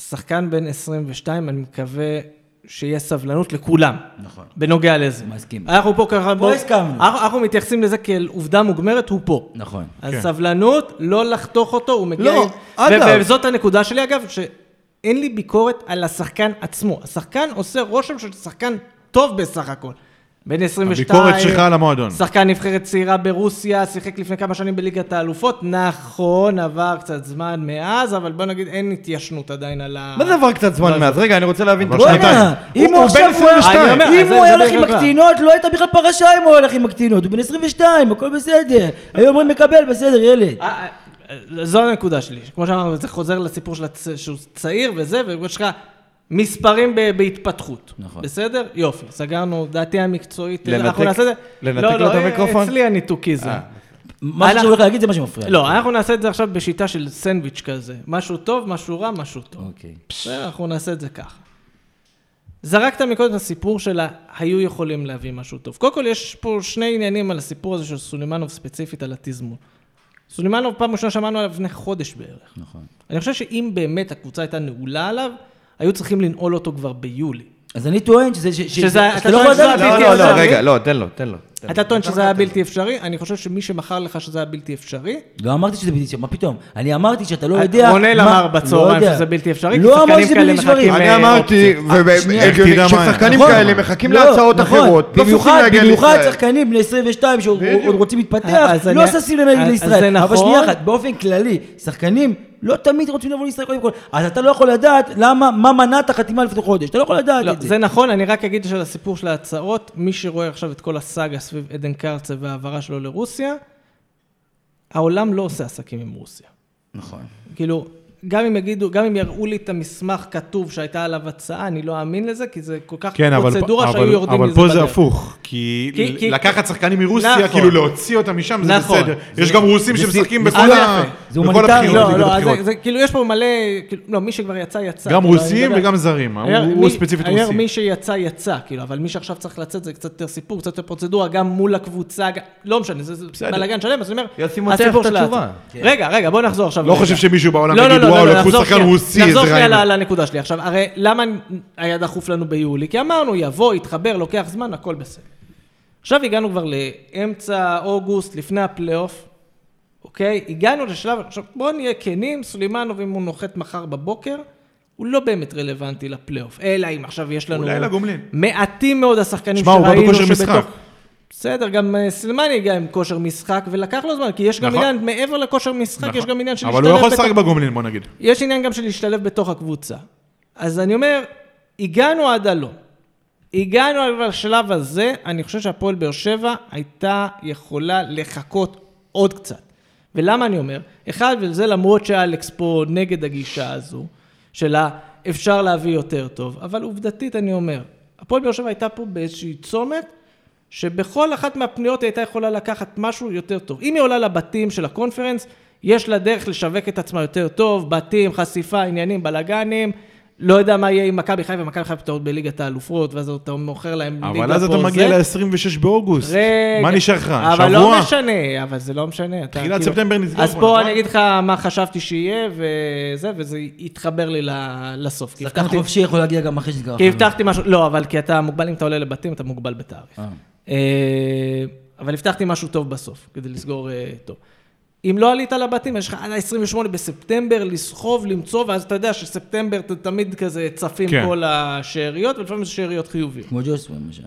Speaker 1: שחקן בן 22, אני מקווה שיהיה סבלנות לכולם. נכון. בנוגע לזה.
Speaker 2: מסכים.
Speaker 1: אנחנו פה ככה... בוא-
Speaker 2: הסכמנו.
Speaker 1: אנחנו, אנחנו מתייחסים לזה כאל עובדה מוגמרת, הוא פה.
Speaker 2: נכון.
Speaker 1: אז סבלנות, לא לחתוך אותו, הוא מגיע...
Speaker 6: לא,
Speaker 1: ו-
Speaker 6: אגב.
Speaker 1: וזאת הנקודה שלי, אגב, שאין לי ביקורת על השחקן עצמו. השחקן עושה רושם שהוא שחקן טוב בסך הכל. בן 22...
Speaker 4: הביקורת שלך על המועדון.
Speaker 1: שחקן נבחרת צעירה ברוסיה, שיחק לפני כמה שנים בליגת האלופות. נכון, עבר קצת זמן מאז, אבל בוא נגיד, אין התיישנות עדיין על ה...
Speaker 6: מה זה עבר קצת
Speaker 2: לא,
Speaker 6: זמן מאז? רגע, אני רוצה להבין את
Speaker 4: אבל
Speaker 6: השנתיים.
Speaker 2: בואנה, אם הוא עכשיו... הוא היה-
Speaker 1: אני אומר,
Speaker 2: אם
Speaker 1: זה-
Speaker 2: הוא
Speaker 1: זה
Speaker 2: היה הולך עם
Speaker 1: בדיוק הבעיה.
Speaker 2: הקטינות, לא הייתה בכלל פרשה אם הוא היה הולך עם הקטינות. הוא בן 22, הכל בסדר. היו אומרים מקבל, בסדר, ילד.
Speaker 1: אה, אה, זו הנקודה שלי. כמו שאמרנו, זה חוזר לסיפור של הצ... שהוא צעיר וזה, ויש לך מספרים ב... בהתפתחות. נכון. בסדר? יופי, סגרנו, דעתי המקצועית. אה,
Speaker 3: לנתק-
Speaker 1: אנחנו נעשה את זה.
Speaker 3: לנתק
Speaker 1: לא,
Speaker 3: לו
Speaker 1: לא,
Speaker 3: את המיקרופון? אה,
Speaker 1: אצלי הניתוקיזם.
Speaker 2: מה
Speaker 1: אנחנו-
Speaker 2: שהוא הולך להגיד זה מה שמפריע.
Speaker 1: לא, אנחנו נעשה את זה עכשיו בשיטה של סנדוויץ' כזה. משהו טוב, משהו רע, משהו טוב.
Speaker 2: אוקיי.
Speaker 1: בסדר, אנחנו נעשה את זה ככה. זרקת מקודם את הסיפור של ה- היו יכולים להביא משהו טוב. קודם כל, יש פה שני עניינים על הסיפור הזה של סולימנוב ספציפית על התזמון. סולימנוב, פעם ראשונה שמענו עליו לפני חודש בערך. נכון. אני חושב שאם באמת הקבוצה הייתה נעולה עליו, היו צריכים לנעול אותו כבר ביולי.
Speaker 2: אז אני טוען שזה... ש- ש-
Speaker 1: שזה-
Speaker 2: שאתה
Speaker 1: אתה
Speaker 2: לא
Speaker 1: טוען
Speaker 2: יכול
Speaker 1: שזה
Speaker 2: לדעת.
Speaker 1: הבלתי
Speaker 3: לא, לא,
Speaker 1: אפשרי.
Speaker 3: רגע, לא, תן לו, תן לו. תן לו.
Speaker 1: אתה טוען שזה היה בלתי אפשרי, אני חושב שמי שמכר לך שזה היה בלתי אפשרי,
Speaker 2: לא אמרתי שזה בלתי אפשרי, מה פתאום? אני אמרתי שאתה לא יודע...
Speaker 1: רונל
Speaker 2: מה-
Speaker 1: אה, אמר
Speaker 2: לא
Speaker 1: בצהריים
Speaker 2: יודע.
Speaker 1: שזה בלתי אפשרי, כי
Speaker 2: לא אמרתי
Speaker 1: שחקנים
Speaker 2: שזה
Speaker 1: כאלה
Speaker 2: בלתי אפשרי.
Speaker 1: מחכים...
Speaker 6: אני
Speaker 1: אה,
Speaker 6: אמרתי,
Speaker 2: אה, שנייה.
Speaker 4: תדע מה,
Speaker 6: וכשחקנים
Speaker 2: נכון.
Speaker 6: כאלה מחכים
Speaker 2: לא,
Speaker 6: להצעות
Speaker 2: נכון.
Speaker 6: אחרות, בסופו
Speaker 2: במיוחד,
Speaker 6: של להגיע
Speaker 2: במיוחד
Speaker 6: לישראל.
Speaker 2: שחקנים בני 22 שעוד עוד רוצים להתפתח,
Speaker 1: אז
Speaker 2: לא
Speaker 1: אני-
Speaker 2: ששים
Speaker 1: אז-
Speaker 2: להם
Speaker 1: אז זה
Speaker 2: לישראל. אבל
Speaker 1: נכון.
Speaker 2: שנייה אחת, באופן כללי, שחקנים לא תמיד רוצים לבוא לישראל קודם כל. אז אתה לא יכול לדעת למה, מה מנע את החתימה לפני חודש. אתה לא יכול לדעת
Speaker 1: לא,
Speaker 2: את זה.
Speaker 1: זה נכון, אני רק אגיד שעל הסיפור של ההצעות, מי שרואה עכשיו את כל הסאגה סביב עדן קרצה וההעברה שלו לרוסיה, העולם לא עושה עסקים עם רוסיה.
Speaker 2: נכון.
Speaker 1: כאילו, גם אם יגידו, גם אם יראו לי את המסמך כתוב שהייתה עליו הצעה, אני לא אאמין לזה, כי זה כל כך
Speaker 4: כן, אבל,
Speaker 1: פרוצדורה שהיו
Speaker 4: אבל,
Speaker 1: יורדים
Speaker 4: אבל
Speaker 1: מזה
Speaker 4: פה זה
Speaker 1: בדרך.
Speaker 4: הפוך, כי,
Speaker 1: כי- כי-
Speaker 4: לקחת שחקנים מרוסיה,
Speaker 1: נכון.
Speaker 4: כאילו להוציא אותם משם, זה
Speaker 1: נכון.
Speaker 4: בסדר. יש גם רוסים שמשחקים
Speaker 1: זה
Speaker 4: בכל, ה...
Speaker 1: יפה.
Speaker 2: זה
Speaker 4: בכל
Speaker 2: הומניטרי,
Speaker 4: הבחירות,
Speaker 1: לא,
Speaker 4: ליגות
Speaker 1: לא, אז
Speaker 4: הבחירות.
Speaker 1: זה- זה כאילו יש פה מלא, כאילו, לא, מי שכבר יצא, יצא.
Speaker 4: גם
Speaker 1: כאילו, אני
Speaker 4: רוסים
Speaker 1: מדבר-
Speaker 4: וגם זרים,
Speaker 1: היה-
Speaker 4: הוא-
Speaker 1: מי-
Speaker 4: הוא ספציפית
Speaker 1: היה
Speaker 4: רוסי.
Speaker 1: מי שיצא, יצא, כאילו, אבל מי שעכשיו צריך לצאת זה קצת יותר סיפור, קצת יותר פרוצדורה, גם מול הקבוצה, גם- לא משנה, זה- זה בלאגן שלם, אז אני אומר,
Speaker 3: יוסי מותח
Speaker 1: הסיפור
Speaker 3: את
Speaker 1: של
Speaker 3: התשובה.
Speaker 1: ההצעה. רגע, רגע, בוא נחזור עכשיו.
Speaker 4: לא
Speaker 1: רגע.
Speaker 4: חושב שמישהו בעולם
Speaker 1: לא, לא,
Speaker 4: יגיד,
Speaker 1: לא,
Speaker 4: וואו,
Speaker 1: לא,
Speaker 4: לקחו
Speaker 1: נחזור
Speaker 4: שחקן
Speaker 1: שנייה-
Speaker 4: רוסי,
Speaker 1: נחזור
Speaker 4: איזה
Speaker 1: שנייה
Speaker 4: רעיון.
Speaker 1: ל- לנקודה שלי עכשיו, הרי למה היה דחוף לנו ביולי? כי אמרנו, יבוא, יתחבר, לוקח זמן, הכל בסדר. עכשיו הגענו כבר לאמצע אוגוסט, לפני הפלייאוף, אוקיי? הגענו לשלב, עכשיו בואו נהיה כנים, סולימנוב, אם הוא נוחת מחר בבוקר, הוא לא באמת רלוונטי לפלייאוף, אלא אם עכשיו יש לנו...
Speaker 4: אולי לגומלין.
Speaker 1: מעטים מאוד השחקנים
Speaker 4: שמע, הוא בא
Speaker 1: שראינו
Speaker 4: בכושר משחק.
Speaker 1: בסדר, גם אה, סילמני הגיע עם כושר משחק, ולקח לו זמן, כי יש גם
Speaker 4: נכון.
Speaker 1: עניין, מעבר לכושר משחק, יש
Speaker 4: נכון.
Speaker 1: גם עניין של
Speaker 4: אבל הוא יכול
Speaker 1: בתוך-
Speaker 4: לשחק בגומלין, בוא נגיד.
Speaker 1: יש עניין גם של להשתלב בתוך הקבוצה. אז אני אומר, הגענו עד הלום. הגענו עד השלב הזה, אני חושב שהפועל באר שבע הייתה יכולה לחכות עוד קצת. ולמה אני אומר? אחד, וזה למרות שאלכס פה נגד הגישה הזו, של ה- אפשר להביא יותר טוב, אבל עובדתית אני אומר, הפועל באר שבע הייתה פה באיזושהי צומת, שבכל אחת מהפניות היא הייתה יכולה לקחת משהו יותר טוב. אם היא עולה לבתים של הקונפרנס, יש לה דרך לשווק את עצמה יותר טוב, בתים, חשיפה, עניינים, בלאגנים. לא יודע מה יהיה עם מכבי חיפה, מכבי חיפה פתאום בליגת האלופות, ואז אתה מוכר להם ליגה פה.
Speaker 4: אבל אז אתה מגיע ל-26 באוגוסט.
Speaker 1: רגע,
Speaker 4: מה נשאר לך? שבוע?
Speaker 1: אבל לא משנה, אבל זה לא משנה. אתה
Speaker 4: תחילת
Speaker 1: כאילו-
Speaker 4: ספטמבר נסגר
Speaker 1: אז
Speaker 4: פה,
Speaker 1: פה
Speaker 4: נכון?
Speaker 1: אני אגיד לך מה חשבתי שיהיה, וזה, וזה יתחבר לי ל- לסוף. כי
Speaker 2: שחקן
Speaker 1: הבטחתי-
Speaker 2: חופשי יכול להגיע גם אחרי שזה קרה.
Speaker 1: כי הבטחתי משהו, לא, אבל כי אתה מוגבל, אם אתה עולה לבתים, אתה מוגבל בתעריף. אה, אבל הבטחתי משהו טוב בסוף, כדי לסגור אה, טוב. אם לא עלית לבתים, יש לך עד ה-28 בספטמבר לסחוב, למצוא, ואז אתה יודע שספטמבר ת- תמיד כזה צפים
Speaker 4: כן.
Speaker 1: כל השאריות, ולפעמים זה שאריות חיוביות.
Speaker 2: כמו ג'וסווה למשל.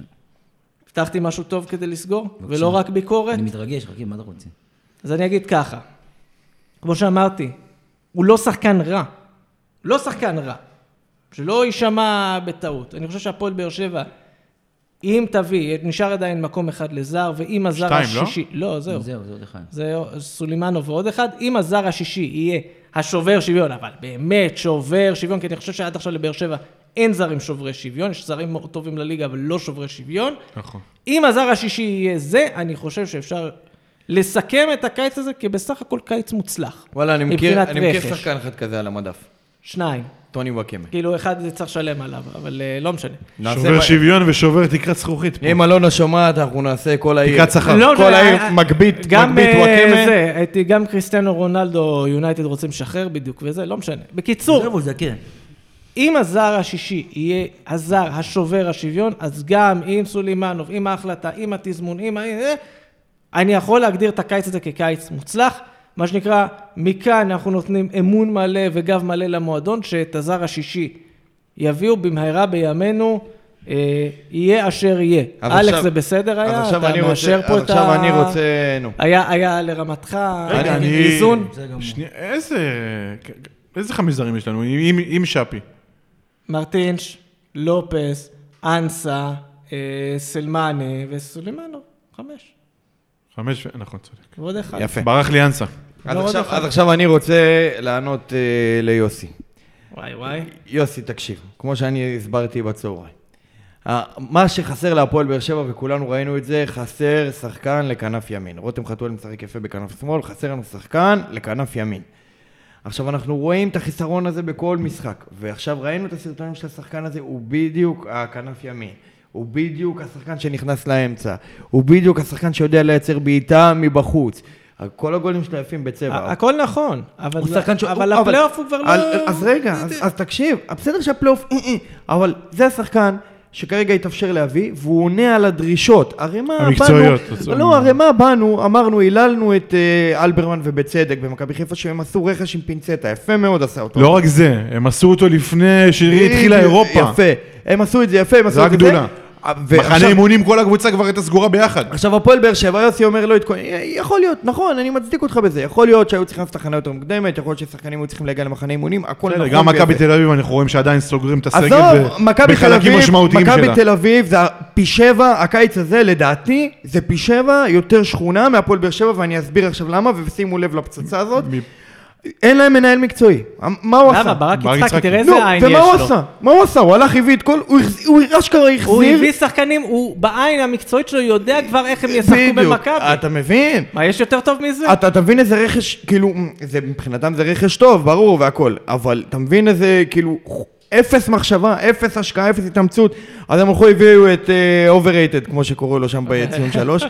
Speaker 1: הבטחתי משהו טוב כדי לסגור, ולא רק ביקורת.
Speaker 2: אני מתרגש, חכים, מה אתה רוצה?
Speaker 1: אז אני אגיד ככה, כמו שאמרתי, הוא לא שחקן רע. לא שחקן רע. שלא יישמע בטעות. אני חושב שהפועל באר שבע, אם תביא, נשאר עדיין מקום אחד לזר, ואם הזר
Speaker 4: שתיים, לא?
Speaker 1: השישי... לא? לא, זהו.
Speaker 2: זהו, זה עוד אחד.
Speaker 1: זה סולימנוב ועוד אחד. אם הזר השישי יהיה השובר שוויון, אבל באמת שובר שוויון, כי אני חושב שעד עכשיו לבאר שבע אין זרים שוברי שוויון, יש זרים מאוד טובים לליגה, אבל לא שוברי שוויון.
Speaker 4: נכון.
Speaker 1: אם הזר השישי יהיה זה, אני חושב שאפשר לסכם את הקיץ הזה, כי בסך הכל קיץ מוצלח.
Speaker 3: וואלה, אני מכיר,
Speaker 1: מבחינת
Speaker 3: אני מכיר
Speaker 1: רכש.
Speaker 3: שחקן אחד כזה על המדף,
Speaker 1: שניים.
Speaker 3: טוני וואקמה.
Speaker 1: כאילו, אחד זה צריך לשלם עליו, אבל אה, לא משנה.
Speaker 3: נעשה
Speaker 4: שובר
Speaker 3: ב-
Speaker 4: שוויון ושובר תקרת זכוכית פה.
Speaker 3: אם אלונה שומעת, אנחנו נעשה כל העיר.
Speaker 4: תקרת שכר.
Speaker 1: לא,
Speaker 3: נכון, כל
Speaker 1: לא,
Speaker 3: העיר
Speaker 1: אה,
Speaker 3: מגבית,
Speaker 1: גם
Speaker 3: מגבית
Speaker 1: אה,
Speaker 3: וואקמה.
Speaker 1: זה, הייתי- גם קריסטיאנו רונלדו, יונייטד רוצים לשחרר בדיוק, וזה, לא משנה. בקיצור,
Speaker 2: זהו, זה כן. הקרן.
Speaker 3: אוקיי.
Speaker 1: אם הזר השישי יהיה הזר השובר השוויון, אז גם עם סולימנוב, עם ההחלטה, עם התזמון, עם ה... אה, אני יכול להגדיר את הקיץ הזה כקיץ מוצלח. מה שנקרא, מכאן אנחנו נותנים אמון מלא וגב מלא למועדון, שאת הזר השישי יביאו במהרה בימינו, אה, יהיה אשר יהיה.
Speaker 3: אז
Speaker 1: אלכס,
Speaker 3: עכשיו-
Speaker 1: זה בסדר
Speaker 3: אז
Speaker 1: היה?
Speaker 3: עכשיו
Speaker 1: אתה
Speaker 3: אני
Speaker 1: מאשר
Speaker 3: רוצה,
Speaker 1: פה
Speaker 3: אז
Speaker 1: את ה...
Speaker 3: עכשיו אני רוצה, נו.
Speaker 1: היה, היה לרמתך,
Speaker 4: רגע, אני-
Speaker 1: איזון.
Speaker 2: זה גם...
Speaker 4: שנייה, איזה... איזה חמש זרים יש לנו? עם- עם- עם שפי.
Speaker 1: מרטינש, לופס, אנסה, אה, סלמאנה וסולימנו, חמש.
Speaker 4: חמש, ו- נכון, צודק.
Speaker 1: ועוד אחד.
Speaker 3: יפה. אוקיי.
Speaker 4: ברח לי אנסה.
Speaker 3: אז
Speaker 1: לא, עוד
Speaker 3: עכשיו-
Speaker 1: אחד.
Speaker 3: אז עכשיו אני רוצה לענות אה, ליוסי.
Speaker 1: וואי וואי.
Speaker 3: יוסי, תקשיב, כמו שאני הסברתי בצהריים. ה- מה שחסר להפועל באר שבע, וכולנו ראינו את זה, חסר שחקן לכנף ימין. רותם חתואל משחק יפה בכנף שמאל, חסר לנו שחקן לכנף ימין. עכשיו, אנחנו רואים את החיסרון הזה בכל משחק, ועכשיו ראינו את הסרטונים של השחקן הזה, הוא בדיוק הכנף ימין. הוא בדיוק השחקן שנכנס לאמצע. הוא בדיוק השחקן שיודע לייצר בעיטה מבחוץ. כל הגולים שלו יפים בצבע. אוקיי?
Speaker 1: הכל נכון, אבל
Speaker 3: הוא שחקן ש...
Speaker 1: אבל הפלייאוף הוא כבר לא...
Speaker 3: אז- אז רגע, אז- אז תקשיב, בסדר שהפלייאוף, אה, אה, אבל זה השחקן שכרגע התאפשר להביא, והוא עונה על הדרישות. הרי מה
Speaker 4: המקצועיות,
Speaker 3: באנו...
Speaker 4: הצורך.
Speaker 3: לא, הרי מה באנו, אמרנו, היללנו את אה, אלברמן ובצדק במכבי חיפה, שהם עשו רכש עם פינצטה, יפה מאוד עשה אותו.
Speaker 4: לא רק זה, הם עשו אותו לפני
Speaker 3: בדיוק,
Speaker 4: שהתחילה אירופה.
Speaker 3: יפה, הם עשו את זה יפה, הם עשו
Speaker 4: זו
Speaker 3: את זה.
Speaker 4: הגדולה.
Speaker 3: אה,
Speaker 4: מחנה
Speaker 3: ועכשיו-
Speaker 4: אימונים, כל הקבוצה כבר הייתה סגורה ביחד.
Speaker 3: עכשיו הפועל באר שבע, יוסי אומר לא התכונן, יכול להיות, נכון, אני מצדיק אותך בזה, יכול להיות שהיו צריכים לעשות תחנה יותר מוקדמת, יכול להיות ששחקנים היו צריכים להגיע למחנה אימונים, הכל
Speaker 4: בסדר,
Speaker 3: נכון.
Speaker 4: גם מכבי
Speaker 3: ויפה.
Speaker 4: תל אביב, אנחנו רואים שעדיין סוגרים את הסגל
Speaker 3: עזוב,
Speaker 4: ב-
Speaker 3: מכבי תל
Speaker 4: בחלקים
Speaker 3: אביב,
Speaker 4: משמעותיים
Speaker 3: מכבי
Speaker 4: שלה.
Speaker 3: תל אביב זה פי שבע, הקיץ הזה לדעתי זה פי שבע יותר שכונה מהפועל באר שבע ואני אסביר עכשיו למה ושימו לב לפצצה הזאת. אין להם מנהל מקצועי, מה הוא עשה?
Speaker 1: למה? ברק
Speaker 4: ברק
Speaker 1: יצחקי,
Speaker 4: יצחקי.
Speaker 1: תראה
Speaker 3: נו,
Speaker 1: איזה עין יש
Speaker 3: ומה הוא
Speaker 1: לו.
Speaker 3: עשה? מה הוא עשה? הוא הלך הביא את כל, הוא החז- הוא אשכרה החזיר.
Speaker 1: הוא הביא שחקנים, הוא בעין המקצועית שלו יודע כבר איך הם ישחקו
Speaker 3: בדיוק.
Speaker 1: במכבי.
Speaker 3: אתה מבין?
Speaker 1: מה, יש יותר טוב מזה?
Speaker 3: אתה אתה מבין איזה רכש, כאילו, זה מבחינתם זה רכש טוב, ברור והכל, אבל אתה מבין איזה, כאילו, אפס מחשבה, אפס השקעה, אפס התאמצות, אז הם הלכו הביאו את אוברייטד, כמו שקורא לו שם בציון שלוש,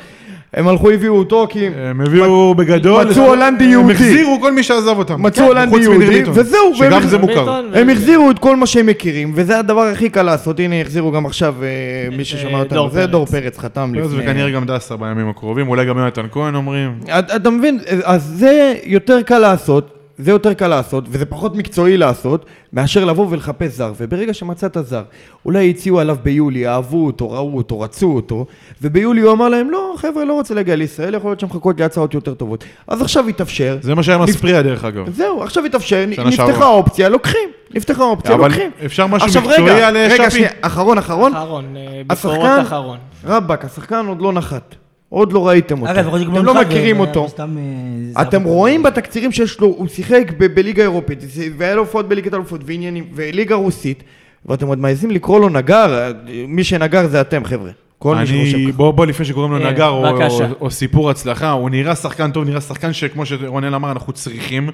Speaker 3: הם הלכו הביאו אותו כי
Speaker 4: הם הביאו בגדול...
Speaker 3: מצאו הולנדי יהודי.
Speaker 4: הם החזירו כל מי שעזב אותם.
Speaker 3: מצאו
Speaker 4: כן,
Speaker 3: הולנדי
Speaker 4: חוץ
Speaker 3: יהודי,
Speaker 4: מניר ביטון,
Speaker 3: וזהו, והם
Speaker 4: שגם
Speaker 3: החזירו-
Speaker 4: זה מוכר.
Speaker 1: ביטון ו-
Speaker 3: הם החזירו את כל מה שהם מכירים, וזה הדבר הכי קל לעשות, הנה החזירו גם עכשיו אה, מי ששמע
Speaker 1: אה,
Speaker 3: אותנו,
Speaker 1: דור
Speaker 3: זה
Speaker 1: פרץ.
Speaker 3: דור פרץ חתם
Speaker 4: פרץ
Speaker 3: לפני...
Speaker 4: וכנראה גם דסה בימים הקרובים, אולי גם יונתן כהן אומרים.
Speaker 3: אתה אתה מבין, אז זה יותר קל לעשות, זה יותר קל לעשות, וזה פחות מקצועי לעשות, מאשר לבוא ולחפש זר. וברגע שמצאת זר, אולי הציעו עליו ביולי, אהבו אותו, ראו אותו, רצו אותו, וביולי הוא אמר להם, לא, חבר'ה, לא רוצה להגיע לישראל, יכול להיות שמחכות לי הצעות יותר טובות. אז עכשיו התאפשר,
Speaker 4: זה מה שהיה עם אספריה דרך אגב.
Speaker 3: זהו, עכשיו התאפשר,
Speaker 4: שנה
Speaker 3: נפתחה
Speaker 4: שעברה.
Speaker 3: האופציה, לוקחים, נפתחה האופציה,
Speaker 4: אבל
Speaker 3: לוקחים.
Speaker 4: אפשר משהו
Speaker 3: עכשיו,
Speaker 4: מקצועי
Speaker 3: רגע,
Speaker 4: על, אה,
Speaker 3: רגע,
Speaker 4: שפי?
Speaker 3: שנייה, אחרון, אחרון,
Speaker 1: אחרון, אה,
Speaker 3: השחקן-
Speaker 1: ביקורות אחרון.
Speaker 3: רבק, השחקן עוד לא נחת, עוד לא ראיתם אותו,
Speaker 2: אגב, יכול להיות שגם
Speaker 3: אתם לא
Speaker 2: נחת,
Speaker 3: מכירים
Speaker 2: זה-
Speaker 3: אותו.
Speaker 2: זה סתם, אה, זה
Speaker 3: אתם
Speaker 2: עבודה.
Speaker 3: רואים בתקצירים שיש לו, הוא שיחק ב- בליגה אירופית, זה- והיה לו הופעות בליגת אלופות ועניינים, וליגה רוסית, ואתם עוד מעזים לקרוא לו נגר, מי שנגר זה אתם חבר'ה.
Speaker 6: כל מי שחושב
Speaker 4: אני,
Speaker 6: ככה.
Speaker 4: בוא, בוא, לפני שקוראים לו
Speaker 1: אה,
Speaker 4: נגר, או, או,
Speaker 1: בבקשה.
Speaker 4: או סיפור הצלחה, הוא נראה שחקן טוב, נראה שחקן שכמו שרונן אמר, אנחנו צריכים.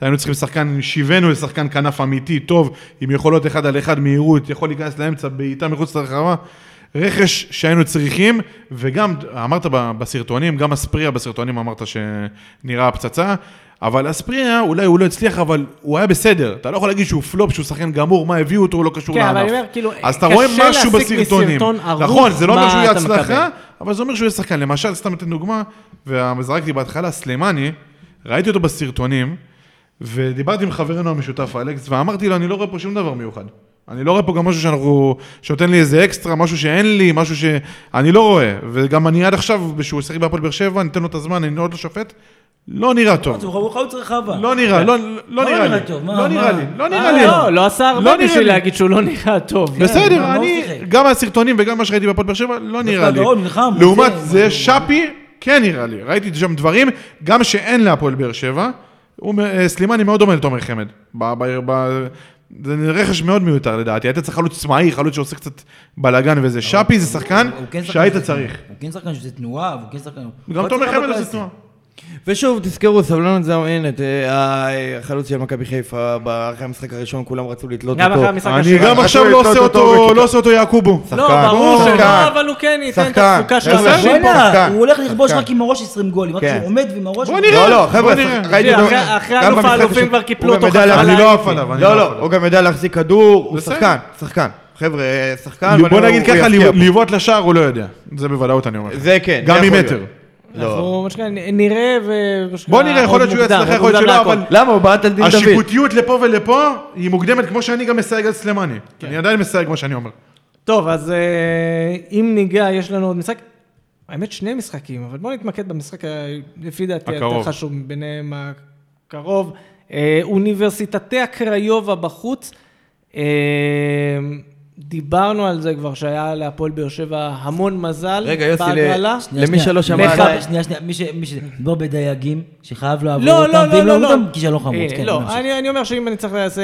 Speaker 4: היינו צריכים שחקן, שיווינו לשחקן כנף אמיתי, טוב, עם יכולות אחד על אחד, מהירות, יכול להיכנס לאמצע, בעיטה מחוץ לרחבה. רכש שהיינו צריכים, וגם, אמרת ב- בסרטונים, גם אספריה בסרטונים אמרת שנראה הפצצה, אבל אספריה, אולי הוא לא הצליח, אבל הוא היה בסדר. אתה לא יכול להגיד שהוא פלופ, שהוא שחקן גמור, מה הביאו אותו, הוא לא קשור
Speaker 1: כן,
Speaker 4: לענף.
Speaker 1: אבל אני אומר, כאילו,
Speaker 4: אז אתה
Speaker 1: קשה
Speaker 4: רואה משהו
Speaker 1: להסיק
Speaker 4: בסרטונים.
Speaker 1: מסרטון ערוך
Speaker 4: נכון, זה לא אומר
Speaker 1: מה
Speaker 4: שהוא יהיה
Speaker 1: אתה
Speaker 4: הצלחה,
Speaker 1: מקבל.
Speaker 4: אבל זה אומר שהוא יהיה שחקן. למשל, סתם אתן דוגמה, וזרקתי בהתחלה, סלימני, ראיתי אותו בסרטונים, ודיברתי עם חברנו המשותף אלכס, ואמרתי לו, אני לא רואה פה שום דבר מיוחד. אני לא רואה פה גם משהו שאנחנו, שנותן לי איזה אקסטרה, משהו שאין לי, משהו שאני לא רואה. וגם אני עד עכשיו, כשהוא שיחק בהפועל באר שבע, אני אתן לו את הזמן, אני עוד לא שופט, לא נראה טוב.
Speaker 2: הוא חוצר חווה.
Speaker 4: לא נראה, לא לא
Speaker 2: לא
Speaker 4: נראה לי.
Speaker 2: נראה טוב, מה,
Speaker 4: לא נראה
Speaker 2: מה?
Speaker 4: לי, לא
Speaker 1: אה,
Speaker 4: נראה לי.
Speaker 1: לא, לא עשה הרבה
Speaker 4: לא נראה
Speaker 1: בשביל
Speaker 4: לי.
Speaker 1: להגיד שהוא לא נראה טוב.
Speaker 2: מה,
Speaker 4: בסדר,
Speaker 2: מה הוא
Speaker 4: אני,
Speaker 2: שיחק?
Speaker 4: גם מהסרטונים וגם מה שראיתי בהפועל באר שבע, לא נראה לי.
Speaker 2: הגאון, נלחם, רוצה,
Speaker 4: לעומת
Speaker 2: מה
Speaker 4: זה,
Speaker 2: הוא-
Speaker 4: שפי, כן נראה לי. ראיתי שם דברים, גם שאין להפועל באר שבע. הוא מ- אה, סלימני מאוד דומה לתומר חמד. ב- ב- ב- זה רכש מאוד מיותר לדעתי. היית צריך חלוץ צמאי, חלוץ שעושה קצת בלאגן וזה. שפי זה שחקן
Speaker 2: הוא כן שחקן
Speaker 4: שהיית
Speaker 2: שזה-
Speaker 4: צריך.
Speaker 2: הוא כן שחקן שזה תנועה, והוא כן שחקן...
Speaker 4: גם
Speaker 2: הוא
Speaker 4: תומר
Speaker 2: הצלחה
Speaker 4: חמד עושה
Speaker 2: בקלאסי.
Speaker 4: תנועה.
Speaker 3: ושוב, תזכרו, סבלנות זמנת, אה, החלוץ של מכבי חיפה, ב- אחרי המשחק הראשון כולם רצו לתלות
Speaker 1: גם
Speaker 3: אותו.
Speaker 1: אחרי המשחק
Speaker 4: אני
Speaker 1: השני.
Speaker 4: גם
Speaker 6: רצו
Speaker 4: עכשיו לא
Speaker 6: לתלות
Speaker 4: עושה
Speaker 6: אותו
Speaker 4: אותו,
Speaker 6: בכיתה.
Speaker 4: לא עושה אותו יעקובו.
Speaker 1: לא,
Speaker 6: שחקן.
Speaker 1: ברור
Speaker 6: שחקן.
Speaker 1: שלא, אבל הוא כן ייתן את
Speaker 6: שחקן.
Speaker 1: התפוקה שלו.
Speaker 6: בסדר.
Speaker 1: אבל-
Speaker 2: וואלה,
Speaker 6: שחקן.
Speaker 2: הוא הולך לכבוש
Speaker 6: שחקן.
Speaker 2: רק עם הראש 20 גולים, רק
Speaker 6: כן.
Speaker 2: שהוא עומד עם הראש...
Speaker 4: בוא נראה.
Speaker 6: לא, לא, חבר'ה,
Speaker 4: בוא נראה.
Speaker 6: ראיתי
Speaker 1: אחרי-
Speaker 6: אותו-
Speaker 1: אחרי
Speaker 6: גם
Speaker 1: אלוף
Speaker 6: במשחק
Speaker 1: האלופים
Speaker 6: השני.
Speaker 1: כבר קיפלו
Speaker 6: הוא
Speaker 1: אותו
Speaker 6: גם יודע
Speaker 1: חזרה
Speaker 6: להחזיק-
Speaker 4: אני לא עף עליו, אני
Speaker 6: לא,
Speaker 4: לא עף
Speaker 6: לא,
Speaker 4: עליו.
Speaker 6: הוא גם יודע להחזיק כדור, הוא
Speaker 4: בסדר.
Speaker 6: שחקן, שחקן. חבר'ה, שחקן.
Speaker 4: בוא
Speaker 6: ואני-
Speaker 4: נגיד
Speaker 6: הוא
Speaker 4: ככה,
Speaker 6: יפתיע.
Speaker 4: לבעוט לשער הוא לא יודע. זה בוודאות אני אומר. לך.
Speaker 6: זה כן.
Speaker 4: גם
Speaker 6: זה יכול
Speaker 4: ממטר.
Speaker 6: להיות.
Speaker 3: לא.
Speaker 1: אנחנו מה שנקרא, נ- נראה ו... מה שנקרא,
Speaker 4: לא. בוא נראה, יכול להיות שהוא
Speaker 1: עוד
Speaker 4: יצליח,
Speaker 1: מוקדם,
Speaker 4: יכול להיות
Speaker 1: עוד
Speaker 4: שלא,
Speaker 1: מוקדם
Speaker 4: אבל
Speaker 1: לעקוב.
Speaker 6: למה? הוא בעט על דין דוד.
Speaker 4: השיפוטיות לפה ולפה היא מוקדמת, כמו שאני גם מסייג על סלימני. אני עדיין מסייג מה שאני אומר.
Speaker 1: טוב, אז אה, אם ניגע, יש לנו עוד משחק. האמת, שני משחקים, אבל בואו נתמקד במשחק, ה- לפי דעתי, יותר
Speaker 4: הקרוב.
Speaker 1: חשוב ביניהם הקרוב. אה, אוניברסיטתיה קריובה בחוץ. אה, דיברנו על זה כבר, שהיה להפועל באר שבע המון מזל.
Speaker 3: רגע, יוסי, ל-
Speaker 1: בהגרלה.
Speaker 2: שנייה,
Speaker 3: למי
Speaker 2: שנייה.
Speaker 3: שלא שמע
Speaker 2: לך-
Speaker 3: עליי-
Speaker 2: שנייה, שנייה, מי ש... מי ש... מדובר בדייגים, שחייב לעבור
Speaker 1: לא,
Speaker 2: אותם,
Speaker 1: לא, לא,
Speaker 2: ואם
Speaker 1: לא,
Speaker 2: לא,
Speaker 1: לא.
Speaker 2: אותם, כישלון חמוד,
Speaker 1: אה,
Speaker 2: כן,
Speaker 1: לא,
Speaker 2: נמשיך.
Speaker 1: אני אני אומר שאם אני צריך לעשות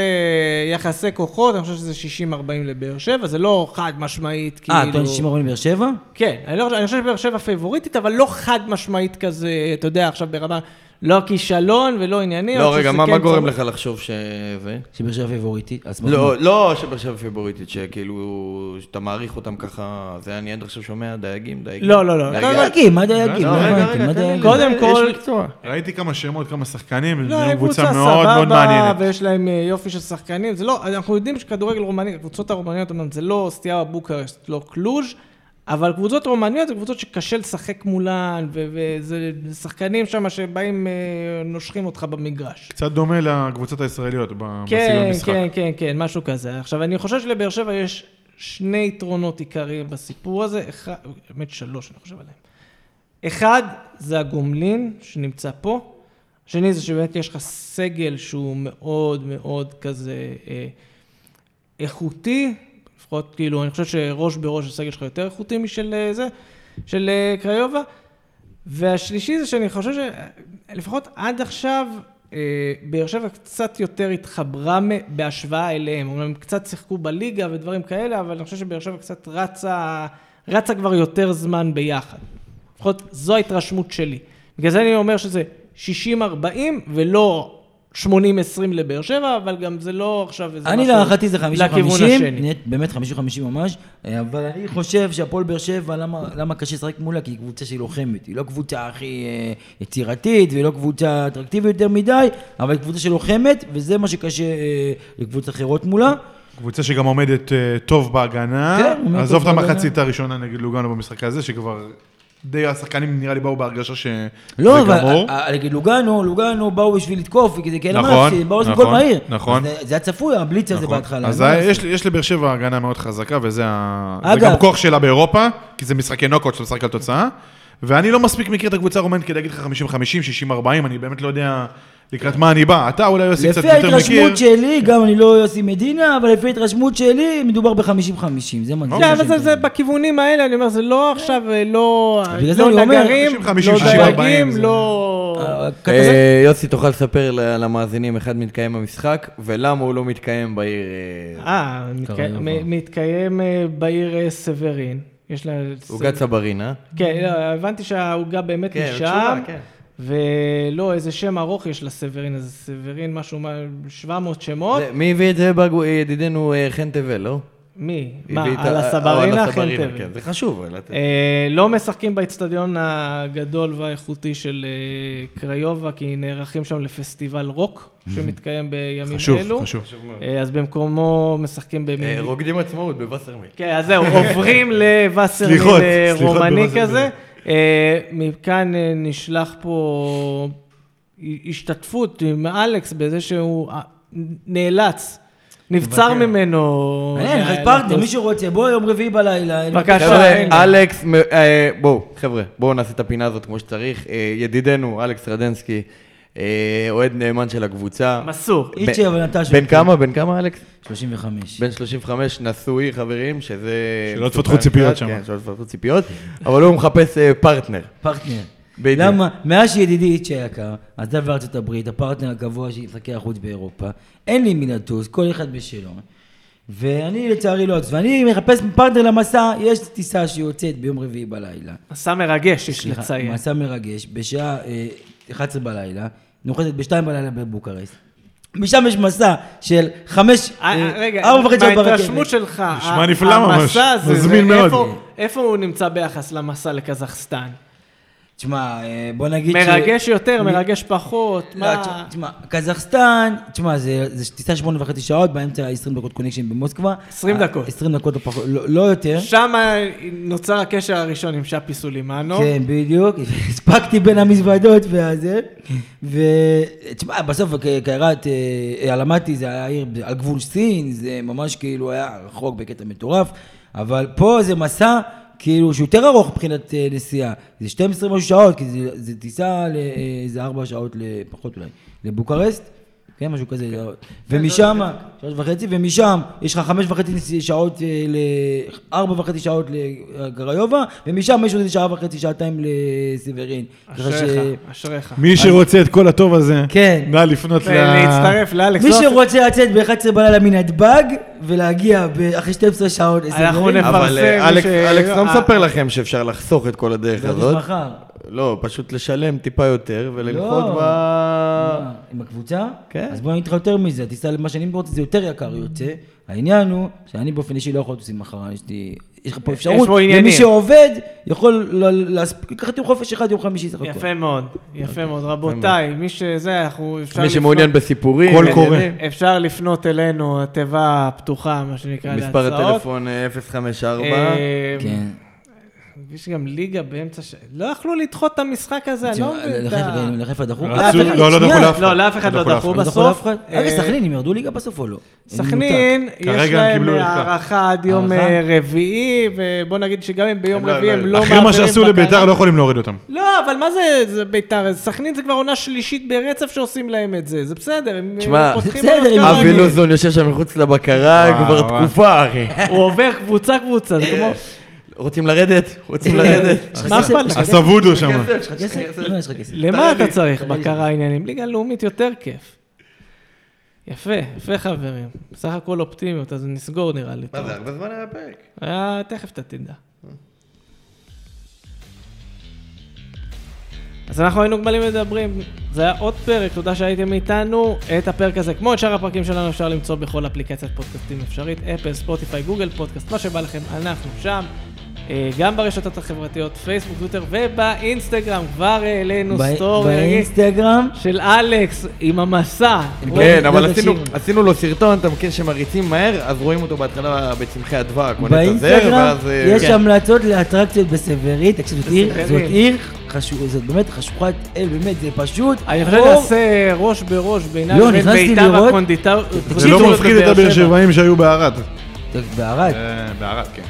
Speaker 1: יחסי כוחות, אני חושב שזה 60-40 לבאר שבע, זה לא חד משמעית, כאילו...
Speaker 2: אה, טוען 60 40 באר שבע?
Speaker 1: כן, אני, לא, חושב- אני חושב שבאר שבע פייבוריטית, אבל לא חד משמעית כזה, אתה יודע, עכשיו ברמה, לא כישלון ולא ענייני. אני
Speaker 3: לא,
Speaker 1: חושב
Speaker 3: רגע,
Speaker 1: שזה
Speaker 3: מה
Speaker 1: כן
Speaker 3: מה גורם
Speaker 1: צמוד.
Speaker 3: לך לחשוב שזה?
Speaker 2: שבאר שבע פייבוריטית? אז
Speaker 3: לא, לא שבאר שבע פיבוריטית, שכאילו, שאתה מעריך אותם ככה, זה אני עד עכשיו שומע, דייגים, דייגים.
Speaker 1: לא, לא, לא.
Speaker 3: דייגים.
Speaker 1: קודם כל-
Speaker 2: דייגים, מה דייגים?
Speaker 3: לא,
Speaker 2: לא
Speaker 3: רגע,
Speaker 2: הבנתי,
Speaker 3: רגע,
Speaker 2: מה
Speaker 3: תן לי
Speaker 2: דייגים?
Speaker 1: קודם
Speaker 3: יש
Speaker 1: כל-
Speaker 3: מקצוע.
Speaker 4: ראיתי כמה שמות, כמה שחקנים,
Speaker 1: לא,
Speaker 4: זו
Speaker 1: הם קבוצה
Speaker 4: קבוצה מאוד מאוד
Speaker 1: סבבה,
Speaker 4: מעניינת.
Speaker 1: ויש להם אה, יופי של שחקנים. זה לא, אנחנו יודעים שכדורגל רומני, הקבוצות הרומניות, אומנם זה לא סטיאבה בוקרשט, לא קלוז', אבל קבוצות רומניות זה קבוצות שקשה לשחק מולן, ו- וזה זה שחקנים שם שבאים, אה, נושכים אותך במגרש.
Speaker 4: קצת דומה לקבוצות הישראליות ב- בסגנון
Speaker 1: כן,
Speaker 4: משחק.
Speaker 1: כן, כן, כן, משהו כזה. עכשיו, אני חושב שלבאר שבע יש שני יתרונות עיקריים בסיפור הזה, אחד, באמת שלוש, אני חושב עליהם. אחד, זה הגומלין שנמצא פה. שני, זה שבאמת יש לך סגל שהוא מאוד מאוד כזה אה, איכותי, לפחות כאילו, אני חושב שראש בראש הסגל שלך יותר איכותי משל אה, זה, של אה, קריובה. והשלישי זה שאני חושב שלפחות עד עכשיו, אה, באר שבע קצת יותר התחברה מ- בהשוואה אליהם. אומנם הם קצת שיחקו בליגה ודברים כאלה, אבל אני חושב שבאר שבע קצת רצה, רצה כבר יותר זמן ביחד. לפחות זו ההתרשמות שלי. בגלל זה אני אומר שזה 60-40 ולא 80-20 לבאר שבע, אבל גם זה לא עכשיו איזה
Speaker 2: אני
Speaker 1: משהו
Speaker 2: להערכתי זה 50-50,
Speaker 1: לכיוון השני.
Speaker 2: נהיית באמת 50-50 ממש, אה, אבל אני חושב שהפועל באר שבע, למה, למה קשה לשחק מולה? כי היא קבוצה שהיא לוחמת, היא לא קבוצה הכי אה, יצירתית, והיא לא קבוצה אטרקטיבית יותר מדי, אבל היא קבוצה שלוחמת, וזה מה שקשה אה, לקבוצות אחרות מולה.
Speaker 4: קבוצה שגם עומדת אה, טוב בהגנה.
Speaker 2: כן, עומדת
Speaker 4: עזוב את
Speaker 2: טוב
Speaker 4: המחצית הראשונה נגד לוגano במשחק הזה, שכבר די השחקנים נראה לי באו בהרגשה שזה
Speaker 2: לא, אבל
Speaker 4: גמור.
Speaker 2: ה- ה- נגיד לוגנו, לוגנו באו בשביל לתקוף, כי זה כאלה
Speaker 4: נכון,
Speaker 2: מאפסים, באו לעשות
Speaker 4: נכון,
Speaker 2: גול מהיר.
Speaker 4: נכון.
Speaker 2: אז זה- זה היה צפוי, הבליץ הזה
Speaker 4: נכון.
Speaker 2: בהתחלה. לא
Speaker 4: אז
Speaker 2: מה
Speaker 4: היה-
Speaker 2: לעשות?
Speaker 4: יש- יש לבאר שבע הגנה מאוד חזקה, וזה ה- זה
Speaker 2: אגב-
Speaker 4: גם כוח שלה באירופה, כי זה משחקי נוקאוט שאתה משחק על תוצאה. ואני לא מספיק מכיר את הקבוצה הרומנית כדי להגיד לך 50-50, 60-40, אני באמת לא יודע לקראת מה אני בא. אתה אולי יוסי קצת
Speaker 2: לפי
Speaker 4: יותר מכיר.
Speaker 2: ההתרשמות שלי, גם אני לא יוסי מדינה, אבל לפי ההתרשמות שלי, מדובר ב-50-50, זה
Speaker 4: אוקיי.
Speaker 2: מה
Speaker 1: כן,
Speaker 3: אוקיי.
Speaker 2: מה
Speaker 1: אבל זה-
Speaker 2: שאני
Speaker 1: זה בכיוונים האלה, אני אומר, זה לא עכשיו, אה, לא
Speaker 2: בגלל זה
Speaker 1: לא
Speaker 2: אני אומר,
Speaker 1: נגרים,
Speaker 4: 50,
Speaker 1: לא
Speaker 4: 60, 40,
Speaker 1: דייגים,
Speaker 4: זה-
Speaker 1: לא...
Speaker 2: קטסטרופה.
Speaker 3: אה, יוסי, תוכל לספר ל- למאזינים, אחד מתקיים במשחק, ולמה הוא לא מתקיים בעיר... אה,
Speaker 1: אה, מתקיים- מ- מתקיים אה, בעיר אה, סברין. יש לה...
Speaker 3: עוגת צברין, אה?
Speaker 1: כן, לא, הבנתי שהעוגה באמת
Speaker 3: כן,
Speaker 1: משם,
Speaker 3: כן.
Speaker 1: ולא, איזה שם ארוך יש לסברין, אז סברין משהו, מה- 700 שמות.
Speaker 3: זה- מי הביא את זה? בגו- ידידנו אה, חן תבל, לא?
Speaker 1: מי? מה,
Speaker 3: הביא את
Speaker 1: על
Speaker 3: ה- אה,
Speaker 1: הסברינה?
Speaker 3: על הסברינה,
Speaker 1: חן תבל.
Speaker 3: כן, זה חשוב. אבל אתה-
Speaker 1: אה, לא משחקים באצטדיון הגדול והאיכותי של אה, קריובה, כי נערכים שם לפסטיבל רוק שמתקיים בימים
Speaker 4: חשוב,
Speaker 1: אלו.
Speaker 4: חשוב.
Speaker 1: אה, אז במקומו משחקים
Speaker 3: אה,
Speaker 1: במין...
Speaker 3: רוקדים עצמאות בווסרמיל.
Speaker 1: כן, אז זהו, עוברים לווסרמיל
Speaker 4: סליחות,
Speaker 1: אה,
Speaker 4: סליחות
Speaker 1: רומני
Speaker 4: בווסרמיל.
Speaker 1: כזה. אה, מכאן אה, נשלח פה השתתפות עם אלכס בזה שהוא אה, נאלץ, נבצר ממנו.
Speaker 2: אין,
Speaker 1: אה,
Speaker 2: לך פרטנר,
Speaker 1: לטוס.
Speaker 2: מי שרוצה, בוא יום רביעי בלילה. אין-
Speaker 1: בבקשה, הנה.
Speaker 3: לא, חבר'ה, אלכס, מ- אה, בואו, חבר'ה, בואו נעשה את הפינה הזאת כמו שצריך. אה, ידידנו, אלכס רדנסקי, אה, אוהד נאמן של הקבוצה.
Speaker 1: מסור.
Speaker 2: איצ'י, אבל נטש
Speaker 3: בן
Speaker 2: אותי.
Speaker 3: כמה? בן כמה, אלכס?
Speaker 2: 35.
Speaker 3: בן 35, נשוי, חברים, שזה...
Speaker 4: שלא תפתחו ציפיות שם.
Speaker 3: אה, כן, שלא תפתחו ציפיות, אבל הוא מחפש אה, פרטנר.
Speaker 2: פרטנר.
Speaker 3: בדיוק.
Speaker 2: למה? מאז שידידי איצ'ה היקר, עזב לארצות הברית, הפרטנר הגבוה של משחקי החוץ באירופה, אין לי מי לטוס, כל אחד בשלו. ואני לצערי לא עצוב, ואני מחפש פרטנר למסע, יש טיסה שיוצאת ביום רביעי בלילה.
Speaker 1: מסע מרגש, יש
Speaker 2: סליחה,
Speaker 1: לציין.
Speaker 2: מסע מרגש, בשעה אה, 11 בלילה, נוחתת ב-2 בלילה בבוקרשט. משם יש מסע של חמש,
Speaker 1: אה,
Speaker 2: אה,
Speaker 1: רגע,
Speaker 2: ארבע וחצי שעות
Speaker 1: מההתרשמות
Speaker 2: ברכבת.
Speaker 1: שלך,
Speaker 4: נשמע
Speaker 1: ה-
Speaker 4: נפלא ממש,
Speaker 1: המסע הזה,
Speaker 4: מזמין
Speaker 1: זה
Speaker 4: מאוד.
Speaker 1: איפה- איפה הוא נמצא ביחס למסע לקזחסטן?
Speaker 2: תשמע, אה, בוא נגיד
Speaker 1: מרגש יותר, מרגש פחות,
Speaker 2: לא,
Speaker 1: מה?
Speaker 2: תשמע- תשמע, קזחסטן, תשמע, זה זה טיסה שמונה וחצי שעות, באמצע 20 דקות קונקשן במוסקבה.
Speaker 1: 20
Speaker 2: אה,
Speaker 1: דקות.
Speaker 2: 20 דקות או פחות, לא לא יותר.
Speaker 1: שם נוצר הקשר הראשון עם שפי סולימאנו.
Speaker 2: כן, בדיוק. הספקתי בין המזוודות והזה. ותשמע, בסוף קיירת, אלמטי אה, זה היה עיר על גבול סין, זה ממש כאילו היה רחוק בקטע מטורף, אבל פה זה מסע כאילו שהוא יותר ארוך מבחינת אה, נסיעה. זה 12 משהו שעות, כי זה- זה טיסה לאיזה 4 שעות לפחות אולי, לבוקרשט. כן, משהו כזה, ומשם, שלוש וחצי, ומשם יש לך חמש וחצי נס- שעות, אה, ל- ארבע וחצי שעות לגריובה, ומשם יש עוד איזה שעה וחצי, שעתיים לסיברין. ככה ש-
Speaker 1: אשריך, אשריך.
Speaker 4: מי שרוצה את כל הטוב הזה,
Speaker 2: כן.
Speaker 4: נא לפנות ל...
Speaker 1: להצטרף לאלכס.
Speaker 2: מי
Speaker 1: לא,
Speaker 2: שרוצה לצאת ב-11 בלילה מנתב"ג, ולהגיע ב- אחרי 12 שעות
Speaker 1: אנחנו
Speaker 2: לסיברין,
Speaker 1: נפרסם,
Speaker 3: אבל אה,
Speaker 1: מי
Speaker 3: אלכס
Speaker 1: ש-
Speaker 3: אלכס
Speaker 1: אה,
Speaker 3: לא מספר לכם שאפשר לחסוך את כל הדרך
Speaker 2: זה עוד
Speaker 3: הזאת.
Speaker 2: מחר.
Speaker 3: לא, פשוט לשלם טיפה יותר ולנחות
Speaker 2: לא.
Speaker 3: ב...
Speaker 2: מה, עם הקבוצה?
Speaker 3: כן.
Speaker 2: אז בוא אני אגיד לך יותר מזה, הטיסה למה שאני רוצה זה יותר יקר יוצא. העניין הוא שאני באופן אישי לא יכול לטוס עם מחר, יש לי... יש לך פה אפשרות,
Speaker 1: פה עניינים.
Speaker 2: ומי שעובד יכול ל- להספיק לקחת יום חופש אחד, יום חמישי סך הכל.
Speaker 1: יפה מאוד, יפה מאוד. רבותיי, מי שזה, אנחנו... אפשר
Speaker 3: מי
Speaker 1: לפנות- כן,
Speaker 3: שמעוניין בסיפורים.
Speaker 4: קול קורא.
Speaker 3: עניינים.
Speaker 1: אפשר לפנות אלינו, התיבה הפתוחה, מה שנקרא, להצעות.
Speaker 3: מספר הטלפון אה, 054.
Speaker 1: אה,
Speaker 2: כן.
Speaker 1: יש גם ליגה באמצע ש... לא יכלו לדחות את המשחק הזה, אני לא
Speaker 2: תשמע,
Speaker 1: מבין את
Speaker 2: לחיפה-
Speaker 1: ה...
Speaker 2: לחיפה דחו.
Speaker 4: רצו-
Speaker 2: אה, אף אחד-
Speaker 4: לא, לא
Speaker 2: שנייה.
Speaker 4: דחו לאף אחד.
Speaker 1: לא, לאף אחד לא
Speaker 4: דחו לאף
Speaker 1: דחו
Speaker 4: אחד.
Speaker 2: לא דחו לאף
Speaker 1: בסוף.
Speaker 2: אחד.
Speaker 1: אה,
Speaker 2: רגע, סכנין, הם ירדו ליגה בסוף או לא?
Speaker 1: סכנין, יש
Speaker 4: כרגע הם
Speaker 1: להם
Speaker 4: קיבלו ארכה.
Speaker 1: הערכה עד יום
Speaker 2: הארכה?
Speaker 1: אה, רביעי, ובוא נגיד שגם אם ביום
Speaker 3: הם לא-
Speaker 1: רביעי
Speaker 3: לא-
Speaker 1: הם לא
Speaker 4: אחרי מה שעשו
Speaker 1: בקהל.
Speaker 4: לביתר, לא יכולים להוריד אותם.
Speaker 1: לא, אבל מה זה זה ביתר? סכנין זה כבר עונה שלישית ברצף שעושים להם את זה, זה בסדר. הם,
Speaker 3: תשמע,
Speaker 1: הם פותחים
Speaker 2: בסדר,
Speaker 1: בעוד
Speaker 2: אם-
Speaker 1: כמה-
Speaker 2: אבל-
Speaker 3: אבי לוזון יושב שם מחוץ לבקרה
Speaker 4: וואו,
Speaker 3: כבר
Speaker 4: וואו.
Speaker 3: תקופה, אחי.
Speaker 1: הוא עובר קבוצה קבוצה, זה כמו...
Speaker 3: רוצים לרדת? רוצים לרדת?
Speaker 1: מה אכפת לך?
Speaker 4: הסבודו שם.
Speaker 1: כן,
Speaker 2: יש לך כסף? לא, יש לך כסף.
Speaker 1: למה אתה צריך בקרה עניינים? ליגה לאומית יותר כיף. יפה, יפה חברים. בסך הכל אופטימיות, אז נסגור נראה לי.
Speaker 3: מה זה, הרבה זמן היה פרק.
Speaker 1: אה, תכף אתה תדע. אז אנחנו היינו גמלים מדברים, זה היה עוד פרק, תודה שהייתם איתנו. את הפרק הזה, כמו את שאר הפרקים שלנו, אפשר למצוא בכל אפליקציית פודקאסטים אפשרית, אפל, ספוטיפיי, גוגל פודקאסט, מה שבא לכם, אנחנו שם. אה, גם ברשתות החברתיות, פייסבוק, טוויטר ובאינסטגרם, כבר העלינו
Speaker 2: ב-
Speaker 1: סטורי
Speaker 2: באינסטגרם.
Speaker 1: של אלכס עם המסע.
Speaker 3: כן,
Speaker 2: לא תשאיר.
Speaker 3: אבל עשינו- עשינו לו סרטון, אתה מכיר שמריצים מהר, אז רואים אותו בהתחלה בצמחי הדבק. הוא נתזר,
Speaker 2: באינסטגרם
Speaker 3: ואז, אה,
Speaker 2: יש
Speaker 3: כן.
Speaker 2: המלצות לאטרקציות בסברית, תקשיב, זאת עיר,
Speaker 1: בסברית.
Speaker 2: זאת עיר חשובה, זאת באמת חשוכת אל, באמת, זה פשוט.
Speaker 1: אני חושב
Speaker 2: חור.
Speaker 1: שנעשה ראש בראש בינם
Speaker 2: לא,
Speaker 1: לבין
Speaker 2: נכנסתי
Speaker 1: בית"ר
Speaker 2: לראות-
Speaker 1: הקונדיטר...
Speaker 4: זה לא מפחיד את הבאר שבעים שהיו בערד.
Speaker 2: טוב, בערד,
Speaker 4: אה, בערד, כן.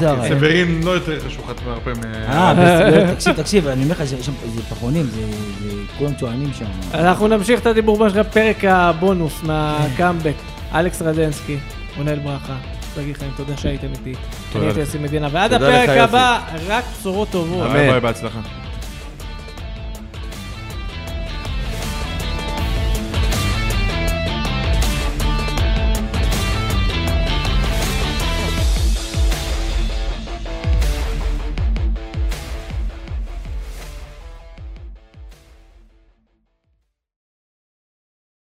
Speaker 2: זה ערד.
Speaker 4: סברין לא יותר חשוכת מהרבה מ...
Speaker 2: אה, בסדר, תקשיב, תקשיב, אני אומר לך, שיש שם- זה פחונים, זה זה- כולם צוענים שם.
Speaker 1: אנחנו נמשיך את הדיבור מה שנקרא פרק הבונוס מהקאמבק. אלכס רדנסקי, רונל ברכה, שגיא חיים, תודה שהייתם איתי. אני
Speaker 4: תודה
Speaker 1: הייתי
Speaker 4: לך.
Speaker 1: יוסי מדינה, ועד
Speaker 3: תודה לך,
Speaker 1: הפרק
Speaker 3: יוסי.
Speaker 1: הבא, רק בשורות טובות.
Speaker 4: ביי ביי, בהצלחה.